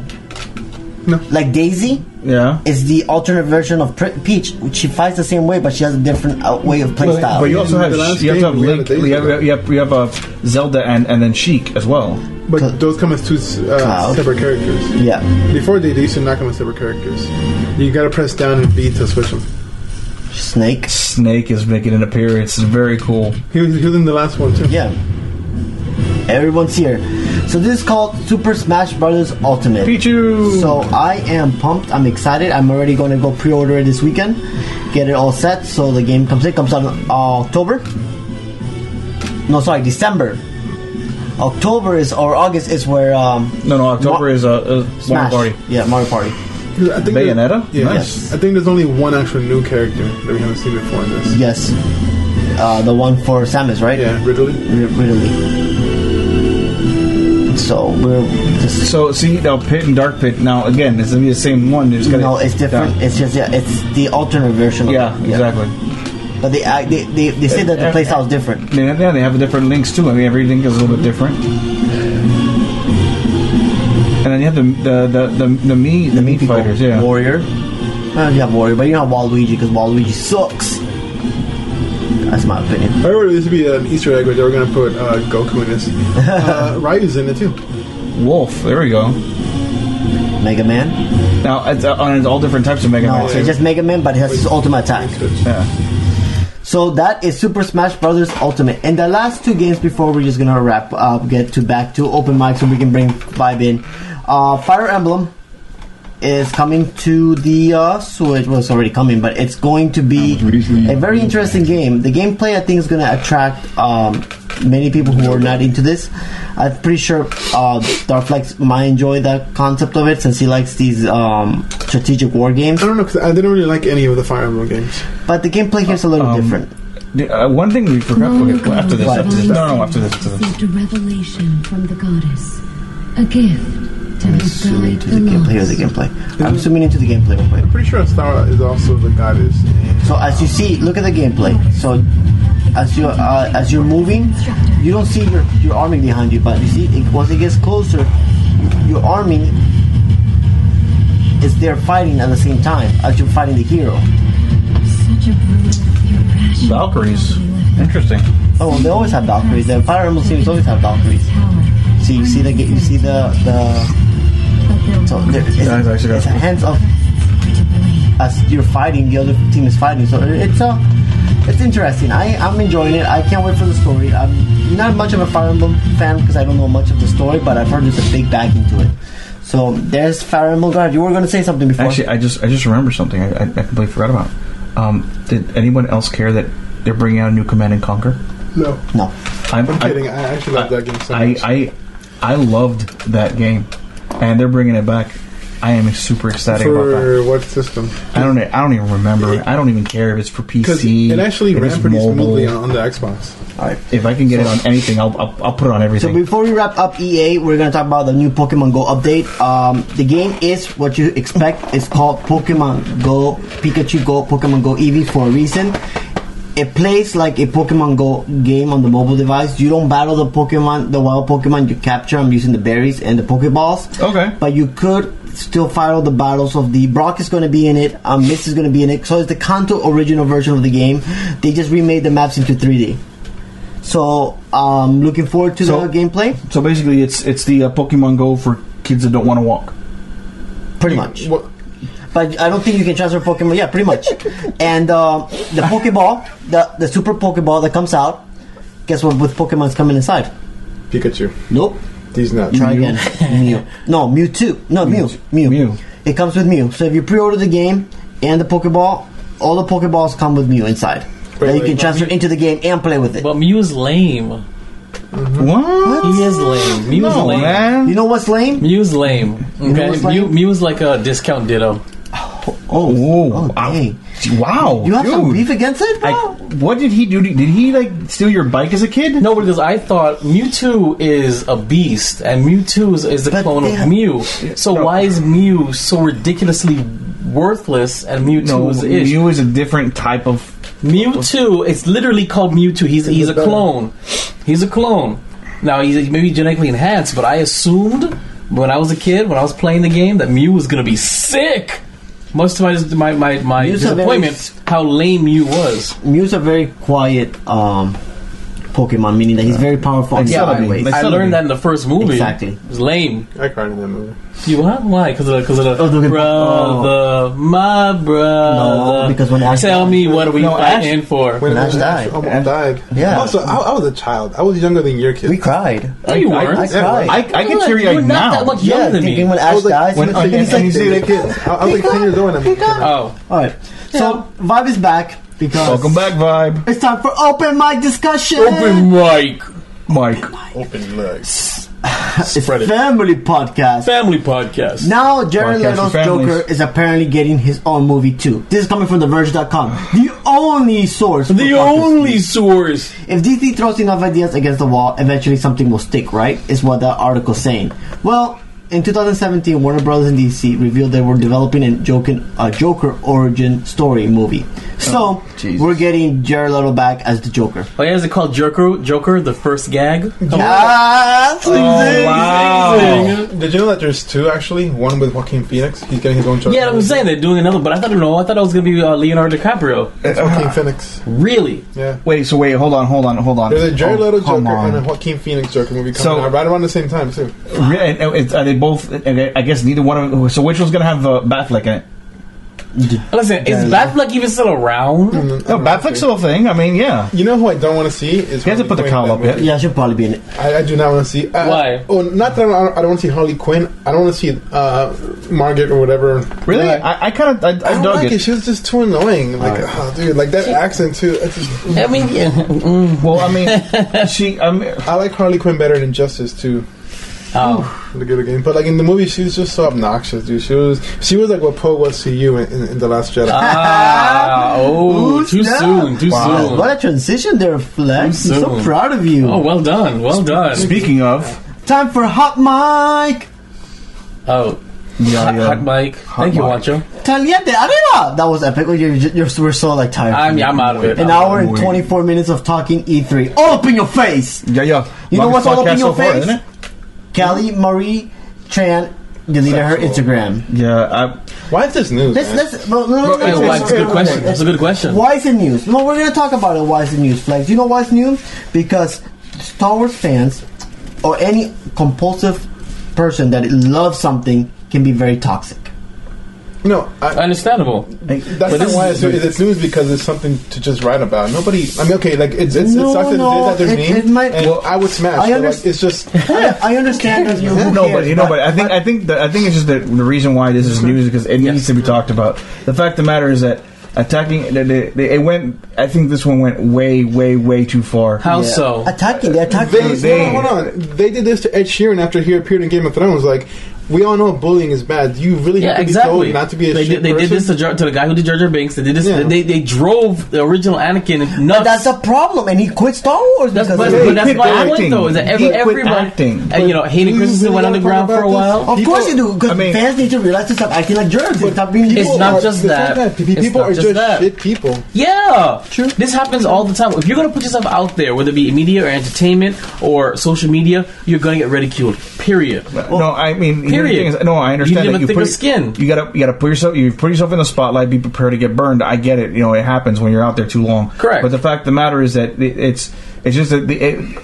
[SPEAKER 4] No.
[SPEAKER 2] Like Daisy
[SPEAKER 6] yeah.
[SPEAKER 2] is the alternate version of Pri- Peach. which She fights the same way, but she has a different uh, way of play style.
[SPEAKER 6] But you also have you have to have Link.
[SPEAKER 4] days
[SPEAKER 6] You have you have, you have uh, Zelda and and then Sheik as well.
[SPEAKER 4] But those come as two uh,
[SPEAKER 6] Cloud.
[SPEAKER 4] separate characters.
[SPEAKER 2] Yeah.
[SPEAKER 4] Before they, they used to not come as separate characters. You gotta press down and B to switch them.
[SPEAKER 2] Snake.
[SPEAKER 6] Snake is making an appearance. It's very cool.
[SPEAKER 4] He was, he was in the last one too.
[SPEAKER 2] Yeah. Everyone's here. So this is called Super Smash Brothers Ultimate.
[SPEAKER 6] Pichu.
[SPEAKER 2] So I am pumped. I'm excited. I'm already going to go pre-order it this weekend. Get it all set so the game comes. It comes out in October. No, sorry, December. October is or August is where. Um,
[SPEAKER 6] No, no, October is a uh, uh, Mario
[SPEAKER 2] Smash.
[SPEAKER 6] Party.
[SPEAKER 2] Yeah, Mario Party.
[SPEAKER 4] I think there-
[SPEAKER 6] Bayonetta?
[SPEAKER 4] Yeah.
[SPEAKER 6] Nice.
[SPEAKER 4] I think there's only one actual new character that we haven't seen before in this.
[SPEAKER 2] Yes. Uh, the one for Samus, right?
[SPEAKER 4] Yeah, Ridley.
[SPEAKER 2] R- Ridley. So we're just
[SPEAKER 6] So see now Pit and Dark Pit. Now again, it's gonna be the same one. It's gonna
[SPEAKER 2] no, it's different. It's just yeah, it's the alternate version.
[SPEAKER 6] Yeah,
[SPEAKER 2] of it.
[SPEAKER 6] exactly.
[SPEAKER 2] But they, uh, they they they say that the
[SPEAKER 6] Yeah.
[SPEAKER 2] playstyle is different.
[SPEAKER 6] They, yeah, they have different links too. I mean, everything is a little bit different. And then you have the the the the, the me the, meat fighters. Yeah,
[SPEAKER 2] Warrior. Uh, you have Warrior, but you don't have Waluigi because Waluigi sucks. That's my opinion.
[SPEAKER 4] I remember this would be an Easter egg where they were gonna put uh, Goku in this. Uh, Ryu's in it too.
[SPEAKER 6] Wolf. There we go.
[SPEAKER 2] Mega Man.
[SPEAKER 6] Now it's, uh, on all different types of Mega
[SPEAKER 2] No,
[SPEAKER 6] Man.
[SPEAKER 2] it's just Mega Man, but it has his ultimate attack.
[SPEAKER 6] yeah.
[SPEAKER 2] So that is Super Smash Brothers Ultimate. And the last two games before we're just gonna wrap up, get to back to open mic so we can bring vibe in. Uh, Fire Emblem is coming to the uh, Switch. Well, it's already coming, but it's going to be a very interesting game. The gameplay, I think, is gonna attract um, many people who are not into this. I'm pretty sure uh, Darflex might enjoy that concept of it since he likes these um, strategic war games.
[SPEAKER 4] I don't know because I didn't really like any of the Fire Emblem games.
[SPEAKER 2] But the gameplay here is a little different.
[SPEAKER 6] Uh, one thing we forgot okay, after this. After this. No, no, after this. After this.
[SPEAKER 19] Received a revelation from the goddess, a gift to
[SPEAKER 2] zoom
[SPEAKER 19] guide
[SPEAKER 2] into the
[SPEAKER 19] the
[SPEAKER 2] gameplay. Here's
[SPEAKER 19] lost.
[SPEAKER 2] the gameplay. I'm zooming into the gameplay real quick.
[SPEAKER 4] Pretty sure Astara is also the goddess.
[SPEAKER 2] So as you see, look at the gameplay. So as you uh, as you're moving, you don't see your your army behind you, but you see it, once it gets closer, your army is there fighting at the same time as you're fighting the hero.
[SPEAKER 19] Such a brutal, irrational
[SPEAKER 6] Valkyries. Interesting.
[SPEAKER 2] Oh, they always have Valkyries. The Fire Emblem series always have Valkyries. So you see the ga- you see the the so there, it's, a, it's a hands of as you're fighting, the other uh, team is fighting. So it- it's a it's interesting. I I'm enjoying it. I can't wait for the story. I'm not much of a Fire Emblem fan because I don't know much of the story, but I've heard there's a big back into it. So there's Fire Emblem Guard. You were going to say something before.
[SPEAKER 6] Actually, I just I just remember something I, I, I completely forgot about. Um, did anyone else care that they're bringing out a new Command and Conquer?
[SPEAKER 4] No.
[SPEAKER 2] No.
[SPEAKER 6] I'm,
[SPEAKER 4] I'm kidding. I actually love that game so
[SPEAKER 6] I,
[SPEAKER 4] much.
[SPEAKER 6] I I loved that game, and they're bringing it back. I am super ecstatic about that.
[SPEAKER 4] for what system?
[SPEAKER 6] I don't. e- I don't even remember. I don't even care if it's for
[SPEAKER 4] Because
[SPEAKER 6] PC.
[SPEAKER 4] it actually
[SPEAKER 6] if
[SPEAKER 4] ran
[SPEAKER 6] it's
[SPEAKER 4] pretty
[SPEAKER 6] mobile.
[SPEAKER 4] smoothly on, on the Xbox.
[SPEAKER 6] If I can get it on anything, I'll, I'll, I'll put it on
[SPEAKER 2] So
[SPEAKER 6] everything.
[SPEAKER 2] before we wrap up EA, we're gonna talk about the new Pokemon Go update. Um, the game is what you expect. It's called Pokemon Go Pikachu Go Pokemon Go Eevee for a reason. It plays like a Pokemon Go game on the mobile device. You don't battle the Pokemon, the wild Pokemon. You capture them using the berries and the Pokeballs.
[SPEAKER 6] Okay.
[SPEAKER 2] But you could still fight all the battles of the Brock is going to be in it. Um, Miss is going to be in it. So it's the Kanto original version of the game. They just remade the maps into 3D. So um, looking forward to the gameplay.
[SPEAKER 6] So basically, it's it's the uh, Pokemon Go for kids that don't want to walk.
[SPEAKER 2] Pretty much. But I don't think you can transfer Pokemon. Yeah, pretty much. and um, the Pokeball, the the Super Pokeball that comes out, guess what? With Pokemon's coming inside.
[SPEAKER 4] Pikachu.
[SPEAKER 2] Nope.
[SPEAKER 4] These nuts.
[SPEAKER 2] Try again. Mew. No, Mewtwo. No, Mew. Mew. Mew. It comes with Mew. So if you pre-order the game and the Pokeball, all the Pokeballs come with Mew inside. that you
[SPEAKER 3] wait,
[SPEAKER 2] can
[SPEAKER 3] but
[SPEAKER 2] transfer into the game and play with it.
[SPEAKER 3] But Mew is lame.
[SPEAKER 6] What?
[SPEAKER 3] He is lame. Mew's
[SPEAKER 2] No,
[SPEAKER 3] lame.
[SPEAKER 6] Man.
[SPEAKER 2] You know what's lame?
[SPEAKER 3] Mew's lame.
[SPEAKER 2] You know
[SPEAKER 3] Okay.
[SPEAKER 2] what's
[SPEAKER 3] Mew, Mew's like a discount ditto.
[SPEAKER 6] Oh, whoa. wow.
[SPEAKER 3] You have some
[SPEAKER 6] dude.
[SPEAKER 3] beef
[SPEAKER 2] against it,
[SPEAKER 6] I, what did he do? to- Did he like steal your bike as a kid?
[SPEAKER 3] No, because I thought Mewtwo is a beast, and Mewtwo is, is the clone
[SPEAKER 6] they
[SPEAKER 3] of
[SPEAKER 6] have-
[SPEAKER 3] Mew. So why is Mew so ridiculously worthless, and Mewtwo
[SPEAKER 6] No,
[SPEAKER 3] is ish?
[SPEAKER 6] Mew is a different type of
[SPEAKER 3] Mewtwo. It's literally called Mewtwo. He's he's a clone. He's a clone. Now he's maybe genetically enhanced, but I assumed when I was a kid, when I was playing the game, that Mew was gonna be sick. Much to my my my, my
[SPEAKER 2] Mew's a very
[SPEAKER 3] disappointment, how lame Mew was.
[SPEAKER 2] Mew's a very quiet um, Pokemon, meaning that he's very powerful. on
[SPEAKER 3] Yeah,
[SPEAKER 2] the sideways.
[SPEAKER 3] I learned that in the first movie.
[SPEAKER 2] Exactly.
[SPEAKER 3] It was lame.
[SPEAKER 4] I cried in that movie.
[SPEAKER 3] You what? Why? Because of the, cause of the, brother, my brother.
[SPEAKER 2] No, because when Ash-
[SPEAKER 3] tell me what are we
[SPEAKER 4] No, Ash-
[SPEAKER 3] fighting for?
[SPEAKER 4] When Ash died. Almost died.
[SPEAKER 2] Yeah.
[SPEAKER 4] Also, I, I was a child. I was younger than your kids. We
[SPEAKER 2] cried.
[SPEAKER 3] No, you weren't. I cried.
[SPEAKER 4] I,
[SPEAKER 3] You were- you were not that much younger Yeah, than me. thinking when
[SPEAKER 4] I was
[SPEAKER 2] Ash
[SPEAKER 4] like,
[SPEAKER 2] dies,
[SPEAKER 4] when,
[SPEAKER 2] he's
[SPEAKER 4] I,
[SPEAKER 2] like-
[SPEAKER 4] he's like, that kid. I, I was like 10 years old. And I'm
[SPEAKER 3] Oh.
[SPEAKER 2] All right. So Vibe is back because
[SPEAKER 4] Welcome
[SPEAKER 6] back, Vibe.
[SPEAKER 2] It's time for open mic discussion.
[SPEAKER 3] mic.
[SPEAKER 6] Mike.
[SPEAKER 4] Open legs.
[SPEAKER 2] it's family podcast.
[SPEAKER 3] Family podcast.
[SPEAKER 2] Now Jared
[SPEAKER 3] Podcast
[SPEAKER 2] Leto's
[SPEAKER 3] for families.
[SPEAKER 2] Joker is apparently getting his own movie too. This is coming from TheVerge.com, the only source. The
[SPEAKER 3] only source.
[SPEAKER 2] If DC throws enough ideas against the wall, eventually something will stick, right? Is what that article's saying. Well, in 2017, Warner Brothers and DC revealed they were developing a Joker, a Joker origin story movie. So we're getting Jared Leto back as the Joker.
[SPEAKER 3] Oh, yeah, is it called Joker? Joker, the first gag?
[SPEAKER 2] Yes,
[SPEAKER 3] Oh, wow.
[SPEAKER 4] Did you know that there's two actually? One with Joaquin Phoenix. He's getting his own choice.
[SPEAKER 3] Yeah, I'm saying they're doing another, but I thought no, I thought it was gonna be uh, Leonardo DiCaprio.
[SPEAKER 4] It's Joaquin Phoenix.
[SPEAKER 3] Really?
[SPEAKER 4] Yeah.
[SPEAKER 6] Wait, so wait, hold on, hold on, hold on.
[SPEAKER 4] There's a Jared
[SPEAKER 6] Oh,
[SPEAKER 4] Leto
[SPEAKER 6] come
[SPEAKER 4] Joker and a
[SPEAKER 6] on.
[SPEAKER 4] Joaquin Phoenix Joker movie coming
[SPEAKER 6] So-
[SPEAKER 4] out right around the same time too.
[SPEAKER 6] Re- and- and it's- Are they both? okay, I guess neither one of them. So which one's gonna have uh, Batfleck in it?
[SPEAKER 3] Listen, is Batfleck even still around?
[SPEAKER 6] No, Batfleck's still a thing. I mean, yeah.
[SPEAKER 4] You know who I don't want to see is. You have to put the cowl up.
[SPEAKER 2] Yeah, I should probably be in it.
[SPEAKER 4] I, I do not want to see. Uh,
[SPEAKER 3] Why?
[SPEAKER 4] Oh, not that I don't, I don't want to see Harley Quinn. I don't want to see uh, Margaret or whatever.
[SPEAKER 6] Really? I, I kind of I, I,
[SPEAKER 4] don't
[SPEAKER 6] dug
[SPEAKER 4] like
[SPEAKER 6] it.
[SPEAKER 4] it. She was just too annoying. Like,
[SPEAKER 6] Alright.
[SPEAKER 4] oh, dude, like that accent too. It's just,
[SPEAKER 3] I mean,
[SPEAKER 6] well, I mean, she. I, mean,
[SPEAKER 4] I like Harley Quinn better than Justice too.
[SPEAKER 3] Oh,
[SPEAKER 4] the good again. But like in the movie, she was just so obnoxious, dude. She was she was like what Poe was to you in, in, in the Last Jedi.
[SPEAKER 3] Ah, oh, Who's too that? soon, too soon.
[SPEAKER 2] What a transition there, Flex.
[SPEAKER 4] Too
[SPEAKER 2] I'm so
[SPEAKER 4] soon.
[SPEAKER 2] proud of you.
[SPEAKER 3] Oh, well done, well done.
[SPEAKER 6] Speaking of,
[SPEAKER 2] Time for Hot Mic.
[SPEAKER 3] oh,
[SPEAKER 6] yeah, yeah.
[SPEAKER 3] hot mic. Thank you, Wancho.
[SPEAKER 2] Caliente, arriba! That was epic. You're, you're, you're, we're so like tired.
[SPEAKER 3] I'm- I'm out of it.
[SPEAKER 2] An
[SPEAKER 3] I'm
[SPEAKER 2] hour
[SPEAKER 3] out of
[SPEAKER 2] and
[SPEAKER 3] it.
[SPEAKER 2] 24 minutes of talking E3. All up in your face!
[SPEAKER 6] Yeah, yeah.
[SPEAKER 2] You know what's
[SPEAKER 6] Longest
[SPEAKER 2] all up in your
[SPEAKER 6] podcast so far,
[SPEAKER 2] face?
[SPEAKER 6] isn't it?
[SPEAKER 2] Kelly Marie Tran deleted her Instagram.
[SPEAKER 6] Yeah. I,
[SPEAKER 4] Why is this news?
[SPEAKER 2] Let's,
[SPEAKER 4] man?
[SPEAKER 2] let's, no, no, no,
[SPEAKER 3] Bro,
[SPEAKER 2] no,
[SPEAKER 3] it's-
[SPEAKER 2] no,
[SPEAKER 3] it's a good
[SPEAKER 2] no,
[SPEAKER 3] question.
[SPEAKER 2] no.
[SPEAKER 3] It's a good question.
[SPEAKER 2] Why is it news? Well, we're going to talk about it. Why is it news, Flex? You know why it's news? Because Star Wars fans or any compulsive person that loves something can be very toxic.
[SPEAKER 4] No, I,
[SPEAKER 3] understandable.
[SPEAKER 4] That's not why it's, it's news because it's something to just write about. Nobody, I mean, okay, like it's it's,
[SPEAKER 2] No,
[SPEAKER 4] it sucks that
[SPEAKER 2] no,
[SPEAKER 4] it is that
[SPEAKER 2] it-
[SPEAKER 4] there's names.
[SPEAKER 2] it might-
[SPEAKER 4] and I would smash.
[SPEAKER 2] I
[SPEAKER 4] but, like,
[SPEAKER 2] underst-
[SPEAKER 4] it's just
[SPEAKER 2] I, I understand. that you- who
[SPEAKER 6] no, but
[SPEAKER 2] cares,
[SPEAKER 6] you know, but, I think I think the, I think it's just the, the reason why this is news because it needs to be talked about. The fact of the matter is that attacking they, they, they, it went. I think this one went way, way, way too far.
[SPEAKER 4] How Yeah. so?
[SPEAKER 2] attacking, they attacked
[SPEAKER 4] they, hold on, hold on. They did this to Ed Sheeran after he appeared in Game of Thrones. Like we all know bullying is bad. You really have
[SPEAKER 3] Yeah,
[SPEAKER 4] to be
[SPEAKER 3] exactly.
[SPEAKER 4] told not to be a
[SPEAKER 3] they did,
[SPEAKER 4] shit
[SPEAKER 3] they did
[SPEAKER 4] person?
[SPEAKER 3] this to, Jar- to the guy who did Jar Jar Binks. They did this.
[SPEAKER 4] Yeah.
[SPEAKER 3] They, they drove the original Anakin nuts.
[SPEAKER 2] That's a problem, and he quit Star Wars
[SPEAKER 3] That's,
[SPEAKER 2] because
[SPEAKER 3] but,
[SPEAKER 2] of it.
[SPEAKER 3] but that's my point, though, is that every, everybody, and you know, Hayden Christensen went underground for a while.
[SPEAKER 2] Of course you do, because fans need to realize to stop acting like jerks and stop being.
[SPEAKER 3] It's not just that. It's
[SPEAKER 4] People
[SPEAKER 3] not
[SPEAKER 4] are
[SPEAKER 3] just
[SPEAKER 4] just
[SPEAKER 3] that.
[SPEAKER 4] shit people.
[SPEAKER 3] Yeah, true. This happens all the time. If you're gonna put yourself out there, whether it be media or entertainment or social media, you're gonna get ridiculed. Period.
[SPEAKER 6] no, I mean, here's the
[SPEAKER 3] period.
[SPEAKER 6] thing is- no, I understand
[SPEAKER 3] You
[SPEAKER 6] that
[SPEAKER 3] need a thicker skin.
[SPEAKER 6] You gotta, you gotta put yourself, you put yourself in the spotlight. Be prepared to get burned. I get it. You know, it happens when you're out there too long. Correct. But the fact of the matter is that it, it's, it's just that the, it,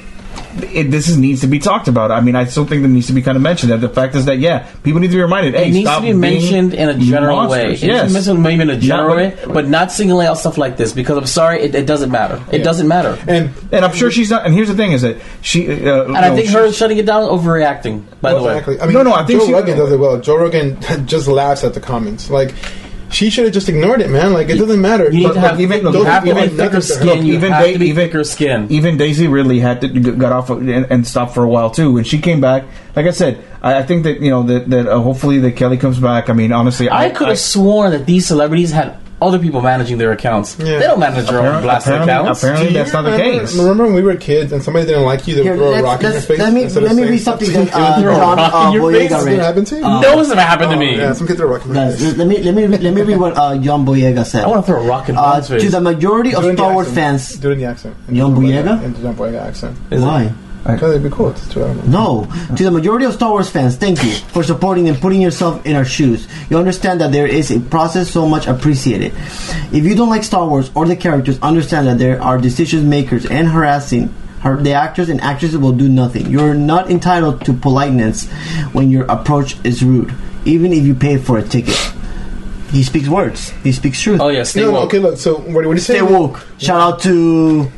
[SPEAKER 6] it, this is, needs to be talked about. I mean, I still think that needs to be kind of mentioned. That the fact is that yeah, people need to be reminded. Hey,
[SPEAKER 3] it needs
[SPEAKER 6] stop
[SPEAKER 3] to be
[SPEAKER 6] being
[SPEAKER 3] mentioned in a general way. It
[SPEAKER 6] monsters.
[SPEAKER 3] needs to be
[SPEAKER 6] Yes.
[SPEAKER 3] mentioned maybe in a
[SPEAKER 6] Not
[SPEAKER 3] general
[SPEAKER 6] like-
[SPEAKER 3] way, but not singling out stuff like this because I'm sorry, it, it doesn't matter. It
[SPEAKER 6] Yeah.
[SPEAKER 3] doesn't matter.
[SPEAKER 4] And
[SPEAKER 6] and I'm sure she's not. And here's the thing: is that she uh,
[SPEAKER 3] And I think her shutting it down is overreacting. By the way,
[SPEAKER 4] Exactly. I mean, Joe Rogan does it well. Joe Rogan just laughs at the comments. Like, she should have just ignored it, man. Like, it doesn't matter.
[SPEAKER 6] But look, look,
[SPEAKER 4] those
[SPEAKER 6] even-
[SPEAKER 4] people are
[SPEAKER 6] even-
[SPEAKER 4] nothing to her.
[SPEAKER 6] look, even Da- even, Even Daisy Ridley had to got off and, and stopped for a while too. When she came back, like I said, I, I think that you know that, that uh, hopefully that Kelly comes back. I mean, honestly,
[SPEAKER 3] I could have sworn that these celebrities had other people managing their accounts. They don't manage their own
[SPEAKER 6] Apparent-
[SPEAKER 3] blasted
[SPEAKER 6] apparently-
[SPEAKER 3] accounts.
[SPEAKER 6] apparently
[SPEAKER 4] Do you remember- Remember when we were kids and somebody didn't like you, they would
[SPEAKER 3] Here,
[SPEAKER 4] throw a
[SPEAKER 3] let's-
[SPEAKER 4] rock in your
[SPEAKER 3] let's-
[SPEAKER 4] face?
[SPEAKER 3] let me-
[SPEAKER 4] instead of
[SPEAKER 3] let me
[SPEAKER 4] saying
[SPEAKER 3] read something
[SPEAKER 4] something.
[SPEAKER 3] that, uh,
[SPEAKER 4] They would throw a
[SPEAKER 3] John,
[SPEAKER 4] rock
[SPEAKER 3] uh,
[SPEAKER 4] in your
[SPEAKER 3] Boyega
[SPEAKER 4] face.
[SPEAKER 3] read.
[SPEAKER 4] Did it happen to you?
[SPEAKER 3] Uh, No, it's never happened to
[SPEAKER 4] Oh,
[SPEAKER 3] me.
[SPEAKER 4] Yeah, some kid threw a rock in your
[SPEAKER 2] Guys, let me let me read- let me read what uh, John Boyega said. I
[SPEAKER 3] want to throw a rock in
[SPEAKER 2] uh,
[SPEAKER 3] John's face.
[SPEAKER 2] To the majority of
[SPEAKER 4] Do it in the
[SPEAKER 2] Star Wars
[SPEAKER 4] accent.
[SPEAKER 2] fans,
[SPEAKER 4] Do it in the accent.
[SPEAKER 2] John Boyega.
[SPEAKER 4] In the John Boyega accent.
[SPEAKER 2] Why?
[SPEAKER 4] Because it'd be cool. It's two hours.
[SPEAKER 2] No. To the majority of Star Wars fans, thank you for supporting and putting yourself in our shoes. You understand that there is a process so much appreciated. If you don't like Star Wars or the characters, understand that there are decision makers and harassing har- the actors and actresses will do nothing. You're not entitled to politeness when your approach is rude, even if you pay for a ticket. He speaks words. He speaks truth.
[SPEAKER 3] Oh, yeah, stay No, no, woke.
[SPEAKER 4] okay, look, so what, what do you say?
[SPEAKER 2] Stay woke. Shout out to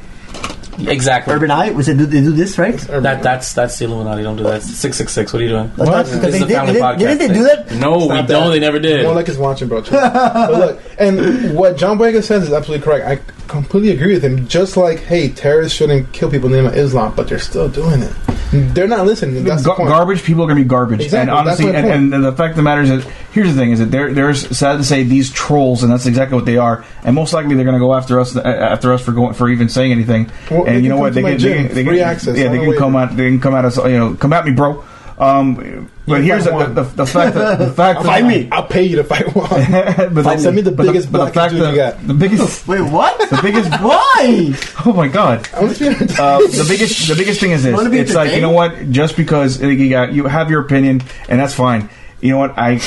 [SPEAKER 3] Exactly.
[SPEAKER 2] Urban Eye. We said do- they do this, right?
[SPEAKER 3] That that's that's the Illuminati. Don't do that. Six six six. What are you doing?
[SPEAKER 2] That's not-
[SPEAKER 3] This is
[SPEAKER 2] they
[SPEAKER 3] a family
[SPEAKER 2] did-
[SPEAKER 3] podcast.
[SPEAKER 2] didn't they
[SPEAKER 3] thing.
[SPEAKER 2] do that?
[SPEAKER 3] No,
[SPEAKER 4] Stop
[SPEAKER 3] we
[SPEAKER 4] that.
[SPEAKER 3] don't. They never did.
[SPEAKER 4] More like it's watching, bro. chill. but look, and what John Boyega says is absolutely correct. I completely agree with him. Just like, hey, terrorists shouldn't kill people in the name of Islam, but they're still doing it. They're not listening. That's the
[SPEAKER 6] Gar-
[SPEAKER 4] point.
[SPEAKER 6] garbage people are going to be garbage.
[SPEAKER 4] Exactly,
[SPEAKER 6] And
[SPEAKER 4] that's
[SPEAKER 6] honestly,
[SPEAKER 4] my
[SPEAKER 6] and, and the fact of the matter is that here's the thing: is that there, there's sad to say these trolls, and that's exactly what they are. And most likely they're going to go after us, uh, after us for going for even saying anything.
[SPEAKER 4] Well, they
[SPEAKER 6] and
[SPEAKER 4] can
[SPEAKER 6] you know
[SPEAKER 4] come
[SPEAKER 6] what?
[SPEAKER 4] to
[SPEAKER 6] They
[SPEAKER 4] my
[SPEAKER 6] can,
[SPEAKER 4] gym,
[SPEAKER 6] they, can- they can
[SPEAKER 4] free access,
[SPEAKER 6] Yeah,
[SPEAKER 4] on
[SPEAKER 6] they
[SPEAKER 4] the
[SPEAKER 6] can
[SPEAKER 4] way
[SPEAKER 6] come at they can come at us. You know, come at me, bro. Um, but here's the, the, the fact that the fact
[SPEAKER 4] Fight
[SPEAKER 6] that,
[SPEAKER 4] me. I'll pay you to fight one.
[SPEAKER 6] but
[SPEAKER 4] Fight
[SPEAKER 6] the,
[SPEAKER 4] me.
[SPEAKER 6] but the, but the fact that the biggest
[SPEAKER 2] wait what the
[SPEAKER 6] biggest
[SPEAKER 2] why
[SPEAKER 6] oh my god
[SPEAKER 4] I want to be
[SPEAKER 6] uh, the biggest the biggest thing is this.
[SPEAKER 4] Wanna be
[SPEAKER 6] It's like you know what? Just because uh, you got you have your opinion and that's fine. You know what? I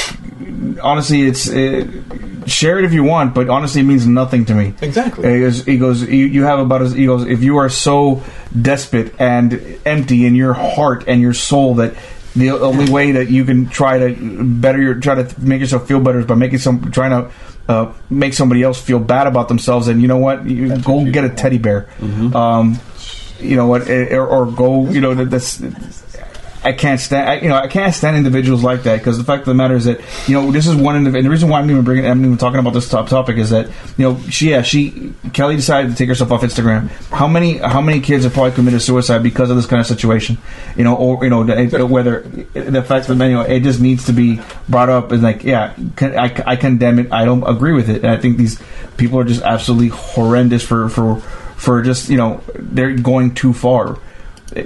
[SPEAKER 6] honestly, it's uh share it if you want, but honestly, it means nothing to me.
[SPEAKER 4] Exactly.
[SPEAKER 6] He goes, he goes you, you have about as he goes. If you are so despot and empty in your heart and your soul that the only way that you can try to better your try to make yourself feel better is by making some trying to. Uh, make somebody else feel bad about themselves, and you know what? You go get a teddy bear. Um, you know what? eh, Or, or go. You know that's. I can't stand. I, you know, I can't stand individuals like that because the fact of the matter is that you know this is one indiv- and the reason why I'm even bringing, I'm even talking about this top topic is that you know she, yeah, she, Kelly decided to take herself off Instagram. How many, how many kids have probably committed suicide because of this kind of situation? You know, or you know, the, it- whether the fact of the matter, it just needs to be brought up and like, yeah, con- I, I condemn it. I don't agree with it. And I think these people are just absolutely horrendous for for for just you know they're going too far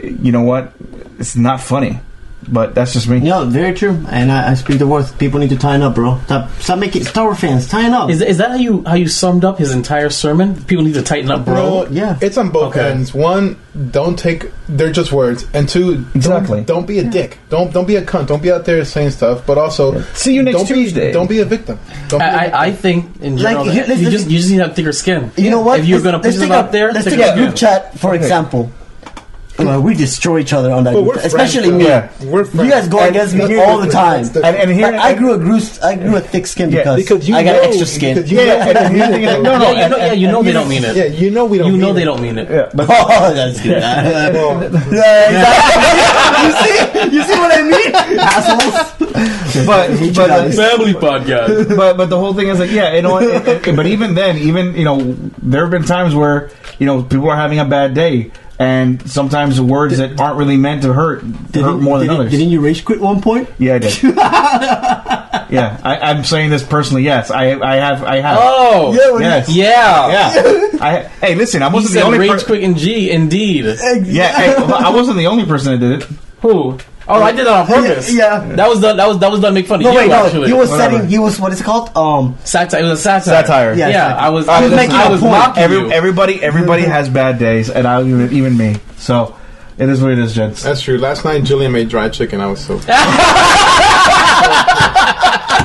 [SPEAKER 6] you know what? It's not funny, but that's just me.
[SPEAKER 2] No, very true. And I, I speak the words. People need to tighten up, bro. Stop, stop making Star Wars fans tighten up.
[SPEAKER 3] Is, is that how you how you summed up his entire sermon? People need to tighten up, bro.
[SPEAKER 4] No, yeah, it's on both ends. One, don't take they're just words, and two,
[SPEAKER 6] exactly.
[SPEAKER 4] Don't, be a dick. Don't don't be a cunt. Don't be out there saying stuff. But also,
[SPEAKER 6] see you next
[SPEAKER 4] don't
[SPEAKER 6] Tuesday.
[SPEAKER 4] Be, don't be a victim. Don't be a
[SPEAKER 3] I,
[SPEAKER 4] victim.
[SPEAKER 3] I, I think in
[SPEAKER 4] Like,
[SPEAKER 3] general
[SPEAKER 4] here-
[SPEAKER 3] that
[SPEAKER 4] let's-
[SPEAKER 3] you
[SPEAKER 4] let's-
[SPEAKER 3] just you just need to have thicker skin.
[SPEAKER 2] You know what?
[SPEAKER 3] If you're
[SPEAKER 2] Let's-
[SPEAKER 3] going to put
[SPEAKER 2] let's
[SPEAKER 3] yourself
[SPEAKER 2] take a-
[SPEAKER 3] out there,
[SPEAKER 2] let's
[SPEAKER 3] thicker
[SPEAKER 2] take a
[SPEAKER 3] skin.
[SPEAKER 2] group chat for
[SPEAKER 3] Okay.
[SPEAKER 2] example. Well, we destroy each other on that,
[SPEAKER 4] But
[SPEAKER 2] group
[SPEAKER 4] we're
[SPEAKER 2] chat, especially
[SPEAKER 4] friends,
[SPEAKER 2] me.
[SPEAKER 4] though. Yeah. We're
[SPEAKER 2] you guys go
[SPEAKER 4] friends.
[SPEAKER 2] against
[SPEAKER 4] And
[SPEAKER 2] me
[SPEAKER 4] here-
[SPEAKER 2] all the time.
[SPEAKER 4] That's the-
[SPEAKER 2] and, and here, I, grew a gross, I grew a thick skin because, I got extra skin.
[SPEAKER 3] Yeah, you know, yeah, you know they don't mean it. you know we don't. You know they don't mean it. Yeah,
[SPEAKER 2] but oh, that's good. you see, you see what I mean, assholes.
[SPEAKER 6] but but
[SPEAKER 3] family podcast.
[SPEAKER 6] But but the whole thing is like yeah, you know. It, it- but even then, even you know, there have been times where you know people are having a bad day, and sometimes words that aren't really meant to hurt hurt more than
[SPEAKER 2] didn't-
[SPEAKER 6] others.
[SPEAKER 2] didn't you rage quit one point?
[SPEAKER 6] Yeah, I did. yeah, I, I'm saying this personally. Yes, I I have I have.
[SPEAKER 3] Oh. Yeah, when-
[SPEAKER 6] yes,
[SPEAKER 3] Yeah.
[SPEAKER 6] yeah. I, hey, listen, I
[SPEAKER 3] He
[SPEAKER 6] wasn't
[SPEAKER 3] said
[SPEAKER 6] the only
[SPEAKER 3] rage
[SPEAKER 6] per-
[SPEAKER 3] quit and G, indeed.
[SPEAKER 6] Yeah, hey, I wasn't the only person that did it.
[SPEAKER 3] Who? Oh, I did that on purpose.
[SPEAKER 2] Yeah,
[SPEAKER 3] that was the that was that was done to make fun of
[SPEAKER 2] No,
[SPEAKER 3] you.
[SPEAKER 2] wait, no.
[SPEAKER 3] actually.
[SPEAKER 2] He was setting. He was what is it called? Um,
[SPEAKER 3] satire. It was a satire.
[SPEAKER 6] Satire.
[SPEAKER 3] Yeah, I was. I
[SPEAKER 6] Alright,
[SPEAKER 3] was,
[SPEAKER 6] listen,
[SPEAKER 3] I was mocking
[SPEAKER 6] Every-
[SPEAKER 3] you.
[SPEAKER 6] Everybody, everybody has bad days, and I even even me. So it is what it is, gents.
[SPEAKER 4] That's true. Last night, Jillian made dried chicken. I was so. you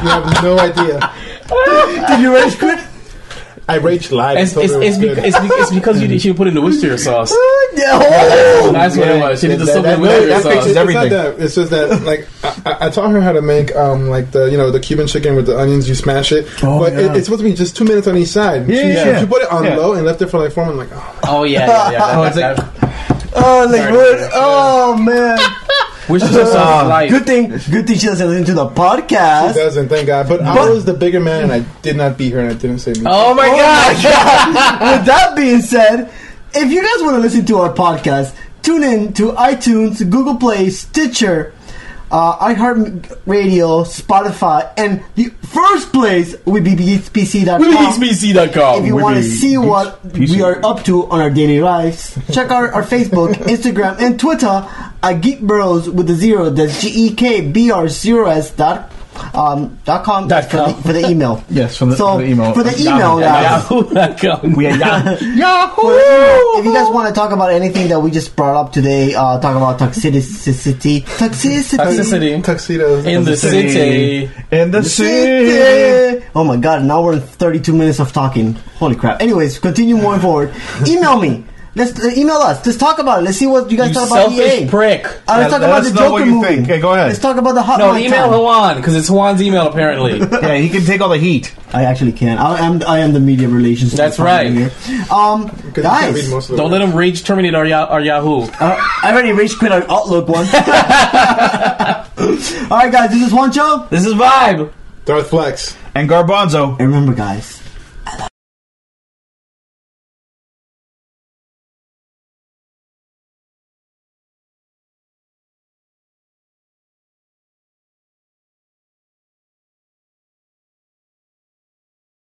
[SPEAKER 4] have no idea.
[SPEAKER 2] Did you rage quit?
[SPEAKER 4] I raged live.
[SPEAKER 3] It's, it's, it's, beca- it's, beca- it's because you did- she put in the Worcestershire sauce.
[SPEAKER 4] Oh,
[SPEAKER 3] That's what it was. She did the something with Worcestershire
[SPEAKER 4] that
[SPEAKER 3] sauce.
[SPEAKER 4] fixes everything. It's just that, like, I, I- I taught her how to make, um, like the you know the Cuban chicken with the onions. You smash it, but
[SPEAKER 2] yeah.
[SPEAKER 4] it, it's supposed to be just two minutes on each side.
[SPEAKER 2] Yeah,
[SPEAKER 4] she,
[SPEAKER 2] yeah,
[SPEAKER 4] she-
[SPEAKER 2] yeah.
[SPEAKER 4] she put it on
[SPEAKER 2] Yeah.
[SPEAKER 4] low and left it for like four minutes. Like, oh,
[SPEAKER 3] Oh yeah, yeah, yeah.
[SPEAKER 4] Oh, it's like-
[SPEAKER 2] Oh, like what? Oh man.
[SPEAKER 3] Which
[SPEAKER 4] is just on life.
[SPEAKER 2] Good thing. Good thing she doesn't listen to the podcast.
[SPEAKER 4] She doesn't, thank God. But I was the bigger man, and I did not beat her, and I didn't say me.
[SPEAKER 3] Oh my God.
[SPEAKER 2] God. With that being said, if you guys want to listen to our podcast, tune in to iTunes, Google Play, Stitcher, uh, iHeartRadio, Spotify, and the first place would be BeatsPC.com.
[SPEAKER 3] WeBeatsPC.com.
[SPEAKER 2] If you
[SPEAKER 3] We
[SPEAKER 2] want to
[SPEAKER 3] beats-
[SPEAKER 2] see what we are up to on our daily lives, check out our Facebook, Instagram, and Twitter at Geek Bros with the zero. That's G E K B R zero S dot um, dot com, for, The, for the email.
[SPEAKER 6] Yes, from the,
[SPEAKER 2] So,
[SPEAKER 6] from the email.
[SPEAKER 2] for the email, guys.
[SPEAKER 3] Yahoo.com.
[SPEAKER 6] We had Yahoo.
[SPEAKER 2] Yahoo! If you guys want to talk about anything that we just brought up today, uh, talk about toxicity, toxicity,
[SPEAKER 3] Toxicity.
[SPEAKER 4] Tuxedos.
[SPEAKER 3] In the city.
[SPEAKER 6] In the
[SPEAKER 2] city. Oh my god, now we're in 32 minutes of talking. Holy crap. Anyways, continue moving forward. Email me. Let's uh, email us. Let's talk about it. Let's see what you guys
[SPEAKER 3] You
[SPEAKER 2] talk about.
[SPEAKER 3] selfish
[SPEAKER 2] EA.
[SPEAKER 3] prick.
[SPEAKER 2] Uh,
[SPEAKER 3] Yeah,
[SPEAKER 2] let's talk
[SPEAKER 3] let
[SPEAKER 2] about
[SPEAKER 3] us
[SPEAKER 2] the
[SPEAKER 3] know what
[SPEAKER 2] Joker
[SPEAKER 3] you
[SPEAKER 2] movie.
[SPEAKER 3] think. Okay,
[SPEAKER 6] go ahead.
[SPEAKER 2] Let's talk about the hot
[SPEAKER 3] No,
[SPEAKER 2] mic
[SPEAKER 3] email
[SPEAKER 2] time.
[SPEAKER 3] Juan because it's Juan's email apparently.
[SPEAKER 6] yeah, he can take all the heat.
[SPEAKER 2] I actually can. I am I am the media relations.
[SPEAKER 3] That's
[SPEAKER 2] department
[SPEAKER 3] right.
[SPEAKER 2] here. Um, guys,
[SPEAKER 3] Don't let him rage terminate our, Yah- our Yahoo.
[SPEAKER 2] Uh, I already rage quit our Outlook one. All right, guys, this is Juancho.
[SPEAKER 3] This is Vibe.
[SPEAKER 4] Darth Flex.
[SPEAKER 6] And Garbanzo.
[SPEAKER 2] And remember, guys,